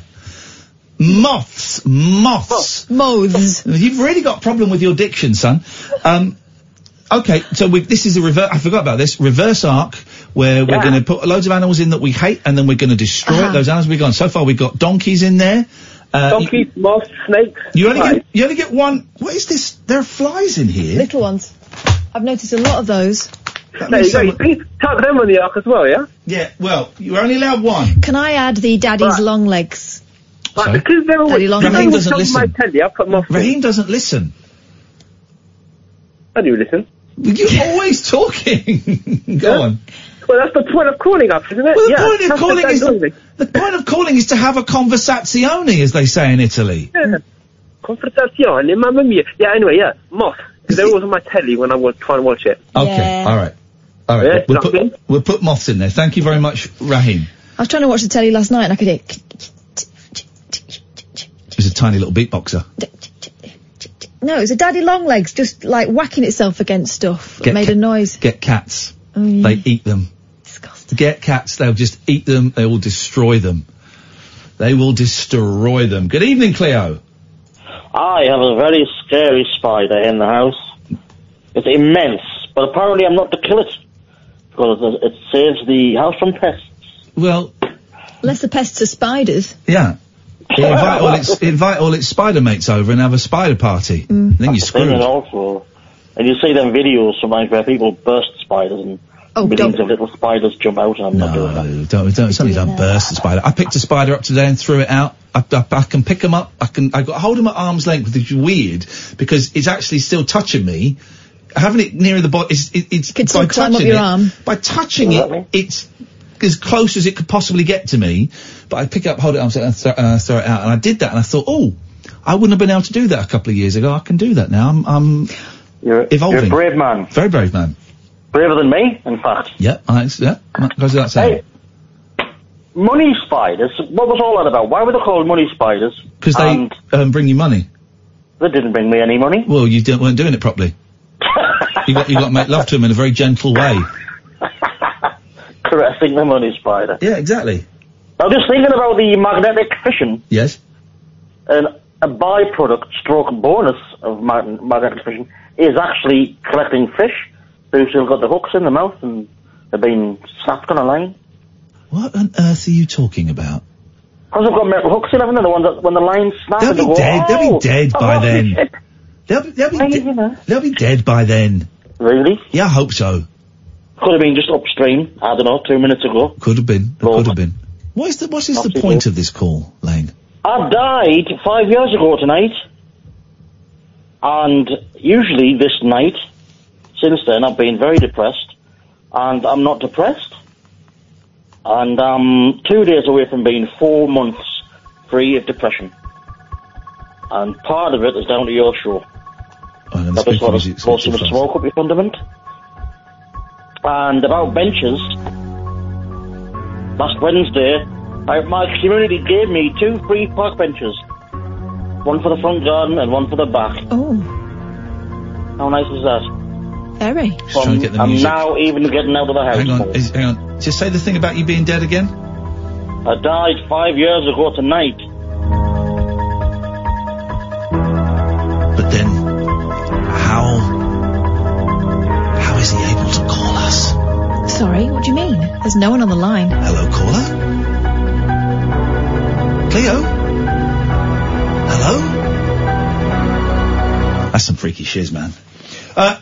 Speaker 3: Moths, moths, moths. You've really got a problem with your diction, son. Um, okay, so we, this is a reverse. I forgot about this reverse arc where we're
Speaker 26: Yeah.
Speaker 3: going to put loads of animals in that we hate, and then we're going to destroy
Speaker 26: Uh-huh.
Speaker 3: those animals we've got. So far, we've got donkeys in there. Uh,
Speaker 26: Donkeys, moths, snakes.
Speaker 3: You only
Speaker 26: flies.
Speaker 3: get you only get one. What is this? There are flies in here.
Speaker 7: Little ones. I've noticed a lot of those.
Speaker 3: There you go, you
Speaker 26: tuck them on the arc as well, yeah?
Speaker 3: Yeah, well, you're only allowed one.
Speaker 7: Can I add the daddy's long legs?
Speaker 26: But because they're always,
Speaker 7: Daddy long
Speaker 26: because they
Speaker 7: legs.
Speaker 26: always come to my telly, I put mosque.
Speaker 3: Raheem doesn't listen.
Speaker 26: I do listen.
Speaker 3: You're always talking. Go on.
Speaker 26: Well, that's the point of calling up, isn't it?
Speaker 3: Well, the
Speaker 26: yeah,
Speaker 3: point of
Speaker 26: that's
Speaker 3: calling
Speaker 26: what
Speaker 3: is
Speaker 26: I'm doing.
Speaker 3: the point of calling is to have a conversazione, as they say in Italy.
Speaker 26: Yeah. Conversazione, mamma mia. Yeah, anyway, yeah, mosque. Because they're always on my telly when I was trying to watch it.
Speaker 3: Okay, all right, all right.
Speaker 26: Yeah,
Speaker 3: we'll, put, we'll put moths in there. Thank you very much, Raheem.
Speaker 7: I was trying to watch the telly last night and I could hear.
Speaker 3: He's a tiny little beatboxer.
Speaker 7: No, it was a daddy long legs just like whacking itself against stuff. It
Speaker 3: Get
Speaker 7: made
Speaker 3: ca-
Speaker 7: a noise.
Speaker 3: Get cats.
Speaker 7: Oh, yeah.
Speaker 3: They eat them. Disgusting. Get cats. They'll just eat them. They will destroy them. They will destroy them. Good evening, Cleo.
Speaker 27: I have a very scary spider in the house. It's immense, but apparently I'm not to kill it because it- it saves the house from pests.
Speaker 3: Well,
Speaker 7: Unless the pests are spiders.
Speaker 3: yeah. It'll invite all its invite all its spider mates over and have a spider party.
Speaker 7: Mm.
Speaker 3: Then you're
Speaker 27: Thing
Speaker 3: screwed.
Speaker 27: is awful. And you see them videos sometimes where people burst spiders and
Speaker 7: oh,
Speaker 27: millions of little spiders jump out, and I'm not doing that.
Speaker 3: No, don't, don't, somebody don't burst the spider. I picked a spider up today and threw it out. I, I, I can pick them up. I can, I got hold of 'em at arm's length, which is weird because it's actually still touching me. Having it near the body, it's, it, it's
Speaker 7: Could still climb up
Speaker 3: touching
Speaker 7: your
Speaker 3: it-
Speaker 7: arm.
Speaker 3: By touching it, it's as close as it could possibly get to me. But I pick it up, hold it at arm's length, and throw, uh, throw it out. And I did that, and I thought, oh, I wouldn't have been able to do that a couple of years ago. I can do that now. I'm, I'm evolving.
Speaker 27: You're a brave man.
Speaker 3: Very brave man.
Speaker 27: Braver than me, in fact.
Speaker 3: Yeah, I, yeah, goes without saying.
Speaker 27: Hey, money spiders. What was all that about? Why were they called money spiders?
Speaker 3: Because they
Speaker 27: And
Speaker 3: um, bring you money.
Speaker 27: they didn't bring me any money.
Speaker 3: Well, you didn't, weren't doing it properly. you got you got to make love to them in a very gentle way.
Speaker 27: Caressing the money spider.
Speaker 3: Yeah, exactly.
Speaker 27: I'm just thinking about the magnetic fission
Speaker 3: Yes.
Speaker 27: and a byproduct stroke bonus of mag- magnetic fission is actually collecting fish who've still got the hooks in the mouth and they're being snapped on a line.
Speaker 3: What on earth are you talking about?
Speaker 27: Because I've got metal hooks in, haven't they? The ones that, when the line snaps,
Speaker 3: They'll
Speaker 27: and they
Speaker 3: be
Speaker 27: go,
Speaker 3: dead. They'll
Speaker 27: "Oh,
Speaker 3: be dead
Speaker 27: I've
Speaker 3: by
Speaker 27: got
Speaker 3: then.
Speaker 27: fish."
Speaker 3: They'll be, they'll be, de- they'll be dead by then.
Speaker 27: Really?
Speaker 3: Yeah, I hope so.
Speaker 27: Could have been just upstream. I don't know. Two minutes ago.
Speaker 3: Could have been. Could have been. What is the what is the point of this call, Lang?
Speaker 27: I died five years ago tonight, and usually this night, since then, I've been very depressed, and I'm not depressed, and I'm two days away from being four months free of depression, and part of it is down to your show. That was what I supposed to smoke up your fundament. And about benches, last Wednesday, I, my community gave me two free park benches. One for the front garden and one for the back.
Speaker 7: Oh.
Speaker 27: How nice is that?
Speaker 7: Very.
Speaker 3: trying to get the
Speaker 27: I'm
Speaker 3: music.
Speaker 27: now even getting out of the house.
Speaker 3: Hang on, is, hang on. Just say the thing about you being dead again.
Speaker 27: I died five years ago tonight.
Speaker 3: But then, how how is he able to call us?
Speaker 7: Sorry, what do you mean? There's no one on the line.
Speaker 3: Hello, caller. Cleo. Hello. That's some freaky shiz, man. Uh,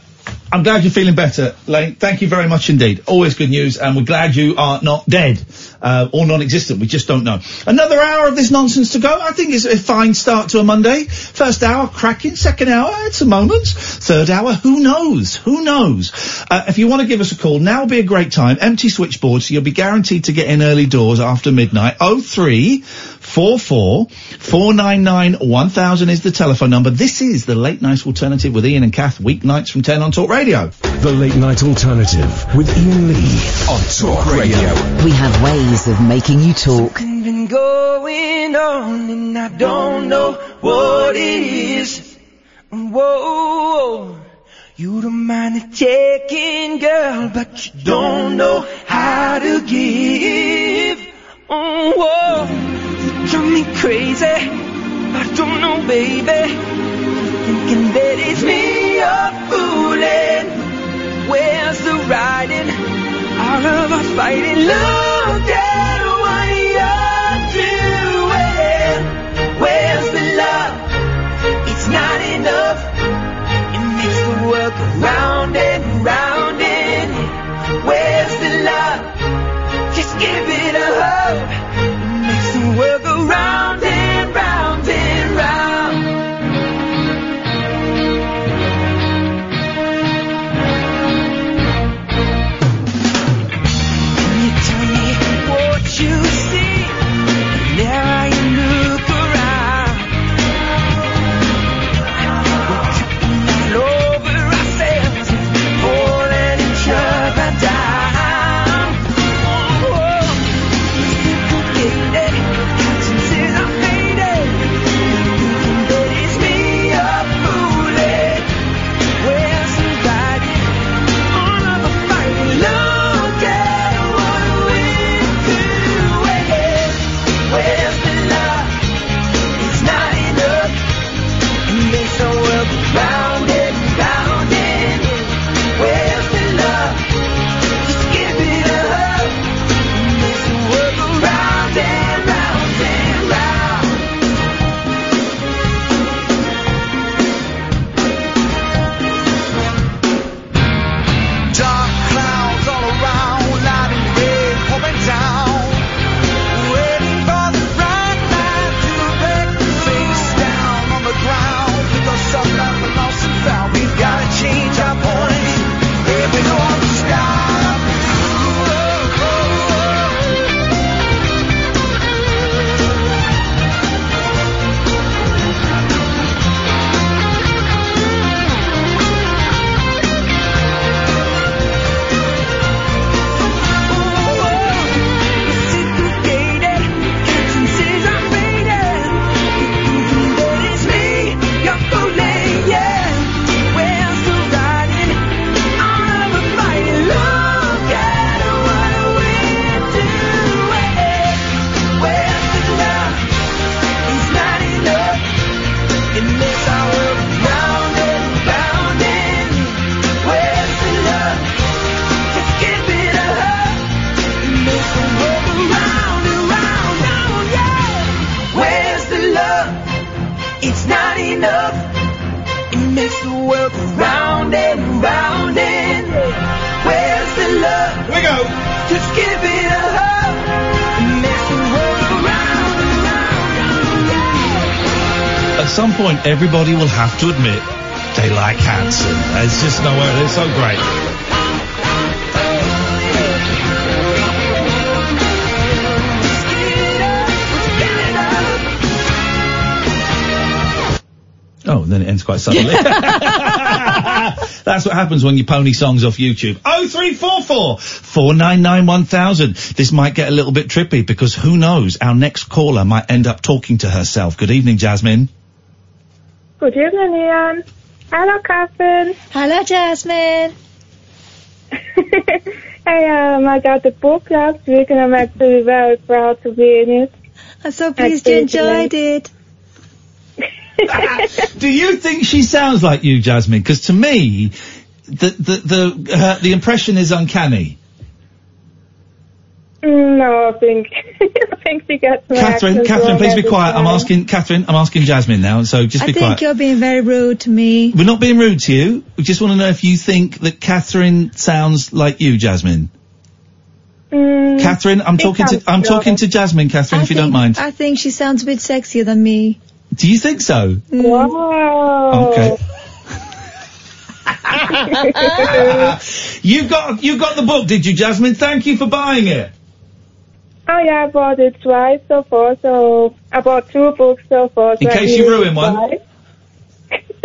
Speaker 3: I'm glad you're feeling better, Lane. Thank you very much indeed. Always good news, and we're glad you are not dead uh, or non-existent. We just don't know. Another hour of this nonsense to go. I think is a fine start to a Monday. First hour, cracking. Second hour, I had some moments. Third hour, who knows? Who knows? Uh, if you want to give us a call, now would be a great time. Empty switchboard, so you'll be guaranteed to get in early doors after midnight. Oh three four four four nine nine one thousand is the telephone number. This is the late night alternative with Ian and Kath, weeknights from ten on Talk Radio.
Speaker 2: The Late Night Alternative with Ian Lee on Talk Radio.
Speaker 4: We have ways of making you talk.
Speaker 6: Been going on and I don't know what it is. Whoa, you don't mind the taking, girl, but you don't know how to give. Oh, whoa, you drive me crazy. I don't know, baby. Thinking that it's me you're fooling. Where's the riding? Out of our fighting, look at what you're doing. Where's the love? It's not enough. It makes the world go round and round and where's the love? Just give it a hug. It makes the world go round and round and round. Can you tell me
Speaker 3: some point, everybody will have to admit they like Hanson. There's just no way. They're so great. Oh, and then it ends quite suddenly. That's what happens when you pony songs off YouTube. Oh, 0344 499 1000. This might get a little bit trippy because who knows, our next caller might end up talking to herself. Good evening, Jasmine.
Speaker 28: Good evening, Ian. Hello, Catherine. Hello, Jasmine. I, um, I got the book last week and I'm actually very proud to be in it.
Speaker 7: I'm so pleased you enjoyed it.
Speaker 3: Do you think she sounds like you, Jasmine? Because to me, the the the uh, the impression is uncanny.
Speaker 28: Mm, No, I think, I think she gets my
Speaker 3: Catherine,
Speaker 28: accent
Speaker 3: Catherine,
Speaker 7: uh,
Speaker 28: wrong
Speaker 3: please be
Speaker 28: every
Speaker 3: quiet. I'm
Speaker 28: time.
Speaker 3: asking Catherine. I'm asking Jasmine now, so just
Speaker 7: I
Speaker 3: be
Speaker 7: think
Speaker 3: quiet.
Speaker 7: you're being very rude to me.
Speaker 3: We're not being rude to you. We just want to know if you think that Catherine sounds like you, Jasmine.
Speaker 26: Mm.
Speaker 3: Catherine, I'm
Speaker 7: Mm. it
Speaker 3: talking to
Speaker 7: sounds
Speaker 3: I'm talking
Speaker 7: normal.
Speaker 3: to Jasmine, Catherine, if you don't mind.
Speaker 7: I think she sounds a bit sexier than me.
Speaker 3: Do you think so?
Speaker 7: Oh.
Speaker 28: Wow.
Speaker 3: Okay. you got you got the book, did you, Jasmine? Thank you for buying it.
Speaker 28: Oh yeah, I bought it twice so far, so I bought two books so far.
Speaker 3: In
Speaker 28: so I
Speaker 3: case you
Speaker 28: used
Speaker 3: ruin one.
Speaker 28: twice.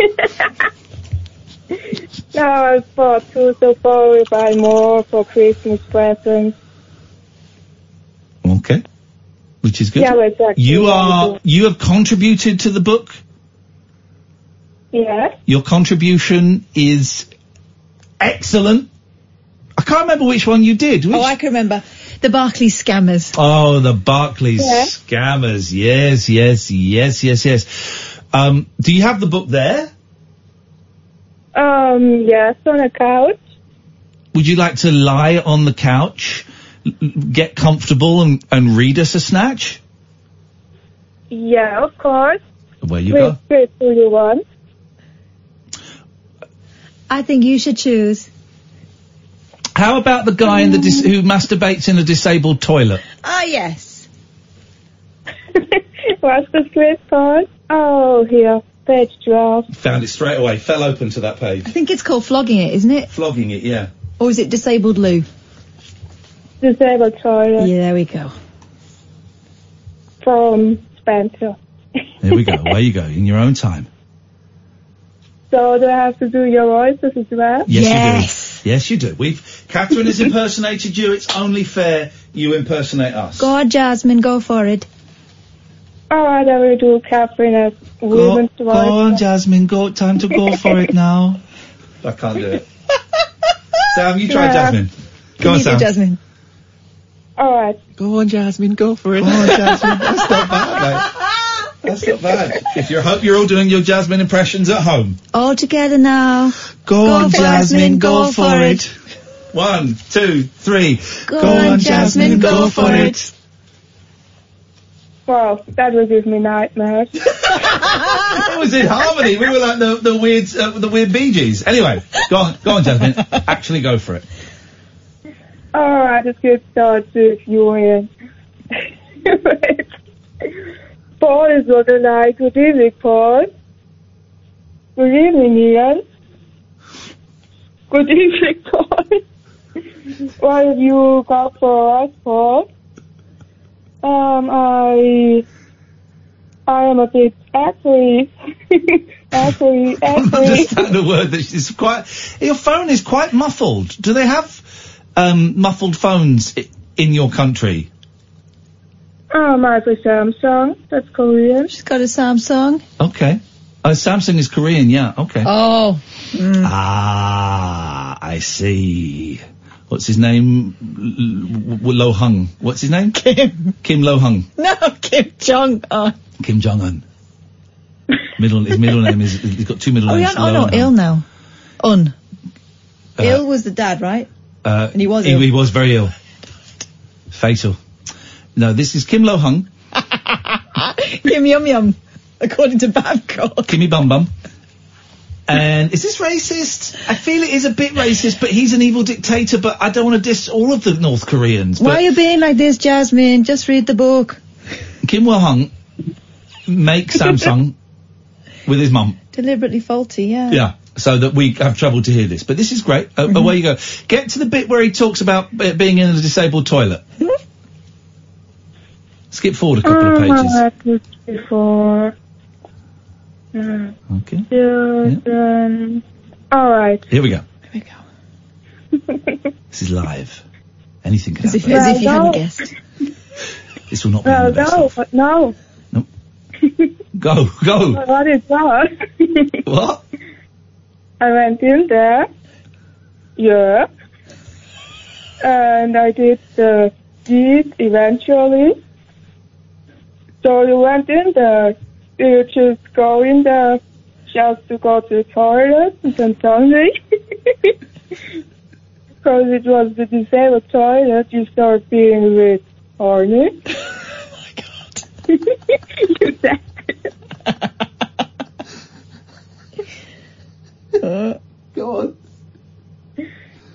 Speaker 28: no, I bought two so far. We buy more for Christmas presents.
Speaker 3: Okay. Which is good.
Speaker 28: Yeah, well, exactly.
Speaker 3: You are you have contributed to the book.
Speaker 28: Yeah.
Speaker 3: Your contribution is excellent. I can't remember which one you did. Which
Speaker 7: Oh, I can remember. The Barclays scammers.
Speaker 3: Oh, the Barclays
Speaker 7: Yeah.
Speaker 3: scammers. Yes, yes, yes, yes, yes. Um, do you have the book there?
Speaker 28: Um. Yeah, it's on a couch.
Speaker 3: Would you like to lie on the couch, l- l- get comfortable, and, and read us a snatch?
Speaker 28: Yeah, of course.
Speaker 3: Away you
Speaker 28: Which
Speaker 3: go.
Speaker 28: book do you want?
Speaker 7: I think you should choose.
Speaker 3: How about the guy in the dis- who masturbates in a disabled toilet?
Speaker 7: Ah, yes.
Speaker 28: What's the script called? Oh, here, page twelve.
Speaker 3: Found it straight away. Fell open to that page.
Speaker 7: I think it's called flogging it, isn't it?
Speaker 3: Flogging it, yeah.
Speaker 7: Or is it disabled loo?
Speaker 28: Disabled toilet.
Speaker 7: Yeah, there we go.
Speaker 28: From Spencer.
Speaker 3: There we go. Away you go in your own time.
Speaker 28: So do I have to do your voices as well?
Speaker 3: Yes, you do. Yes, you do. We've Catherine has impersonated you. It's only fair you impersonate us.
Speaker 7: Go on, Jasmine, go for it.
Speaker 28: All right, Oh, I will do Catherine as women's
Speaker 3: go
Speaker 28: voice.
Speaker 3: on, Jasmine. Go. Time to go for it now. I can't do it. Sam, you try
Speaker 28: Yeah.
Speaker 3: Jasmine. Go on, Sam.
Speaker 7: Jasmine.
Speaker 28: All right.
Speaker 10: Go on, Jasmine. Go for it.
Speaker 3: That's not bad, mate. That's not bad. If you hope you're all doing your Jasmine impressions at home.
Speaker 7: All together now.
Speaker 3: Go,
Speaker 7: for
Speaker 3: One, two, three.
Speaker 28: Go on, Jasmine, go for it. Wow, that will give me nightmares.
Speaker 3: That was in harmony. We were like the, the weird uh, the weird Bee Gees. Anyway, go on, go on, Jasmine. Actually, go for it.
Speaker 28: All right, let's Oh, get started if you in. Paul is on the line. Good evening, Paul. Good evening, Ian. Good evening, Paul. what have you got for us, Paul? Um, I, I am a bit actually, actually, actually.
Speaker 3: Understand a word that is quite. Your phone is quite muffled. Do they have um, muffled phones i- in your country?
Speaker 28: Oh, my Samsung. That's Korean.
Speaker 7: She's got a Samsung.
Speaker 3: Okay. Uh, Samsung is Korean. Yeah. Okay.
Speaker 7: Oh. Mm.
Speaker 3: Ah, I see. What's his name? L- L- Lo Hung. What's his name? Kim. Kim Lo Hung.
Speaker 7: No, Kim Jong Un.
Speaker 3: Kim Jong Un. Middle. His middle name is. He's got two middle
Speaker 7: Are we
Speaker 3: names.
Speaker 7: on un
Speaker 3: Lo
Speaker 7: or
Speaker 3: and Hung.
Speaker 7: ill now? Un.
Speaker 3: Uh,
Speaker 7: ill was the dad, right?
Speaker 3: Uh,
Speaker 7: And he was
Speaker 3: he,
Speaker 7: ill.
Speaker 3: he was very ill. Fatal. No, this is Kim Lo Hung.
Speaker 7: Yum yum yum. According to Babcock.
Speaker 3: Kimmy Bum Bum. And is this racist? I feel it is a bit racist, but he's an evil dictator. But I don't want to diss all of the North Koreans.
Speaker 7: Why
Speaker 3: but-
Speaker 7: are you being like this, Jasmine? Just read the book.
Speaker 3: Kim Wo Hung make Samsung with his mum.
Speaker 8: Deliberately faulty, yeah.
Speaker 3: Yeah. So that we have trouble to hear this, but this is great. Uh, Away you go. Get to the bit where he talks about uh, being in a disabled toilet. Skip forward a couple
Speaker 28: Ah, Uh-huh.
Speaker 3: of pages.
Speaker 28: Before. Mm.
Speaker 3: Okay.
Speaker 28: Children. All right.
Speaker 3: Here we go. This is live. Anything can
Speaker 28: As if-
Speaker 3: happen.
Speaker 28: as if you hadn't
Speaker 8: guessed.
Speaker 3: This will not be.
Speaker 28: Well, no, but no.
Speaker 3: Go, go.
Speaker 28: What is that?
Speaker 3: Oh. What?
Speaker 28: I went in there. Yeah. And I did the deed eventually. So you went in there. You just go in there just to go to the toilet and then suddenly because it was the disabled toilet you start being a bit horny. oh my god.
Speaker 8: Uh,
Speaker 3: Go on.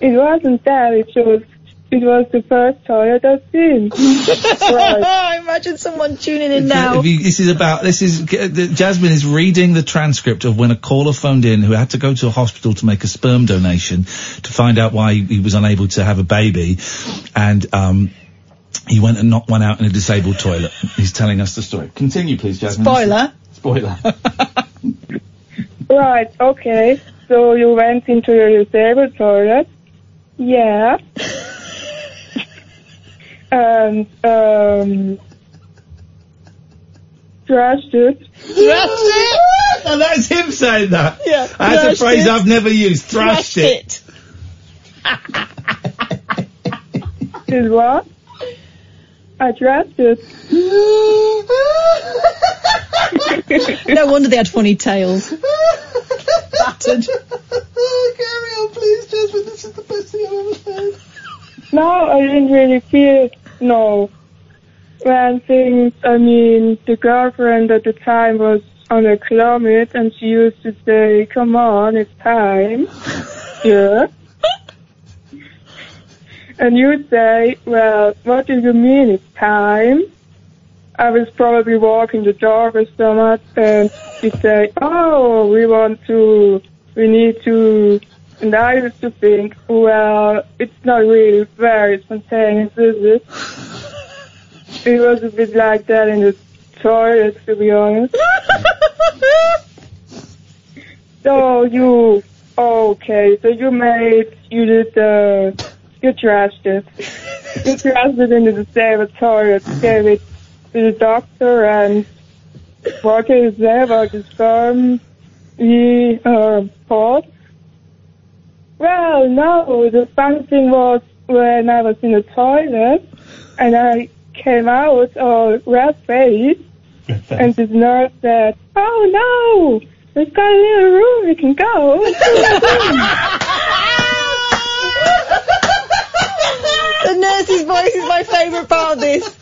Speaker 28: It wasn't that. It was it was the first toilet I've seen.
Speaker 8: I imagine someone tuning in now.
Speaker 3: If you- this is about this is g- the- Jasmine is reading the transcript of when a caller phoned in who had to go to a hospital to make a sperm donation to find out why he was unable to have a baby, and um, he went and knocked one out in a disabled toilet. He's telling us the story. Continue, please, Jasmine.
Speaker 8: Spoiler.
Speaker 3: Spoiler.
Speaker 28: right. Okay. So you went into your disabled toilet. Yeah. and um, trashed it.
Speaker 3: Thrashed it. And that's him saying that.
Speaker 28: Yeah.
Speaker 3: That's a
Speaker 28: thrashed
Speaker 3: phrase
Speaker 28: it.
Speaker 3: I've never used. Thrashed it.
Speaker 28: Did what? I trashed it.
Speaker 8: no wonder they had funny tails. Battered.
Speaker 3: Oh, Carry on, please, Jasmine. This is the best thing I've ever heard.
Speaker 28: No, I didn't really feel no. When things, I mean, the girlfriend at the time was on a plummet, and she used to say, "Come on, it's time." yeah. and you'd say, "Well, what do you mean it's time?" I was probably walking the dog or something, and she'd say, "Oh, we want to, we need to." And I used to think, well, it's not really very spontaneous, is it? It was a bit like that in the toilet, to be honest. so you, okay, so you made, you did, uh, you trashed it. You trashed it into the disabled toilet, gave it to the doctor, and what is there about the sperm? He, uh, paused. Well, no, the funny thing was when I was in the toilet and I came out all red faced and this nurse said, Oh no, we've got a little room, we can go.
Speaker 8: The nurse's voice is my favourite part of this.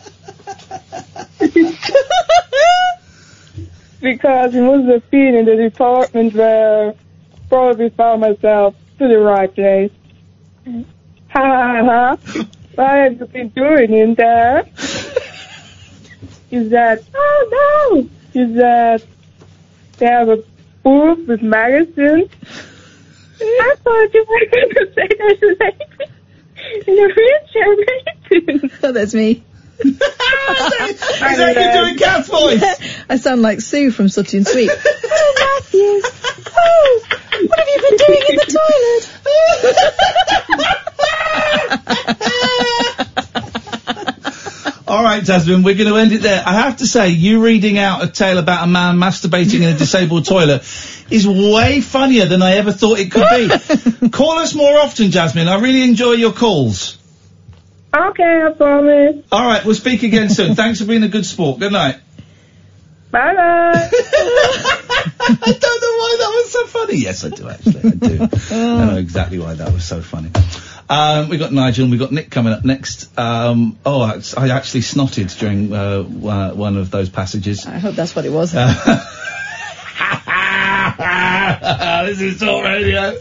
Speaker 28: because it must have been in the department where probably found myself to the right place. Ha ha ha. What have you been doing in there? Is that, oh no! Is that, they have a booth with magazines. I thought you were going to say there's a lady in a wheelchair magazine.
Speaker 8: Oh, that's me.
Speaker 3: Is that you doing cat voice?
Speaker 8: I sound like Sue from Sutty and Sweet. oh, Matthew. Oh, what have you been doing in the
Speaker 3: All right, Jasmine, we're going to end it there. I have to say, you reading out a tale about a man masturbating in a disabled toilet is way funnier than I ever thought it could be. call us more often, Jasmine. I really enjoy your calls.
Speaker 28: Okay, I promise.
Speaker 3: All right, we'll speak again soon. Thanks for being a good sport. Good night.
Speaker 28: Bye bye.
Speaker 3: I don't know why that was so funny. Yes, I do actually. I do. I know exactly why that was so funny. Um, we got Nigel and we got Nick coming up next. Um, oh, I, I actually snotted during uh, wa- one of those passages.
Speaker 8: I hope that's what it was.
Speaker 3: this is all radio.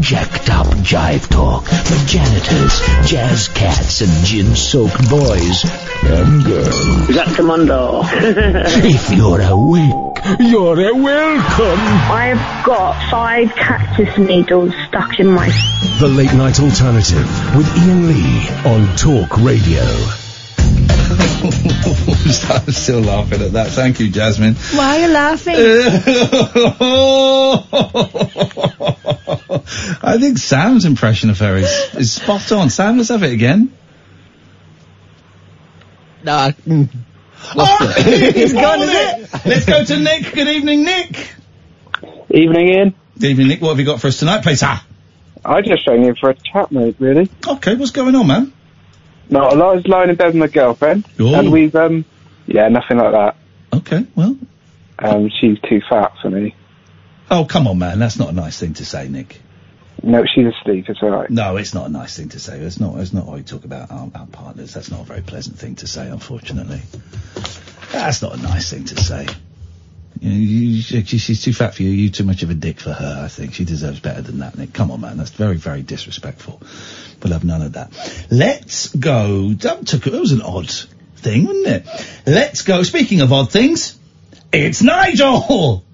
Speaker 24: Jacked up jive talk for janitors, jazz cats, and gin soaked boys and girls.
Speaker 5: Is that Commando?
Speaker 24: if you're awake,
Speaker 2: You're a welcome.
Speaker 22: I've got five cactus needles stuck in my.
Speaker 2: The Late Night Alternative with Ian Lee on Talk Radio.
Speaker 3: I'm still laughing at that. Thank you, Jasmine.
Speaker 7: Why are you laughing?
Speaker 3: I think Sam's impression of her is, is spot on. Sam, let's have it again.
Speaker 10: No, I mm, lost it.
Speaker 3: It's gone, is it? Let's go to Nick. Good evening, Nick.
Speaker 29: Evening, Ian.
Speaker 3: Good evening, Nick. What have you got for us tonight, please? Ah.
Speaker 29: I just rang in for a chat, mate, really.
Speaker 3: Okay, what's going on, man?
Speaker 29: Not a lot. I was lying in bed with my girlfriend.
Speaker 3: Ooh.
Speaker 29: And we've, um, yeah, nothing like that.
Speaker 3: Okay, well.
Speaker 29: Um, she's too fat for me.
Speaker 3: Oh, come on, man. That's not a nice thing to say, Nick.
Speaker 29: No, she's asleep. It's all right.
Speaker 3: No, it's not a nice thing to say. It's not. It's not what we talk about our, our partners. That's not a very pleasant thing to say, unfortunately. That's not a nice thing to say. You know, you, she, she's too fat for you. You too much of a dick for her. I think she deserves better than that, Nick. Come on, man. That's very, very disrespectful. We'll have none of that. Let's go. That took. That was an odd thing, wasn't it? Let's go. Speaking of odd things, it's Nigel.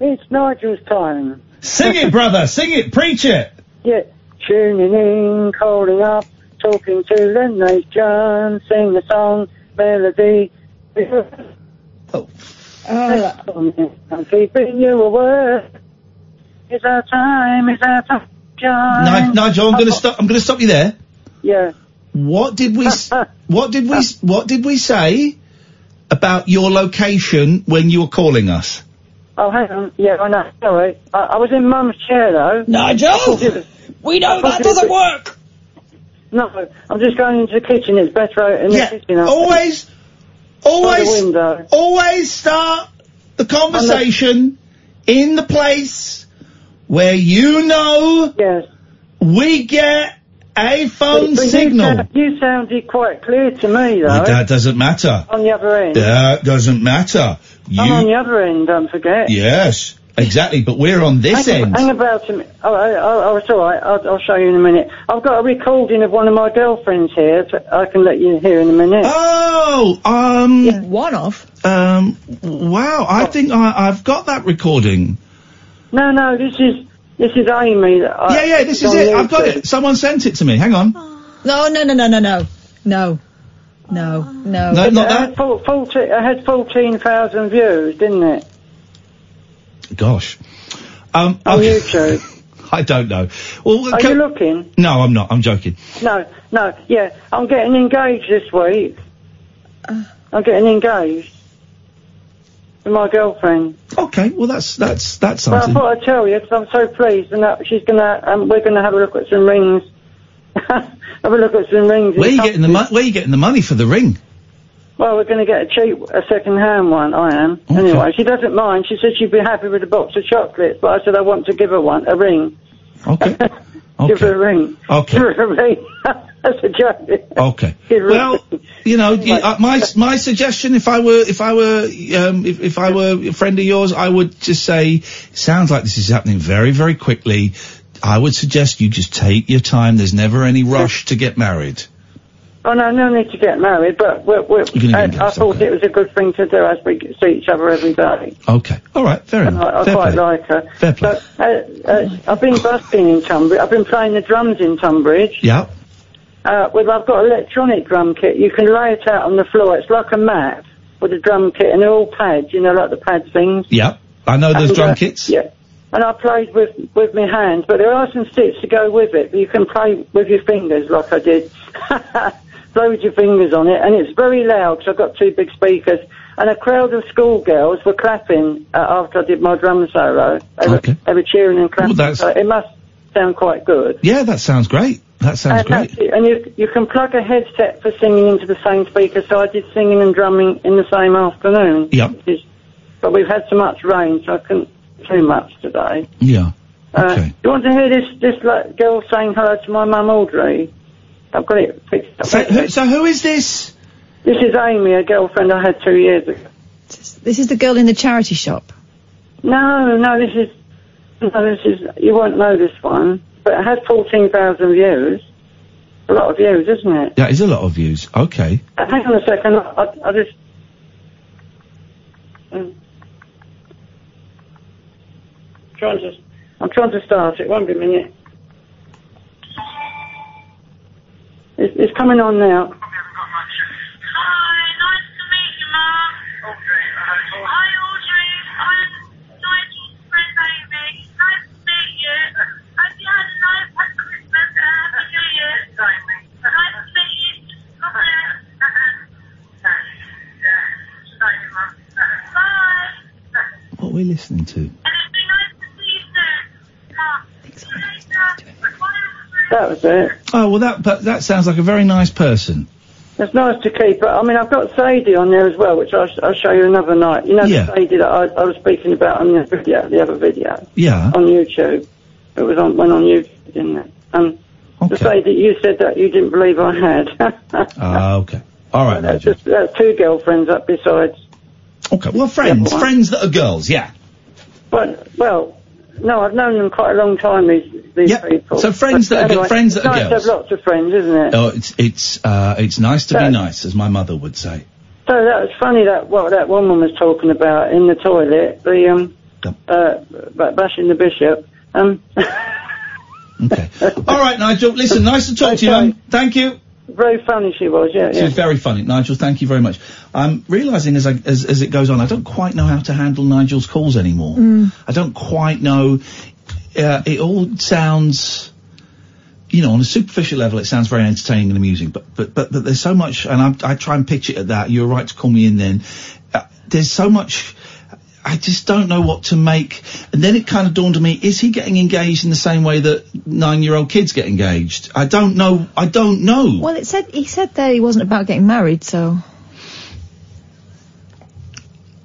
Speaker 30: It's Nigel's time.
Speaker 3: Sing it, brother. Sing it. Preach it.
Speaker 30: Yeah, tuning in, calling up, talking to the nation, sing the song, melody. Oh. I'm keeping you away. It's our time, it's our time.
Speaker 3: Ni- Nigel, I'm going to stop. I'm going to stop you there.
Speaker 30: Yeah.
Speaker 3: What did we? s- what did we? s- What did we say about your location when you were calling us?
Speaker 30: Oh, hang on. Yeah, I know. Sorry. I, I was in Mum's chair, though.
Speaker 3: Nigel!
Speaker 30: We know that doesn't work! No, I'm just going into the kitchen. It's better out in
Speaker 3: Yeah,
Speaker 30: the kitchen.
Speaker 3: always- always-
Speaker 30: By the window.
Speaker 3: Always start the conversation in the place where you know we get a phone
Speaker 30: But you
Speaker 3: signal.
Speaker 30: sound- You sounded quite clear to me, though.
Speaker 3: That doesn't matter.
Speaker 30: on the other end.
Speaker 3: That doesn't matter.
Speaker 30: I'm on
Speaker 3: You,
Speaker 30: the other end, don't forget.
Speaker 3: yes, exactly. But we're on this
Speaker 30: hang,
Speaker 3: end.
Speaker 30: Hang about a minute. Oh, I, I, I, it's all right. I'll, I'll show you in a minute. I've got a recording of one of my girlfriends here. so I can let you hear in a minute.
Speaker 3: Oh, um,
Speaker 30: one of.
Speaker 3: Um, wow,
Speaker 30: Oh.
Speaker 3: I think I, I've got that recording.
Speaker 30: No, no, this is this is Amy. That I,
Speaker 3: yeah, yeah, this is it. I've got it. Someone sent it to me. Hang on.
Speaker 30: No, no, no, no, no, no, no, no,
Speaker 3: No, not
Speaker 30: it
Speaker 3: that.
Speaker 30: Had full, fourteen- it had fourteen thousand views, didn't it?
Speaker 3: Gosh. Um,
Speaker 30: On
Speaker 3: okay.
Speaker 30: YouTube.
Speaker 3: I don't know. Well,
Speaker 30: Are
Speaker 3: can-
Speaker 30: you looking?
Speaker 3: no, I'm not. I'm joking.
Speaker 30: No, no, yeah, I'm getting engaged this week. I'm getting engaged with my girlfriend.
Speaker 3: Okay, well that's that's that's
Speaker 30: But I
Speaker 3: something.
Speaker 30: thought I'd tell you because I'm so pleased, and that she's gonna, um, we're gonna have a look at some rings. have a look at some rings. and
Speaker 3: Where are you
Speaker 30: stuff.
Speaker 3: getting the mo- Where are you getting the money for the ring?
Speaker 30: Well, we're going to get a cheap, a second-hand one. I am. Anyway, she doesn't mind. She said she'd be happy with a box of chocolates, but I said I want to give her one, a ring.
Speaker 3: Okay.
Speaker 30: Give her a ring.
Speaker 3: Okay.
Speaker 30: Give her a ring. That's a joke.
Speaker 3: Okay.
Speaker 30: Give her a
Speaker 3: Well, you know, you, uh, my my suggestion, if I were if I were um, if if I were a friend of yours, I would just say, sounds like this is happening very very quickly. I would suggest you just take your time. There's never any rush to get married.
Speaker 30: Oh no, no need to get married, but we're, we're,
Speaker 3: gonna
Speaker 30: I, I thought it was a good thing to do as we see each other every day.
Speaker 3: Okay. All right. Fair
Speaker 30: And
Speaker 3: enough.
Speaker 30: I, I
Speaker 3: Fair
Speaker 30: quite
Speaker 3: play.
Speaker 30: like her.
Speaker 3: Fair play.
Speaker 30: But uh, uh, I've been busking in Tunbridge. I've been playing the drums in Tunbridge.
Speaker 3: Yeah.
Speaker 30: Uh, well, I've got an electronic drum kit. You can lay it out on the floor. It's like a mat with a drum kit, and they're all pads. You know, like the pad things.
Speaker 3: Yeah. I know those
Speaker 30: And,
Speaker 3: drum
Speaker 30: uh,
Speaker 3: kits.
Speaker 30: Yeah. And I played with with my hands, but there are some sticks to go with it. But you can play with your fingers, like I did. Play with your fingers on it, and it's very loud because I've got two big speakers. And a crowd of schoolgirls were clapping uh, after I did my drum solo. They were, they were cheering and clapping.
Speaker 3: that's-
Speaker 30: so it must sound quite good.
Speaker 3: Yeah, that sounds great. That sounds
Speaker 30: And,
Speaker 3: great.
Speaker 30: that's it. and Uh, you you can plug a headset for singing into the same speaker. So I did singing and drumming in the same afternoon.
Speaker 3: Yeah.
Speaker 30: But we've had so much rain, so I couldn't do much today.
Speaker 3: Yeah.
Speaker 30: Uh, you want to hear this this like, girl saying hello to my mum Audrey? I've got it fixed up.
Speaker 3: So who, so who is this?
Speaker 30: This is Amy, a girlfriend I had two years ago.
Speaker 7: This is the girl in the charity shop.
Speaker 30: No, no, this is no, this is you won't know this one, but it had fourteen thousand views. A lot of views, isn't it?
Speaker 3: That is a lot of views. Okay.
Speaker 30: Uh, Hang on a second. I, I just. Mm. trying to, I'm trying to start it. Won't be a minute. It's, it's coming on now.
Speaker 3: What are we listening to?
Speaker 30: That was it.
Speaker 3: Oh well, that but that sounds like a very nice person.
Speaker 30: It's nice to keep, but I mean, I've got Sadie on there as well, which I'll, I'll show you another night. You know,
Speaker 3: Yeah.
Speaker 30: the Sadie that I, I was speaking about on the video, the other video
Speaker 3: Yeah.
Speaker 30: on YouTube. It was on went on YouTube, didn't it? Um, the Sadie you said that you didn't believe I had.
Speaker 3: Ah, okay. All right, Nigel.
Speaker 30: Just uh, two girlfriends up besides.
Speaker 3: Okay, well, friends, friends that are girls, yeah.
Speaker 30: But well, no, I've known them quite a long time. These these people.
Speaker 3: so friends
Speaker 30: But
Speaker 3: that are gir-
Speaker 30: anyway,
Speaker 3: friends that
Speaker 30: it's
Speaker 3: are
Speaker 30: nice
Speaker 3: girls.
Speaker 30: To have lots of friends, isn't it?
Speaker 3: Oh, it's it's uh, it's nice to be
Speaker 30: Yeah.
Speaker 3: nice, as my mother would say.
Speaker 30: So that was funny that what that woman was talking about in the toilet, the um, uh, b- bashing the bishop. Um,
Speaker 3: All right, Nigel. Listen, nice to talk to you. man. Thank you.
Speaker 30: Very funny she was. Yeah,
Speaker 3: She's
Speaker 30: yeah.
Speaker 3: very funny, Nigel. Thank you very much. I'm realizing as I, as as it goes on, I don't quite know how to handle Nigel's calls anymore. I don't quite know. Uh, it all sounds, you know, on a superficial level, it sounds very entertaining and amusing, but but but, but there's so much, and I, I try and pitch it at that. You're right to call me in then. Uh, there's so much. I just don't know what to make. And then it kind of dawned on me: Is he getting engaged in the same way that nine-year-old kids get engaged? I don't know. I don't know.
Speaker 7: Well, it said he said there he wasn't about getting married, so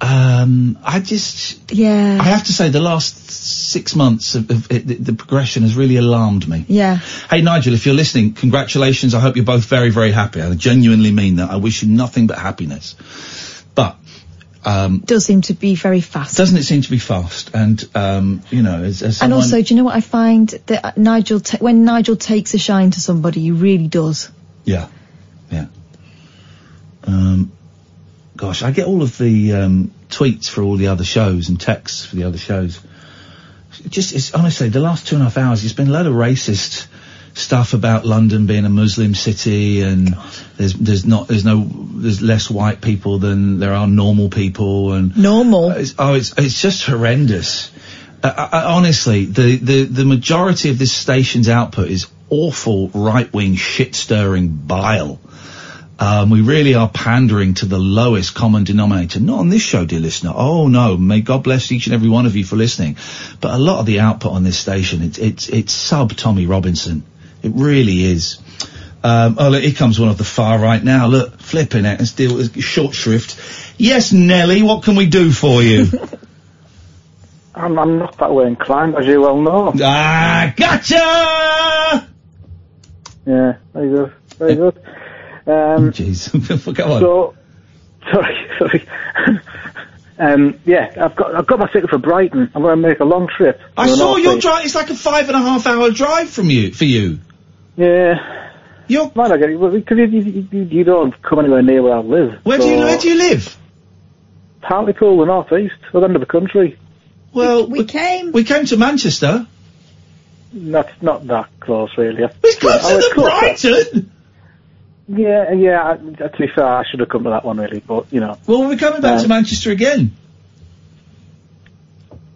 Speaker 3: Um, I just,
Speaker 7: yeah,
Speaker 3: I have to say, the last six months of, of it, the, the progression has really alarmed me.
Speaker 7: yeah.
Speaker 3: Hey, Nigel, if you're listening, congratulations. I hope you're both very, very happy. I genuinely mean that. I wish you nothing but happiness. But um,
Speaker 7: Does seem to be very fast.
Speaker 3: doesn't it seem to be fast? And um, you know, as, as
Speaker 7: And
Speaker 3: someone,
Speaker 7: also, do you know what I find that uh, Nigel ta- when Nigel takes a shine to somebody, he really does.
Speaker 3: yeah, yeah. Um, gosh, I get all of the um, tweets for all the other shows and texts for the other shows. It just it's honestly the last two and a half hours there's been a load of racist stuff about London being a Muslim city and there's there's not there's no there's less white people than there are normal people and
Speaker 7: normal
Speaker 3: it's, oh it's it's just horrendous uh, I, I, honestly the, the the majority of this station's output is awful right wing shit stirring bile um, we really are pandering to the lowest common denominator. Not on this show, dear listener. Oh no, may God bless each and every one of you for listening. But a lot of the output on this station, it's it's it's sub Tommy Robinson. It really is. Um, oh look, here comes one of the far right now. Look, flipping it. Let's deal with short shrift. Yes, Nelly, what can we do for you?
Speaker 12: I'm, I'm not that way inclined, as you well know.
Speaker 3: Ah, gotcha!
Speaker 12: Yeah, very good, very good. Um,
Speaker 3: Oh, Jeez,
Speaker 12: So, sorry, sorry. um, yeah, I've got I've got my ticket for Brighton. I'm going to make a long trip.
Speaker 3: I
Speaker 12: to the
Speaker 3: saw
Speaker 12: North
Speaker 3: your
Speaker 12: East.
Speaker 3: drive. It's like a five and a half hour drive from you for you.
Speaker 12: Yeah.
Speaker 3: You're
Speaker 12: might not get it because you, you, you, you don't come anywhere near where I live.
Speaker 3: Where do you where do you live?
Speaker 12: Hartlepool, the north east, the end of the country.
Speaker 3: Well, we, came. We came to Manchester.
Speaker 12: That's not that close, really. Oh,
Speaker 3: We
Speaker 12: close
Speaker 3: to the Brighton.
Speaker 12: Yeah, yeah. I, to be fair, I should have come to that one really, but you know.
Speaker 3: Well, we're coming back
Speaker 12: Um,
Speaker 3: to Manchester again.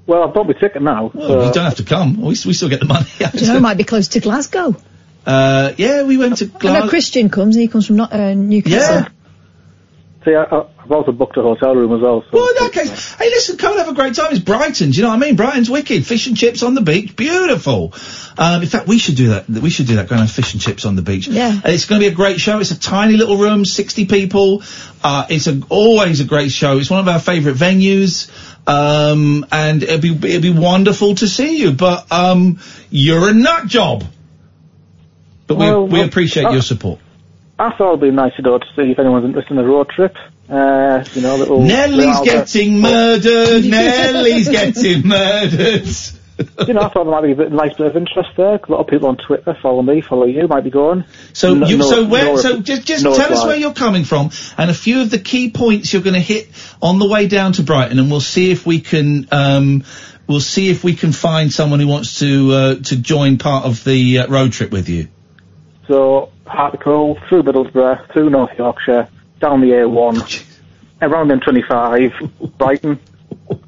Speaker 12: Well, I've bought my ticket now. uh,
Speaker 3: Well, you don't have to come. We, we still get the money.
Speaker 7: Do you know, it might be close to Glasgow.
Speaker 3: uh, yeah, we went to
Speaker 12: Oh,
Speaker 7: I know
Speaker 3: Glasgow.
Speaker 7: Christian comes, and he comes from not, uh, Newcastle.
Speaker 12: See, I, I- I've also booked a hotel room as well. So
Speaker 3: Well, in that case, hey, listen, come and have a great time. It's Brighton. Do you know what I mean? Brighton's wicked. Fish and chips on the beach, beautiful. Um, in fact, we should do that. We should do that. Going on fish and chips on the beach.
Speaker 24: Yeah.
Speaker 3: And It's going to be a great show. It's a tiny little room, 60 people. Uh, it's a, always a great show. It's one of our favourite venues. Um, and it'd be, it'd be wonderful to see you, but, um, you're a nut job. But we,
Speaker 12: Well,
Speaker 3: we
Speaker 12: well,
Speaker 3: appreciate
Speaker 12: uh,
Speaker 3: your support.
Speaker 12: I thought it'd be nice to go to see if anyone's interested in a road trip. Uh, you know, little.
Speaker 3: Nelly's
Speaker 12: little-
Speaker 3: getting murdered. Nelly's getting murdered.
Speaker 12: you know, I thought there might be a bit nice bit of interest there. 'cause A lot of people on Twitter follow me, follow you, might be going.
Speaker 3: So
Speaker 12: No-
Speaker 3: you,
Speaker 12: no-
Speaker 3: so where,
Speaker 12: no-
Speaker 3: so just, just
Speaker 12: no
Speaker 3: tell us
Speaker 12: reply.
Speaker 3: where you're coming from and a few of the key points you're going to hit on the way down to Brighton and we'll see if we can, um, We'll see if we can find someone who wants to uh, to join part of the uh, road trip with you.
Speaker 12: So, Hartlepool, through Middlesbrough, through North Yorkshire, down the
Speaker 3: Oh,
Speaker 12: A1, around M25, Brighton.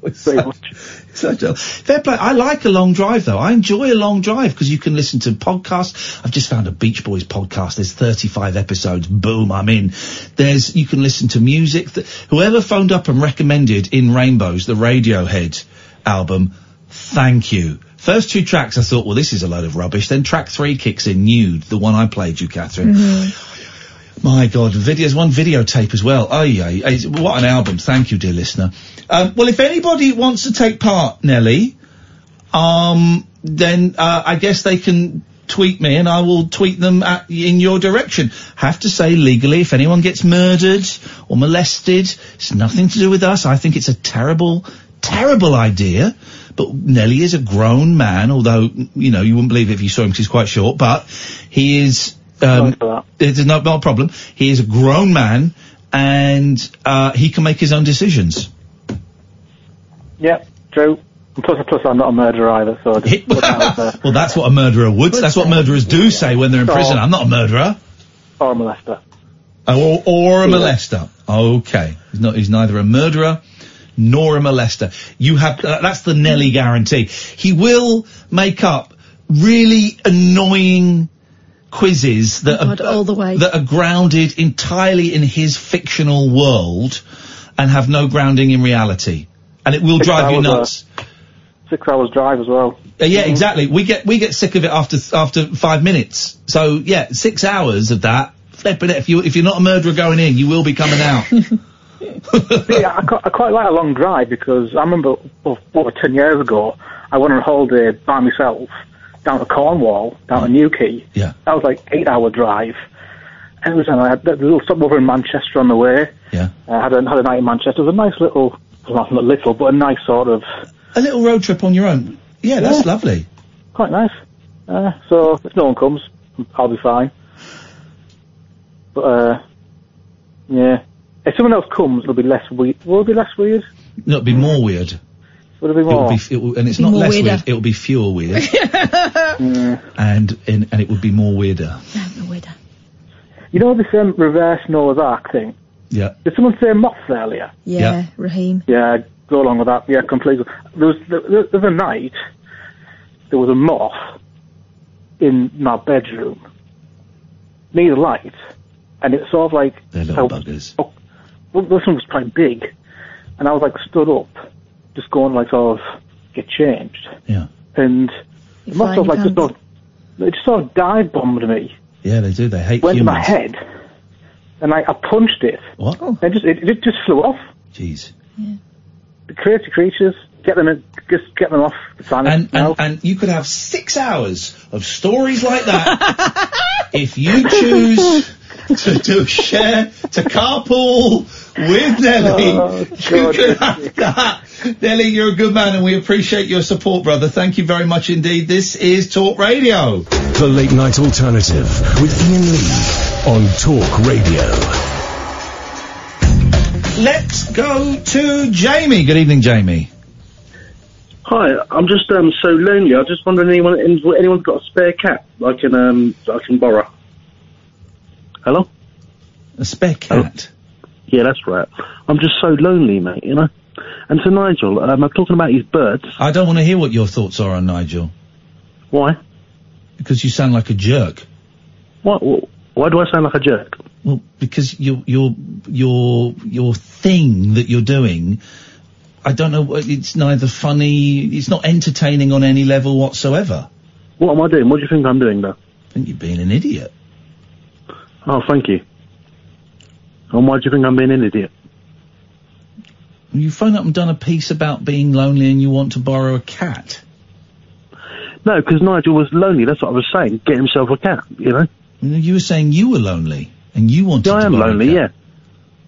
Speaker 12: Pretty much.
Speaker 3: Such a- Fair play. I like a long drive though. I enjoy a long drive because you can listen to podcasts. I've just found a Beach Boys podcast. There's 35 episodes. Boom, I'm in. There's you can listen to music. Th- Whoever phoned up and recommended in Rainbows the Radiohead album, thank you. First two tracks, I thought, well, this is a load of rubbish. Then track three kicks in, nude, the one I played you, Catherine.
Speaker 6: Mm-hmm.
Speaker 7: Mm-hmm.
Speaker 3: My God, videos, one videotape as well. Oh yeah, what an album. Thank you, dear listener. Um, well, if anybody wants to take part, Nelly, um, then uh, I guess they can tweet me and I will tweet them at, in your direction. Have to say legally, if anyone gets murdered or molested, it's nothing to do with us. I think it's a terrible, terrible idea. But Nelly is a grown man, although, you know, you wouldn't believe it if you saw him 'cause he's quite short, but he is, um, it's not, not a problem. He is a grown man and, uh, he can make his own decisions.
Speaker 12: Yep, true. And plus, plus, I'm not a murderer either, so I just put that out there.
Speaker 3: Well, that's what a murderer would. That's what murderers do say when they're in prison. I'm not a murderer. Oh,
Speaker 12: Or a molester.
Speaker 3: Or, or a molester. Okay. He's, not, he's neither a murderer nor a molester. You have, uh, that's the Nelly guarantee. He will make up really annoying quizzes that are,
Speaker 31: Oh, all the way.
Speaker 3: that are grounded entirely in his fictional world and have no grounding in reality. And it will
Speaker 12: Six
Speaker 3: drive you
Speaker 12: hours, uh,
Speaker 3: nuts.
Speaker 12: Six hours drive as well.
Speaker 3: Uh, yeah, exactly. We get we get sick of it after after five minutes. So yeah, six hours of that. Flipping it. If you if you're not a murderer going in, you will be coming out.
Speaker 12: yeah, I, quite, I quite like a long drive because I remember well, over ten years ago I went on holiday by myself down to Cornwall, down to Newquay.
Speaker 3: Yeah.
Speaker 12: That was like eight hour drive. And it was and I had a little stopover in Manchester on the way.
Speaker 3: Yeah.
Speaker 12: I Uh, had a, had a night in Manchester. It was a nice little, well, not little, but a nice sort of
Speaker 3: a little road trip on your own. Yeah, that's
Speaker 12: Yeah.
Speaker 3: lovely.
Speaker 12: quite nice. Uh, so if no one comes, I'll be fine. But uh, yeah, if someone else comes, it'll be less weird. Will it be less weird?
Speaker 3: No, it'd be more weird.
Speaker 12: Will it be
Speaker 3: It
Speaker 12: more?
Speaker 3: would be, f- it would, and it's
Speaker 12: Be
Speaker 3: not
Speaker 12: more
Speaker 3: less
Speaker 12: weirder.
Speaker 3: weird. It will be fewer weird, and, and and it would be more weirder.
Speaker 12: You know this um, reverse Noah's Ark thing?
Speaker 3: Yeah.
Speaker 12: Did someone say moths earlier?
Speaker 17: Yeah, Raheem.
Speaker 12: Yeah, go along with that. Yeah, completely. There was the, the, the other night, there was a moth in my bedroom. Near the light. And it's sort of like... They're little
Speaker 3: buggers.
Speaker 12: Oh, well, this one was quite big. And I was like stood up, just going like sort of, get changed.
Speaker 3: Yeah.
Speaker 12: And the
Speaker 3: flying
Speaker 12: moth sort of like
Speaker 3: your
Speaker 12: just sort of, it just sort of dive bombed me
Speaker 3: Yeah, they do. They hate
Speaker 12: went to
Speaker 3: humans.
Speaker 12: my head, and I, I punched it.
Speaker 3: What?
Speaker 23: Oh.
Speaker 12: And just it, it just flew off.
Speaker 3: Jeez.
Speaker 12: The crazy creatures get them in- just get them off the planet.
Speaker 3: And, and and you could have six hours of stories like that if you choose to, to share to carpool with Nelly.
Speaker 12: Oh,
Speaker 3: you could have that. Nelly, you're a good man, and we appreciate your support, brother. Thank you very much indeed. This is Talk Radio.
Speaker 2: The Late Night Alternative with Ian Lee on Talk Radio.
Speaker 3: Let's go to Jamie. Good evening, Jamie.
Speaker 23: Hi, I'm just um so lonely. I was just wondering anyone anyone's got a spare cat I can um I can borrow. Hello.
Speaker 3: A spare cat.
Speaker 23: Yeah, that's right. I'm just so lonely, mate. You know. And to Nigel, um, I'm talking about his birds.
Speaker 3: I don't want to hear what your thoughts are on Nigel.
Speaker 23: Why?
Speaker 3: Because you sound like a jerk.
Speaker 23: What? Why do I sound like a jerk?
Speaker 3: Well, because your your your your thing that you're doing, I don't know. what- It's neither funny. It's not entertaining on any level whatsoever.
Speaker 23: What am I doing? What do you think I'm doing though?
Speaker 3: I think you're being an idiot.
Speaker 23: Oh, thank you. And why do you think I'm being an idiot?
Speaker 3: You phone up and done a piece about being lonely, and you want to borrow a cat.
Speaker 23: No, because Nigel was lonely. That's what I was saying. Get himself a cat. You know.
Speaker 3: You, know, you were saying you were lonely, and you wanted.
Speaker 23: I
Speaker 3: to
Speaker 23: am
Speaker 3: borrow a
Speaker 23: lonely.
Speaker 3: cat.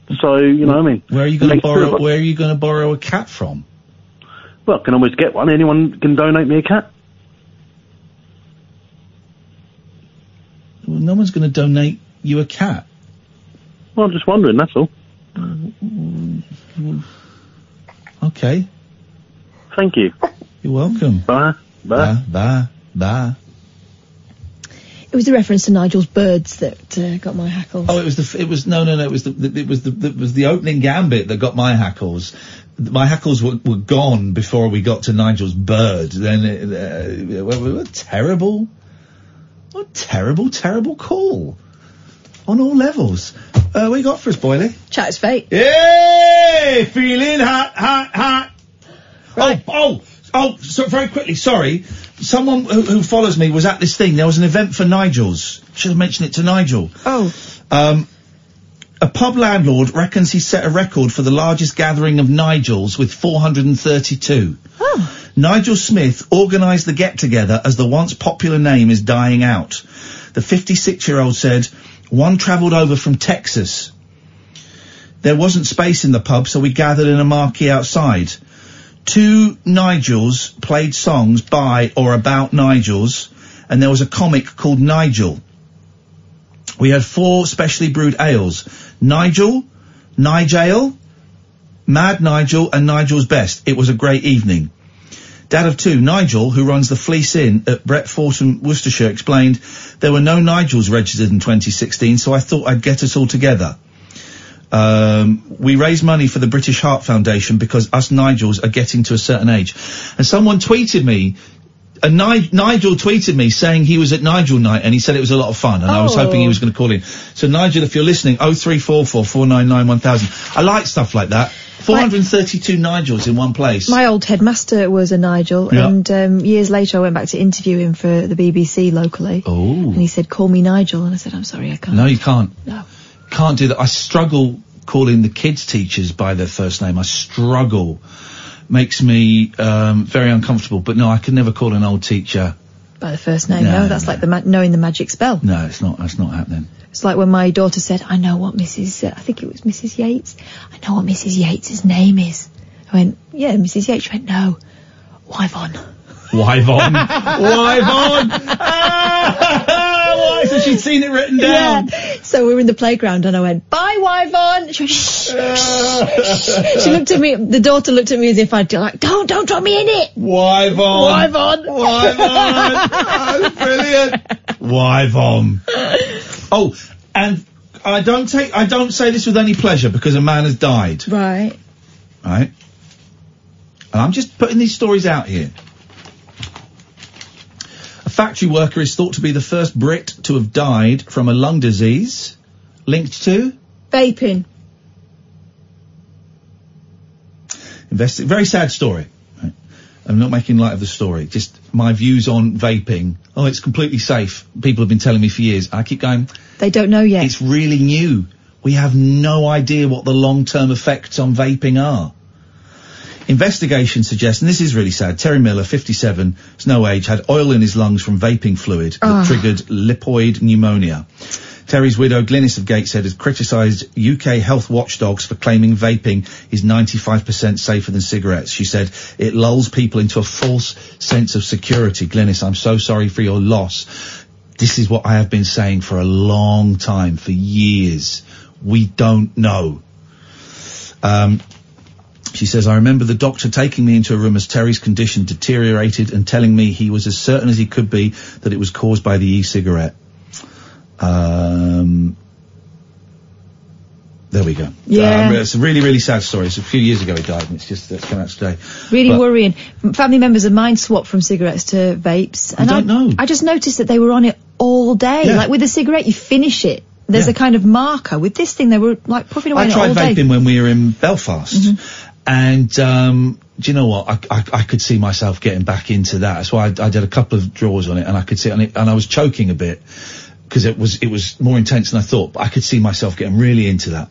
Speaker 23: Yeah. So you know what I mean.
Speaker 3: Where are you
Speaker 23: It
Speaker 3: going to
Speaker 23: makes two of
Speaker 3: borrow?
Speaker 23: us.
Speaker 3: Where are you going to borrow a cat from?
Speaker 23: Well, I can always get one. Anyone can donate me a cat.
Speaker 3: Well, no one's going to donate you a cat.
Speaker 23: Well, I'm just wondering. That's all.
Speaker 3: Okay.
Speaker 23: Thank you.
Speaker 3: You're welcome. Bye. Bye. Bye. Bye.
Speaker 7: It was a reference to Nigel's birds that uh, got my hackles.
Speaker 3: Oh, it was the. f- It was no, no, no. It was the. the it was the. the it was the opening gambit that got my hackles. My hackles were, were gone before we got to Nigel's bird. Then it, uh, what, what, what terrible, what terrible, terrible call on all levels. Uh, what you got for us, Boyley?
Speaker 7: Chat is fate.
Speaker 3: Yay! Feeling hot, hot, hot. Oh, oh, oh, so very quickly, sorry. Someone who, who follows me was at this thing. There was an event for Nigel's. Should have mentioned it to Nigel.
Speaker 7: Oh.
Speaker 3: Um, a pub landlord reckons he set a record for the largest gathering of Nigel's with 432. Nigel Smith organised the get together as the once popular name is dying out. The 56 year old said, one travelled over from Texas. There wasn't space in the pub, so we gathered in a marquee outside. Two Nigels played songs by or about Nigels, and there was a comic called Nigel. We had four specially brewed ales. Nigel, Nigel, Mad Nigel, and Nigel's Best. It was a great evening. Dad of two, Nigel, who runs the Fleece Inn at Brett Fortum, Worcestershire, explained, there were no Nigels registered in 2016, so I thought I'd get us all together. Um, we raise money for the British Heart Foundation because us Nigels are getting to a certain age. And someone tweeted me, and Ni- Nigel tweeted me saying he was at Nigel night and he said it was a lot of fun and I was
Speaker 19: Oh.
Speaker 3: hoping he was going to call in. So Nigel, if you're listening, 0344 499 1000. I like stuff like that. 432 Nigels in one place.
Speaker 7: My old headmaster was a Nigel,
Speaker 3: Yeah.
Speaker 7: and um, years later I went back to interview him for the BBC locally.
Speaker 3: Oh.
Speaker 7: And he said, "Call me Nigel," and I said, "I'm sorry, I can't."
Speaker 3: No, you can't.
Speaker 7: No.
Speaker 3: Can't do that. I struggle calling the kids teachers by their first name. I struggle. Makes me um, very uncomfortable. But no, I could never call an old teacher.
Speaker 7: By the first name,
Speaker 3: No,
Speaker 7: no. That's like the ma- knowing the magic spell.
Speaker 3: No, it's not. That's not happening.
Speaker 7: It's like when my daughter said, "I know what Mrs. Uh, I think it was Mrs. Yates. I know what Mrs. Yates's name is." I went, "Yeah, Mrs. Yates." She went, "No, Wyvon."
Speaker 3: Why Von? Why Von? Why? So she'd seen it written down.
Speaker 7: Yeah. So we were in the playground and I went, bye, Wyvon. She, went, shh, shh, shh. she looked at me, the daughter looked at me as if I'd be like, don't, don't drop me in it.
Speaker 3: Why, Von?
Speaker 7: Wyvon.
Speaker 3: Wyvon. Brilliant. Why Vom? Oh, and I don't take. I don't say this with any pleasure because a man has died.
Speaker 7: Right.
Speaker 3: right? And I'm just putting these stories out here. A factory worker is thought to be the first Brit to have died from a lung disease linked to
Speaker 7: Vaping.
Speaker 3: investi- Very sad story. right? I'm not making light of the story. Just my views on vaping. Oh, it's completely safe. People have been telling me for years. I keep going.
Speaker 7: They don't know yet.
Speaker 3: It's really new. We have no idea what the long-term effects on vaping are. Investigation suggests, and this is really sad, Terry Miller, 57, is no age, had oil in his lungs from vaping fluid that
Speaker 21: Ah.
Speaker 3: triggered lipoid pneumonia. Terry's widow, Glynis of Gateshead, has criticised UK health watchdogs for claiming vaping is 95% safer than cigarettes. She said, it lulls people into a false sense of security. Glynis, I'm so sorry for your loss. This is what I have been saying for a long time, for years. We don't know. Um, she says, I remember the doctor taking me into a room as Terry's condition deteriorated and telling me he was as certain as he could be that it was caused by the e-cigarette. Um, there we go.
Speaker 7: Yeah.
Speaker 3: Um, it's a really, really sad story. It's a few years ago he died and it's just, that's come out today.
Speaker 7: Really
Speaker 3: But-
Speaker 7: worrying. Family members of mine swapped from cigarettes to vapes. And
Speaker 3: don't know.
Speaker 7: I just noticed that they were on it all day.
Speaker 3: Yeah.
Speaker 7: Like with a cigarette, you finish it. There's
Speaker 3: Yeah.
Speaker 7: a kind of marker. With this thing, they were like puffing away
Speaker 3: I
Speaker 7: on it
Speaker 3: tried
Speaker 7: all day. Mm-hmm.
Speaker 3: vaping when we were in Belfast, and um, do you know what? I, I, I could see myself getting back into that. That's why I, I did a couple of draws on it, and I could see, and, it, and I was choking a bit because it was it was more intense than I thought. But I could see myself getting really into that.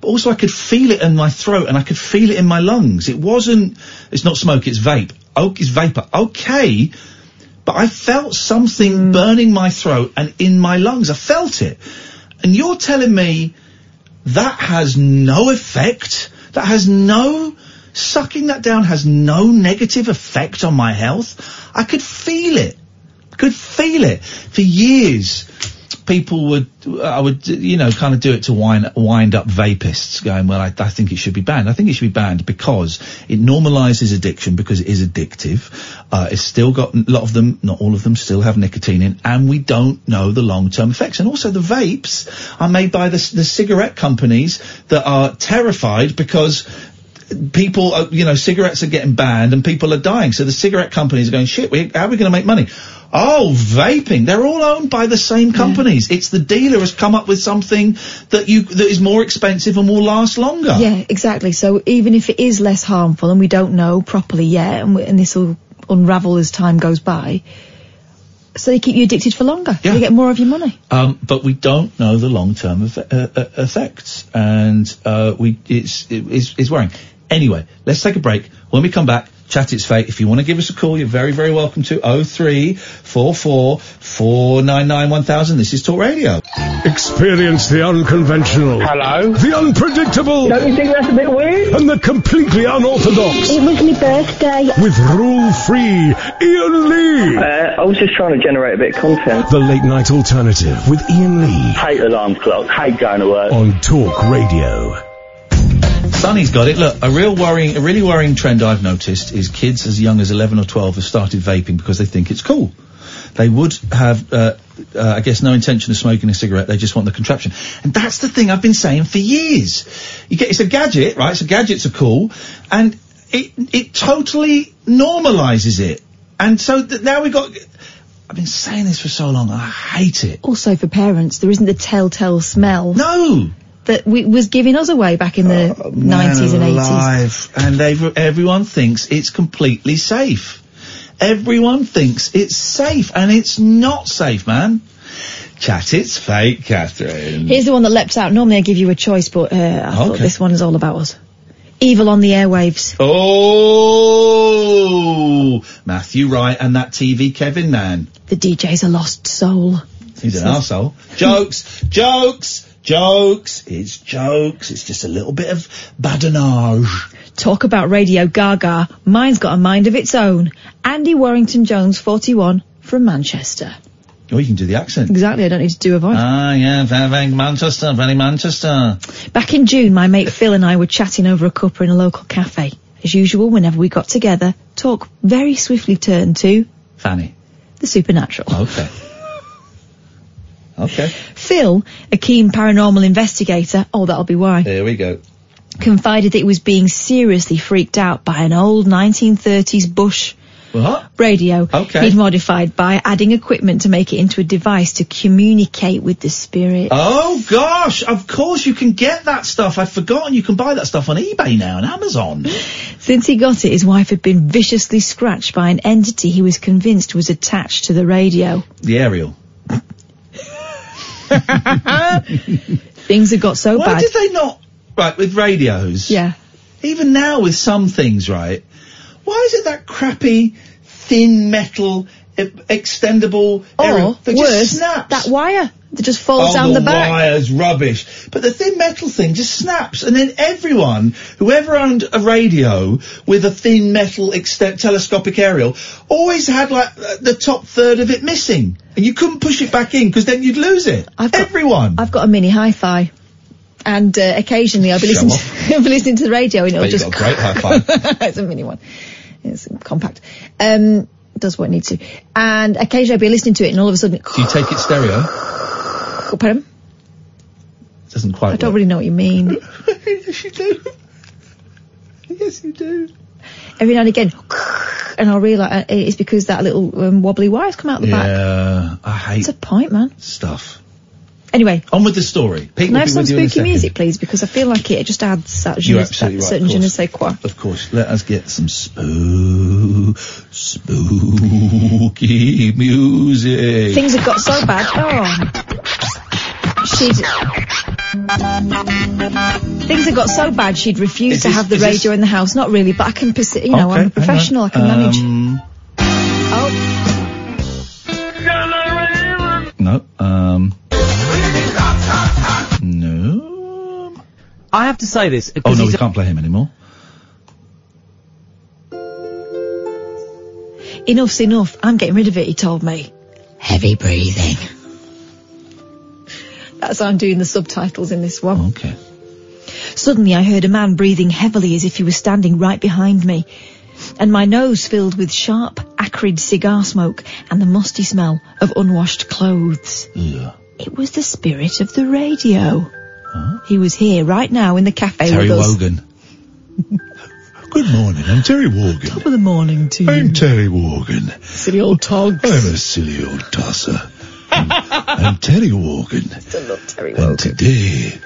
Speaker 3: But also, I could feel it in my throat, and I could feel it in my lungs. It wasn't. It's not smoke. It's vape. Oh, it's vapor. Okay. But I felt something
Speaker 7: Mm.
Speaker 3: burning my throat and in my lungs. I felt it. And you're telling me that has no effect. That has no, sucking that down has no negative effect on my health. I could feel it. I could feel it. For years, people would, I would, you know, kind of do it to wind, wind up vapists going, well, I, I think it should be banned. I think it should be banned because it normalizes addiction because it is addictive. Uh, it's still got, a lot of them, not all of them still have nicotine in and we don't know the long-term effects. And also the vapes are made by the, c- the cigarette companies that are terrified because people, are, you know, cigarettes are getting banned and people are dying. So the cigarette companies are going, shit, we, how are we going to make money? Oh, vaping. They're all owned by the same companies. It's the dealer has come up with something that you, that is more expensive and will last longer.
Speaker 7: Yeah, exactly. So even if it is less harmful and we don't know properly yet, and, we, and this will unravel as time goes by, so they keep you addicted for longer. You get more of your money.
Speaker 3: Um, but we don't know the long-term eff- uh, uh, effects, and uh, we it's, it- it's it's worrying. Anyway, let's take a break. When we come back, chat its fate. If you want to give us a call, you're very very welcome to 03444991000. This is Talk Radio.
Speaker 2: Experience the unconventional. Hello. The unpredictable. Don't you think that's a bit weird? And the completely unorthodox. It was my birthday. With rule-free Ian Lee.
Speaker 25: Uh, I was just trying to generate a bit of content.
Speaker 2: The late night alternative with Ian Lee
Speaker 25: Hate alarm clock. Hate going to work.
Speaker 2: on Talk Radio.
Speaker 3: Sonny's got it. Look, a real worrying, a really worrying trend I've noticed is kids as young as 11 or 12 have started vaping because they think it's cool. They would have, uh, uh, I guess, no intention of smoking a cigarette. They just want the contraption, and that's the thing I've been saying for years. You get it's a gadget, right? So gadgets are cool, and it it totally normalises it. And so th- now we have got. I've been saying this for so long. I hate it.
Speaker 7: Also for parents, there isn't the telltale smell.
Speaker 3: No. Oh,
Speaker 7: That we, was giving us away back in the 90s and 80s.
Speaker 3: alive. And they've- everyone thinks it's completely safe. Everyone thinks it's safe, and it's not safe, man. Chat, it's fake, Catherine.
Speaker 7: Here's the one that leapt out. Normally I give you a choice, but uh, I thought
Speaker 3: Okay.
Speaker 7: this one is all about us. Evil on the airwaves.
Speaker 3: Oh, Matthew Wright and that TV Kevin man.
Speaker 7: The DJ's a lost soul.
Speaker 3: He's an arsehole. Jokes, jokes, jokes. It's jokes. It's just a little bit of badinage.
Speaker 7: Talk about Radio Gaga. Mine's got a mind of its own. Andy Warrington Jones, 41, from Manchester.
Speaker 3: Oh, you can do the accent.
Speaker 7: Exactly, I don't need to do a voice.
Speaker 3: Ah, yeah, very, very Manchester, very Manchester.
Speaker 7: Back in June, my mate Phil and I were chatting over a cuppa in a local cafe. As usual, whenever we got together, talk very swiftly turned to
Speaker 3: Fanny.
Speaker 7: the supernatural.
Speaker 3: Okay. Okay.
Speaker 7: Phil, a keen paranormal investigator, oh, that'll be why,
Speaker 3: There we go.
Speaker 7: confided that he was being seriously freaked out by an old 1930s bush
Speaker 3: What?
Speaker 7: radio
Speaker 3: Okay.
Speaker 7: he'd modified by adding equipment to make it into a device to communicate with the spirit.
Speaker 3: Oh gosh, of course you can get that stuff. I'd forgotten you can buy that stuff on eBay now and Amazon.
Speaker 7: Since he got it, his wife had been viciously scratched by an entity he was convinced was attached to the radio.
Speaker 3: The aerial.
Speaker 7: Things had got so
Speaker 3: Why
Speaker 7: Oh, bad.
Speaker 3: did they not? Right, with radios.
Speaker 7: Yeah.
Speaker 3: Even now with some things, right? Why is it that crappy, thin metal, e- extendable aerial?
Speaker 7: Or
Speaker 3: They just
Speaker 7: worse,
Speaker 3: snap.
Speaker 7: that wire that just falls
Speaker 3: oh,
Speaker 7: down the, back.
Speaker 3: wire's rubbish. But the thin metal thing just snaps, and then everyone, whoever owned a radio with a thin metal extent telescopic aerial, always had like uh, the top third of it missing, and you couldn't push it back in because then you'd lose it. everyone.
Speaker 7: I've got a mini hi-fi, and uh, occasionally I'll be
Speaker 3: Show
Speaker 7: listening. To, I'll be listening to the radio, and it'll
Speaker 3: But you've
Speaker 7: just
Speaker 3: got a great hi-fi.
Speaker 7: it's a mini one. It's compact. Um, does what it needs to. And occasionally I'll be listening to it, and all of a sudden,
Speaker 3: Do you take it stereo?
Speaker 7: pardon?
Speaker 3: Doesn't quite.
Speaker 7: I don't really know what you mean.
Speaker 3: yes, you do. Yes, you do.
Speaker 7: Every now and again, and I'll realise it's because that little um, wobbly wire's come out the back.
Speaker 3: Yeah, I hate
Speaker 7: It's a point, man.
Speaker 3: stuff.
Speaker 7: Anyway,
Speaker 3: On with the story. Pete
Speaker 7: can I
Speaker 3: will
Speaker 7: have
Speaker 3: be
Speaker 7: some
Speaker 3: with you in a
Speaker 7: spooky
Speaker 3: second.
Speaker 7: music, please? Because I feel like it just adds that, je,
Speaker 3: You're
Speaker 7: ne-
Speaker 3: absolutely
Speaker 7: that
Speaker 3: right,
Speaker 7: certain
Speaker 3: of
Speaker 7: je ne
Speaker 3: course.
Speaker 7: sais quoi.
Speaker 3: Of course, let us get some spoo- spooky music.
Speaker 7: Things have got so bad. Oh. She'd. Things have got so bad she'd refuse to have the radio in the house. Not really, but I can, persi- you know, I'm
Speaker 3: Okay, hang
Speaker 7: a
Speaker 3: on.
Speaker 7: professional. I can manage.
Speaker 3: Um,
Speaker 7: Oh,
Speaker 3: no. Um. No.
Speaker 19: I have to say this.
Speaker 3: Oh no, we can't play him anymore. um,
Speaker 7: enough's enough. I'm getting rid of it. He told me. Heavy breathing. That's why I'm doing the subtitles in this one.
Speaker 3: Okay.
Speaker 7: Suddenly I heard a man breathing heavily as if he was standing right behind me, and my nose filled with sharp, acrid cigar smoke and the musty smell of unwashed clothes. It was the spirit of the radio. He was here right now in the cafe
Speaker 3: Terry
Speaker 7: with us.
Speaker 3: Wogan. Good morning, I'm Terry Wogan. Top
Speaker 7: of the morning to
Speaker 3: I'm Terry Wogan. Silly
Speaker 7: old togs.
Speaker 3: I'm a silly old tosser. I'm, I'm Terry Wogan.
Speaker 7: Still love Terry
Speaker 3: And today,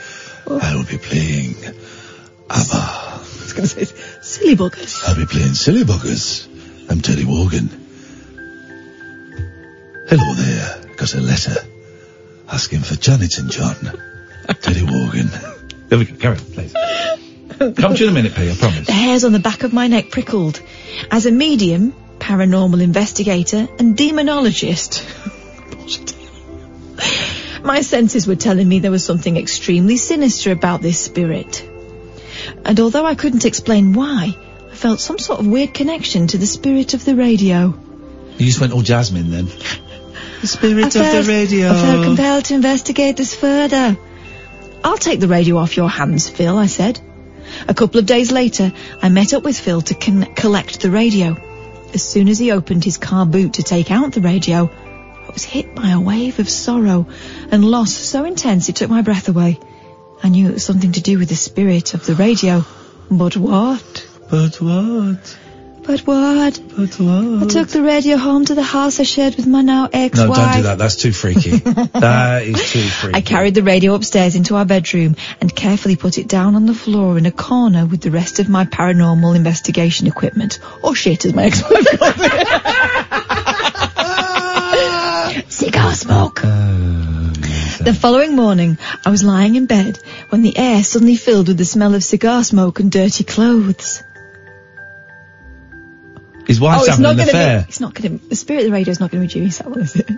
Speaker 3: I'll be playing ABBA.
Speaker 7: I was going to say, silly buggers.
Speaker 3: I'll be playing Silly Buggers. I'm Terry Wogan. Hello there. Got a letter asking for Janet and John. Terry Wogan. There we go. Carry on, please. Come to you in a minute, P, I promise.
Speaker 7: The hairs on the back of my neck prickled. As a medium, paranormal investigator, and demonologist, my senses were telling me there was something extremely sinister about this spirit. And although I couldn't explain why, I felt some sort of weird connection to the spirit of the radio.
Speaker 3: You just went all Jasmine then.
Speaker 7: The spirit
Speaker 3: of the radio.
Speaker 7: I felt compelled to investigate this further. I'll take the radio off your hands, Phil, I said. A couple of days later, I met up with Phil to con- collect the radio. As soon as he opened his car boot to take out the radio, I was hit by a wave of sorrow and loss so intense it took my breath away. I knew it was something to do with the spirit of the radio. But what?
Speaker 3: But what?
Speaker 7: But what?
Speaker 3: But what?
Speaker 7: I took the radio home to the house I shared with my now ex-wife.
Speaker 3: No, don't do that. That's too freaky. that is too freaky.
Speaker 7: I carried the radio upstairs into our bedroom and carefully put it down on the floor in a corner with the rest of my paranormal investigation equipment. Or shit, as my ex-wife called it. Cigar smoke.
Speaker 3: Oh,
Speaker 7: The following morning, I was lying in bed when the air suddenly filled with the smell of cigar smoke and dirty clothes.
Speaker 3: His
Speaker 7: oh,
Speaker 3: wife's
Speaker 7: it's
Speaker 3: having
Speaker 7: not
Speaker 3: an
Speaker 7: gonna
Speaker 3: affair.
Speaker 7: be. It's not gonna. The spirit of the radio is not gonna be Jimmy Savile, is it?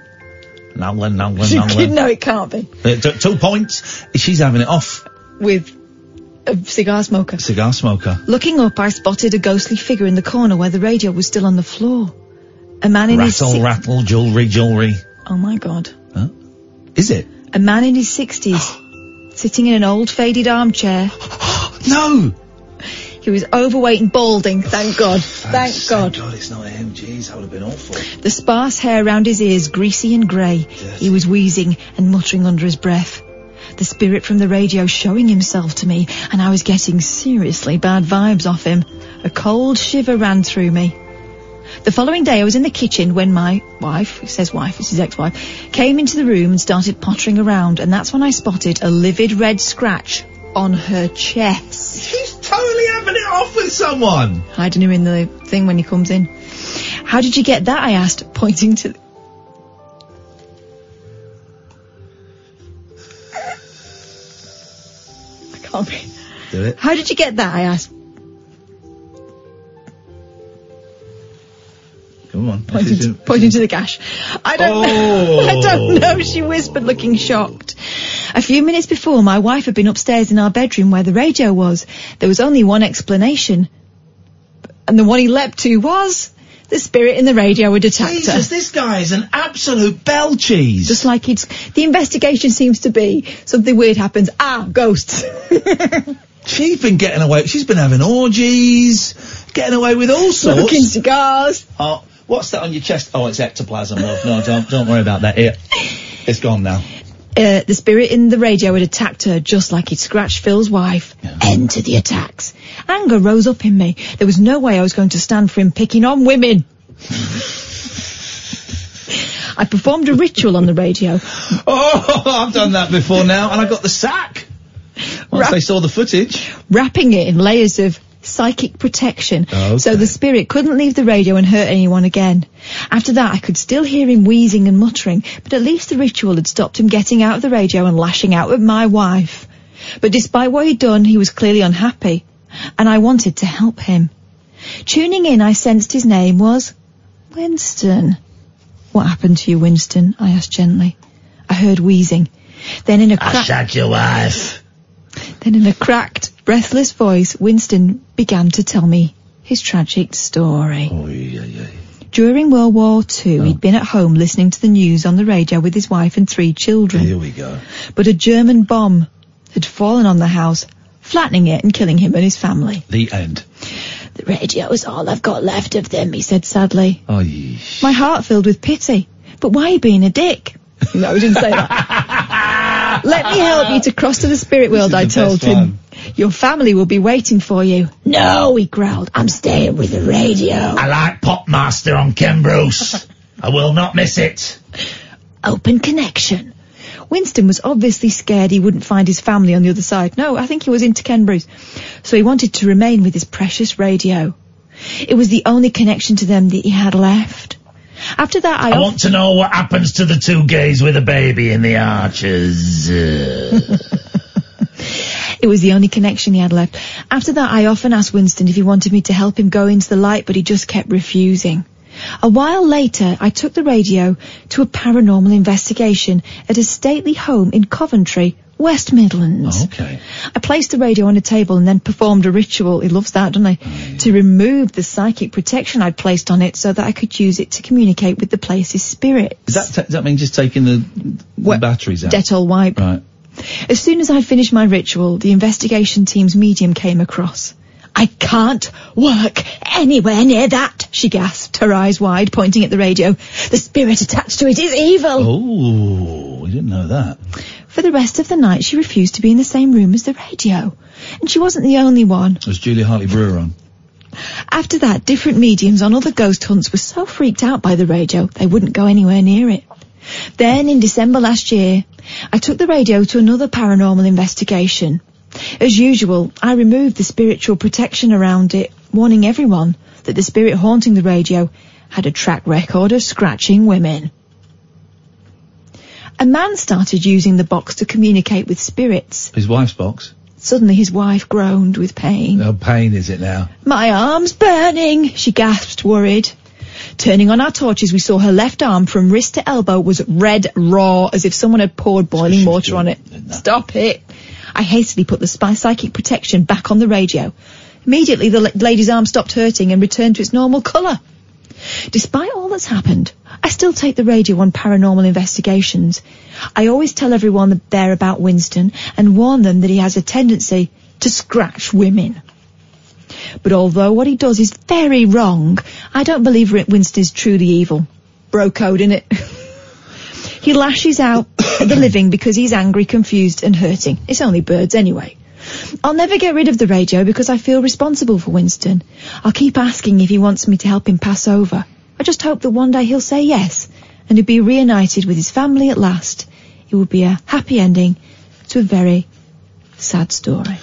Speaker 3: No one, no one,
Speaker 7: You
Speaker 3: no
Speaker 7: kid-
Speaker 3: one.
Speaker 7: no, it can't be.
Speaker 3: Uh, t- Two points. She's having it off.
Speaker 7: With a cigar smoker.
Speaker 3: Cigar smoker.
Speaker 7: Looking up, I spotted a ghostly figure in the corner where the radio was still on the floor. A man in his
Speaker 3: rattle,
Speaker 7: si-
Speaker 3: rattle, jewelry, jewelry.
Speaker 7: oh my god,
Speaker 3: Is it?
Speaker 7: a man in his sixties, sitting in an old faded armchair.
Speaker 3: no.
Speaker 7: He was overweight and balding. Thank God. Thank God.
Speaker 3: God, it's not him. Jeez, that would have been awful.
Speaker 7: The sparse hair round his ears greasy and grey. He was wheezing and muttering under his breath. The spirit from the radio showing himself to me, and I was getting seriously bad vibes off him. A cold shiver ran through me. The following day, I was in the kitchen when my wife, it says wife, it's his ex-wife, came into the room and started pottering around, and that's when I spotted a livid red scratch on her chest.
Speaker 3: She's totally having it off with someone.
Speaker 7: Hiding him in the thing when he comes in. How did you get that? I asked, pointing to. I can't read.
Speaker 3: Do it.
Speaker 7: How did you get that? I asked,
Speaker 3: Come on.
Speaker 7: pointing to, pointing to the gash. I don't know. I
Speaker 3: Oh.
Speaker 7: don't know, she whispered, looking shocked. A few minutes before, my wife had been upstairs in our bedroom where the radio was. There was only one explanation. And the one he leapt to was the spirit in the radio had attacked her.
Speaker 3: Jesus, this guy is an absolute bell cheese.
Speaker 7: Just like it's the investigation seems to be something weird happens. Ah, ghosts. Uh,
Speaker 3: She's been getting away. She's been having orgies, getting away with all sorts.
Speaker 7: Smoking cigars.
Speaker 3: Oh, what's that on your chest? Oh, it's ectoplasm. love. No, don't don't worry about that. Here, it's gone now.
Speaker 7: Uh, the spirit in the radio had attacked her just like he'd scratched Phil's wife. End to the attacks. Anger rose up in me. There was no way I was going to stand for him picking on women. I performed a ritual on the radio.
Speaker 3: Oh, I've done that before now, and I got the sack. Once they saw the footage,
Speaker 7: wrapping it in layers of psychic protection so the spirit couldn't leave the radio and hurt anyone again. After that, I could still hear him wheezing and muttering, but at least the ritual had stopped him getting out of the radio and lashing out at my wife. But despite what he'd done, he was clearly unhappy, and I wanted to help him. Tuning in, I sensed his name was Winston. What happened to you, Winston? I asked gently. I heard wheezing. Then in a crack...
Speaker 3: your wife.
Speaker 7: Then, in a cracked, breathless voice, Winston began to tell me his tragic story. During World War
Speaker 3: Oh.
Speaker 7: II, he'd been at home listening to the news on the radio with his wife and three children.
Speaker 3: Here we go.
Speaker 7: But a German bomb had fallen on the house, flattening it and killing him and his family.
Speaker 3: The end.
Speaker 7: The radio's all I've got left of them, he said sadly.
Speaker 3: Oh,
Speaker 7: My heart filled with pity. But why are you being a dick? No, he didn't say that. Let me help you to cross to the spirit world, I told him. Your family will be waiting for you. No, he growled. I'm staying with the radio.
Speaker 9: I like Popmaster on Ken Bruce. I will not miss it.
Speaker 7: Open connection. Winston was obviously scared he wouldn't find his family on the other side. No, I think he was into Ken Bruce. So he wanted to remain with his precious radio. It was the only connection to them that he had left. After that, I,
Speaker 9: I want to know what happens to the two gays with a baby in the arches. Uh,
Speaker 7: It was the only connection he had left. After that, I often asked Winston if he wanted me to help him go into the light, but he just kept refusing. A while later, I took the radio to a paranormal investigation at a stately home in Coventry, West Midlands.
Speaker 3: okay.
Speaker 7: I placed the radio on a table and then performed a ritual. He loves that, doesn't he? To remove the psychic protection I'd placed on it so that I could use it to communicate with the place's spirit.
Speaker 3: Does that, does that mean just taking the, the batteries out?
Speaker 7: Detol wipe.
Speaker 3: Right.
Speaker 7: As soon as I'd finished my ritual, the investigation team's medium came across. I can't work anywhere near that, she gasped, her eyes wide, pointing at the radio. The spirit attached to it is evil.
Speaker 3: Oh, we didn't know that.
Speaker 7: For the rest of the night, she refused to be in the same room as the radio. And she wasn't the only one.
Speaker 3: Was Julia Hartley Brewer on?
Speaker 7: After that, different mediums on other ghost hunts were so freaked out by the radio, they wouldn't go anywhere near it. Then, in December last year, I took the radio to another paranormal investigation. As usual, I removed the spiritual protection around it, warning everyone that the spirit haunting the radio had a track record of scratching women. A man started using the box to communicate with spirits.
Speaker 3: His wife's box.
Speaker 7: Suddenly his wife groaned with pain.
Speaker 3: How pain is it now?
Speaker 7: My arm's burning, she gasped, worried. Turning on our torches, we saw her left arm from wrist to elbow was red raw, as if someone had poured boiling water on it. Stop it! I hastily put the spy psychic protection back on the radio. Immediately, the la- lady's arm stopped hurting and returned to its normal colour. Despite all that's happened, I still take the radio on paranormal investigations. I always tell everyone that they're about Winston and warn them that he has a tendency to scratch women. But although what he does is very wrong, I don't believe Rick Winston is truly evil. Bro code, innit? he lashes out at the living because he's angry, confused, and hurting. It's only birds anyway. I'll never get rid of the radio because I feel responsible for Winston. I'll keep asking if he wants me to help him pass over. I just hope that one day he'll say yes and he'll be reunited with his family at last. It would be a happy ending to a very sad story.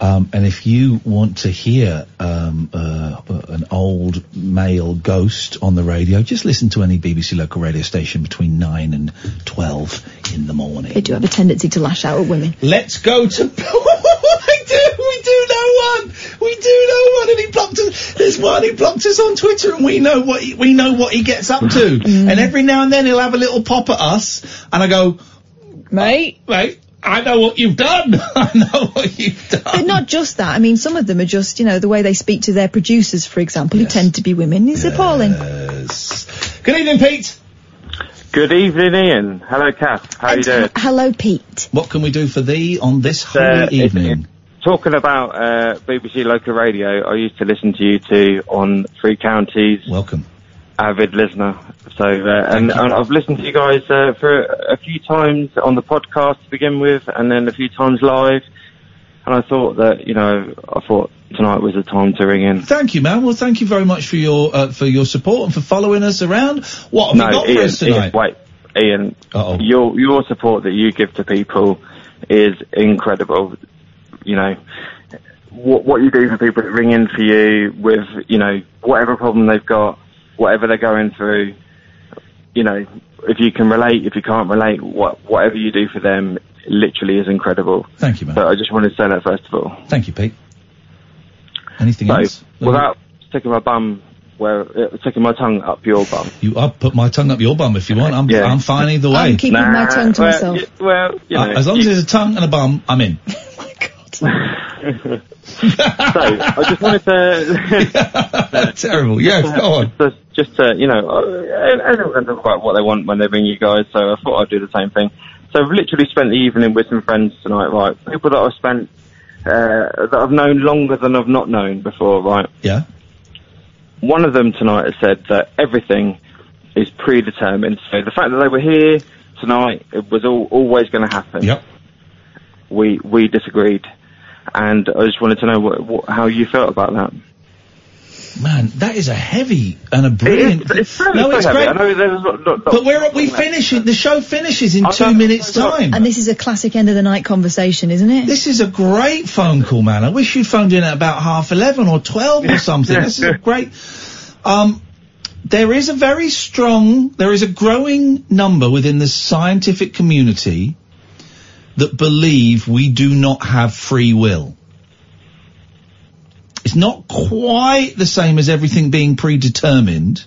Speaker 3: Um, and if you want to hear um, uh, an old male ghost on the radio, just listen to any BBC local radio station between 9 and 12 in the morning.
Speaker 7: They do have a tendency to lash out at women.
Speaker 3: Let's go to. we do, we do know one. We do know one, and he blocked us. There's one who blocked us on Twitter, and we know what he, we know what he gets up to.
Speaker 7: Mm.
Speaker 3: And every now and then he'll have a little pop at us, and I go, Oh,
Speaker 7: mate,
Speaker 3: mate, I know what you've done. I know what you've done.
Speaker 7: But not just that. I mean, some of them are just, you know, the way they speak to their producers, for example, who tend to be women, is appalling.
Speaker 3: Good evening, Pete.
Speaker 28: Good evening, Ian. Hello, Kath. How you doing?
Speaker 7: Hello, Pete.
Speaker 3: What can we do for thee on this holy
Speaker 28: if-
Speaker 3: evening?
Speaker 28: Talking about uh, BBC local radio, I used to listen to you two on Three Counties.
Speaker 3: Welcome.
Speaker 28: Avid listener. So, uh, and, and I've listened to you guys uh, for a, a few times on the podcast to begin with, and then a few times live. And I thought that, you know, I thought tonight was the time to ring in.
Speaker 3: Thank you, man. Well, thank you very much for your uh, for your support and for following us around. What have
Speaker 28: no,
Speaker 3: we got
Speaker 28: Ian,
Speaker 3: for us tonight?
Speaker 28: Ian, wait, Ian, your your support that you give to people is incredible. You know what what you do for people that ring in for you with you know whatever problem they've got, whatever they're going through. You know, if you can relate, if you can't relate, what whatever you do for them literally is incredible.
Speaker 3: Thank you, man.
Speaker 28: So I just wanted to say that first of all.
Speaker 3: Thank you, Pete. Anything
Speaker 28: so
Speaker 3: else?
Speaker 28: without sticking my bum where uh, sticking my tongue up your bum.
Speaker 3: You up, put my tongue up your bum if you want. I'm,
Speaker 28: Yeah.
Speaker 3: I'm fine either way.
Speaker 28: I'm keeping my Nah, tongue to well, myself. y- well, you
Speaker 3: Uh,
Speaker 28: know,
Speaker 3: as long as
Speaker 28: you-
Speaker 3: there's a tongue and a bum, I'm in.
Speaker 21: so I just wanted to.
Speaker 3: Terrible. Yeah, go on.
Speaker 21: Uh, Just, just to, you know, uh, everyone talks about what they want when they bring you guys, so I thought I'd do the same thing. So I've literally spent the evening with some friends tonight, right? People that I've spent, uh, that I've known longer than I've not known before, right?
Speaker 3: Yeah.
Speaker 21: One of them tonight has said that everything is predetermined. So the fact that they were here tonight, it was all, always going to happen.
Speaker 3: Yep.
Speaker 21: We, we disagreed. And I just wanted to know what, what, how you felt about that.
Speaker 3: Man, that is a heavy and a brilliant. no, it's great.
Speaker 21: I know there's not, not,
Speaker 3: But we're we finish it. The show finishes in two minutes' time.
Speaker 7: And this is a classic end of the night conversation, isn't it?
Speaker 3: This is a great phone call, man. I wish you'd phoned in at about half eleven or twelve or something.
Speaker 9: yeah,
Speaker 3: This is a great. Um, there is a very strong, there is a growing number within the scientific community that believe we do not have free will. It's not quite the same as everything being predetermined,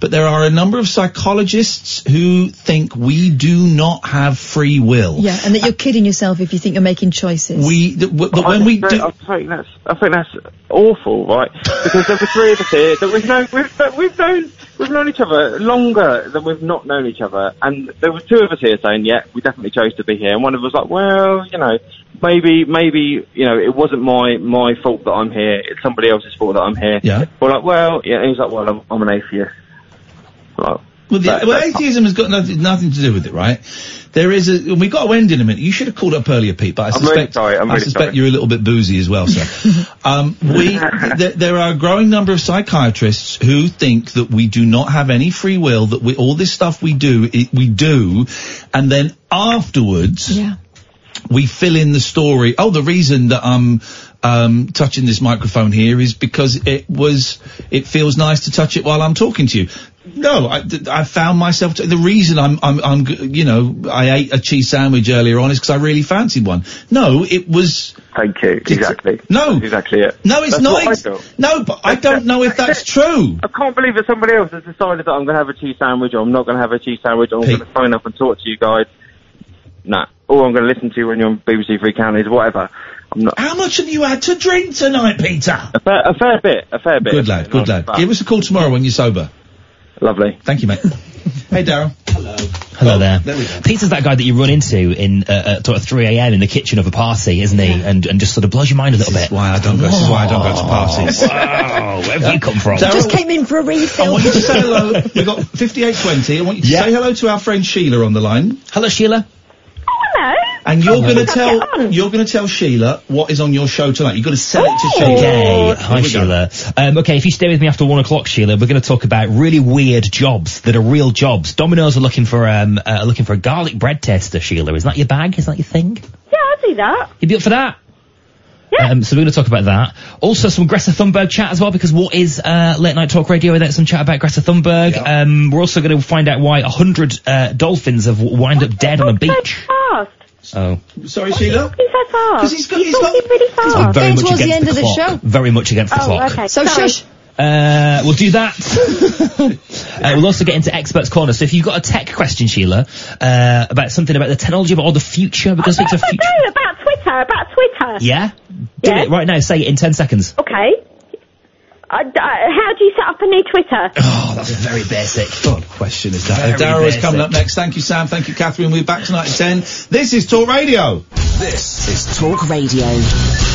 Speaker 3: but there are a number of psychologists who think we do not have free will.
Speaker 7: Yeah, and that you're kidding yourself if you think you're making choices.
Speaker 3: We, th- w- but when we do,
Speaker 21: I think that's I think that's awful, right? Because there were three of us here that we've known we've, that we've known we've known each other longer than we've not known each other, and there were two of us here saying, "Yeah, we definitely chose to be here," and one of us was like, "Well, you know, maybe maybe you know it wasn't my my fault that I'm here; it's somebody else's fault that I'm here."
Speaker 3: Yeah.
Speaker 21: We're like, "Well, yeah," and he's like, "Well, I'm, I'm an atheist." Like,
Speaker 3: Well, the,
Speaker 21: That-
Speaker 3: well
Speaker 21: that's-
Speaker 3: atheism has got nothing, nothing to do with it, right? There is a. We got to end in a minute. You should have called up earlier, Pete. But I
Speaker 21: I'm really
Speaker 3: suspect
Speaker 21: sorry, I'm
Speaker 3: I
Speaker 21: really
Speaker 3: suspect
Speaker 21: sorry.
Speaker 3: you're a little bit boozy as well, sir. um, we th- there are a growing number of psychiatrists who think that we do not have any free will. That we all this stuff we do it, we do, and then afterwards we fill in the story. Oh, the reason that I'm um, touching this microphone here is because it was, it feels nice to touch it while I'm talking to you. No, I, th- I found myself, t- the reason I'm, I'm, I'm, g- you know, I ate a cheese sandwich earlier on is because I really fancied one. No, it was.
Speaker 21: Thank you. Exactly.
Speaker 3: No.
Speaker 21: exactly it.
Speaker 3: No, it's
Speaker 21: That's
Speaker 3: not.
Speaker 21: what I
Speaker 3: ex-
Speaker 21: felt.
Speaker 3: no, but I don't know if that's true.
Speaker 21: I can't believe that somebody else has decided that I'm going to have a cheese sandwich or I'm not going to have a cheese sandwich or I'm going to phone up and talk to you guys. Nah. All I'm going to listen to when you're on BBC Three Counties, whatever. I'm not.
Speaker 3: How much have you had to drink tonight, Peter?
Speaker 21: A fair, a fair bit. A fair bit.
Speaker 3: Good lad, good lad.
Speaker 21: But-
Speaker 3: Give us a call tomorrow when you're sober.
Speaker 21: Lovely.
Speaker 3: Thank you, mate. hey, Daryl.
Speaker 32: Hello there. Peter's that guy that you run into in uh, at sort of 3 a.m. in the kitchen of a party, isn't he? And and just sort of blows your mind a little bit. Oh.
Speaker 3: why I don't go. This is why I don't go to parties.
Speaker 32: Wow, where have you come from?
Speaker 7: Just came in for a refill.
Speaker 3: I want you to say hello. We've got 5820. I want you to say hello to our friend Sheila on the line.
Speaker 32: Hello, Sheila.
Speaker 6: Hello.
Speaker 3: And you're
Speaker 32: Hello.
Speaker 3: going to tell you're going to tell Sheila what is on your show tonight. You've got to sell it to Sheila.
Speaker 32: Okay. Hi,
Speaker 3: Oh, Here we go.
Speaker 32: Sheila. Um, okay, if you stay with me after one o'clock, Sheila, we're going to talk about really weird jobs that are real jobs. Domino's are looking for um uh, looking for a garlic bread tester. Sheila, is that your bag? Is that your thing?
Speaker 6: Yeah, I'll do that.
Speaker 32: You'd be up for that. Yeah. Um, so we're going to talk about that. Also, some Greta Thunberg chat as well, because what is uh, late night talk radio without some chat about Greta Thunberg? Um, we're also going to find out why a hundred uh, dolphins have w- wind up dead on a beach.
Speaker 6: Fast.
Speaker 32: Oh,
Speaker 3: Sorry, Sheila.
Speaker 6: He's so fast. Because
Speaker 3: he's
Speaker 6: got, he's got, pretty fast.
Speaker 32: I'm very much against the clock. Very much against the
Speaker 6: Oh,
Speaker 32: clock.
Speaker 6: okay. So shush.
Speaker 32: Uh, we'll do that. uh, we'll also get into experts corner. So if you've got a tech question, Sheila, uh, about something about the technology or the future, because it's a
Speaker 6: I
Speaker 32: future.
Speaker 6: do about Twitter. About Twitter.
Speaker 32: Yeah, do
Speaker 6: Yeah.
Speaker 32: it right now. Say it in ten seconds.
Speaker 6: Okay. I, I- how do you set up a new Twitter?
Speaker 32: Oh, that's very basic.
Speaker 3: God, question is
Speaker 32: that?
Speaker 3: Uh, Daryl is coming up next. Thank you, Sam. Thank you, Catherine. We're back tonight at 10. This is Talk Radio.
Speaker 33: This is Talk Radio.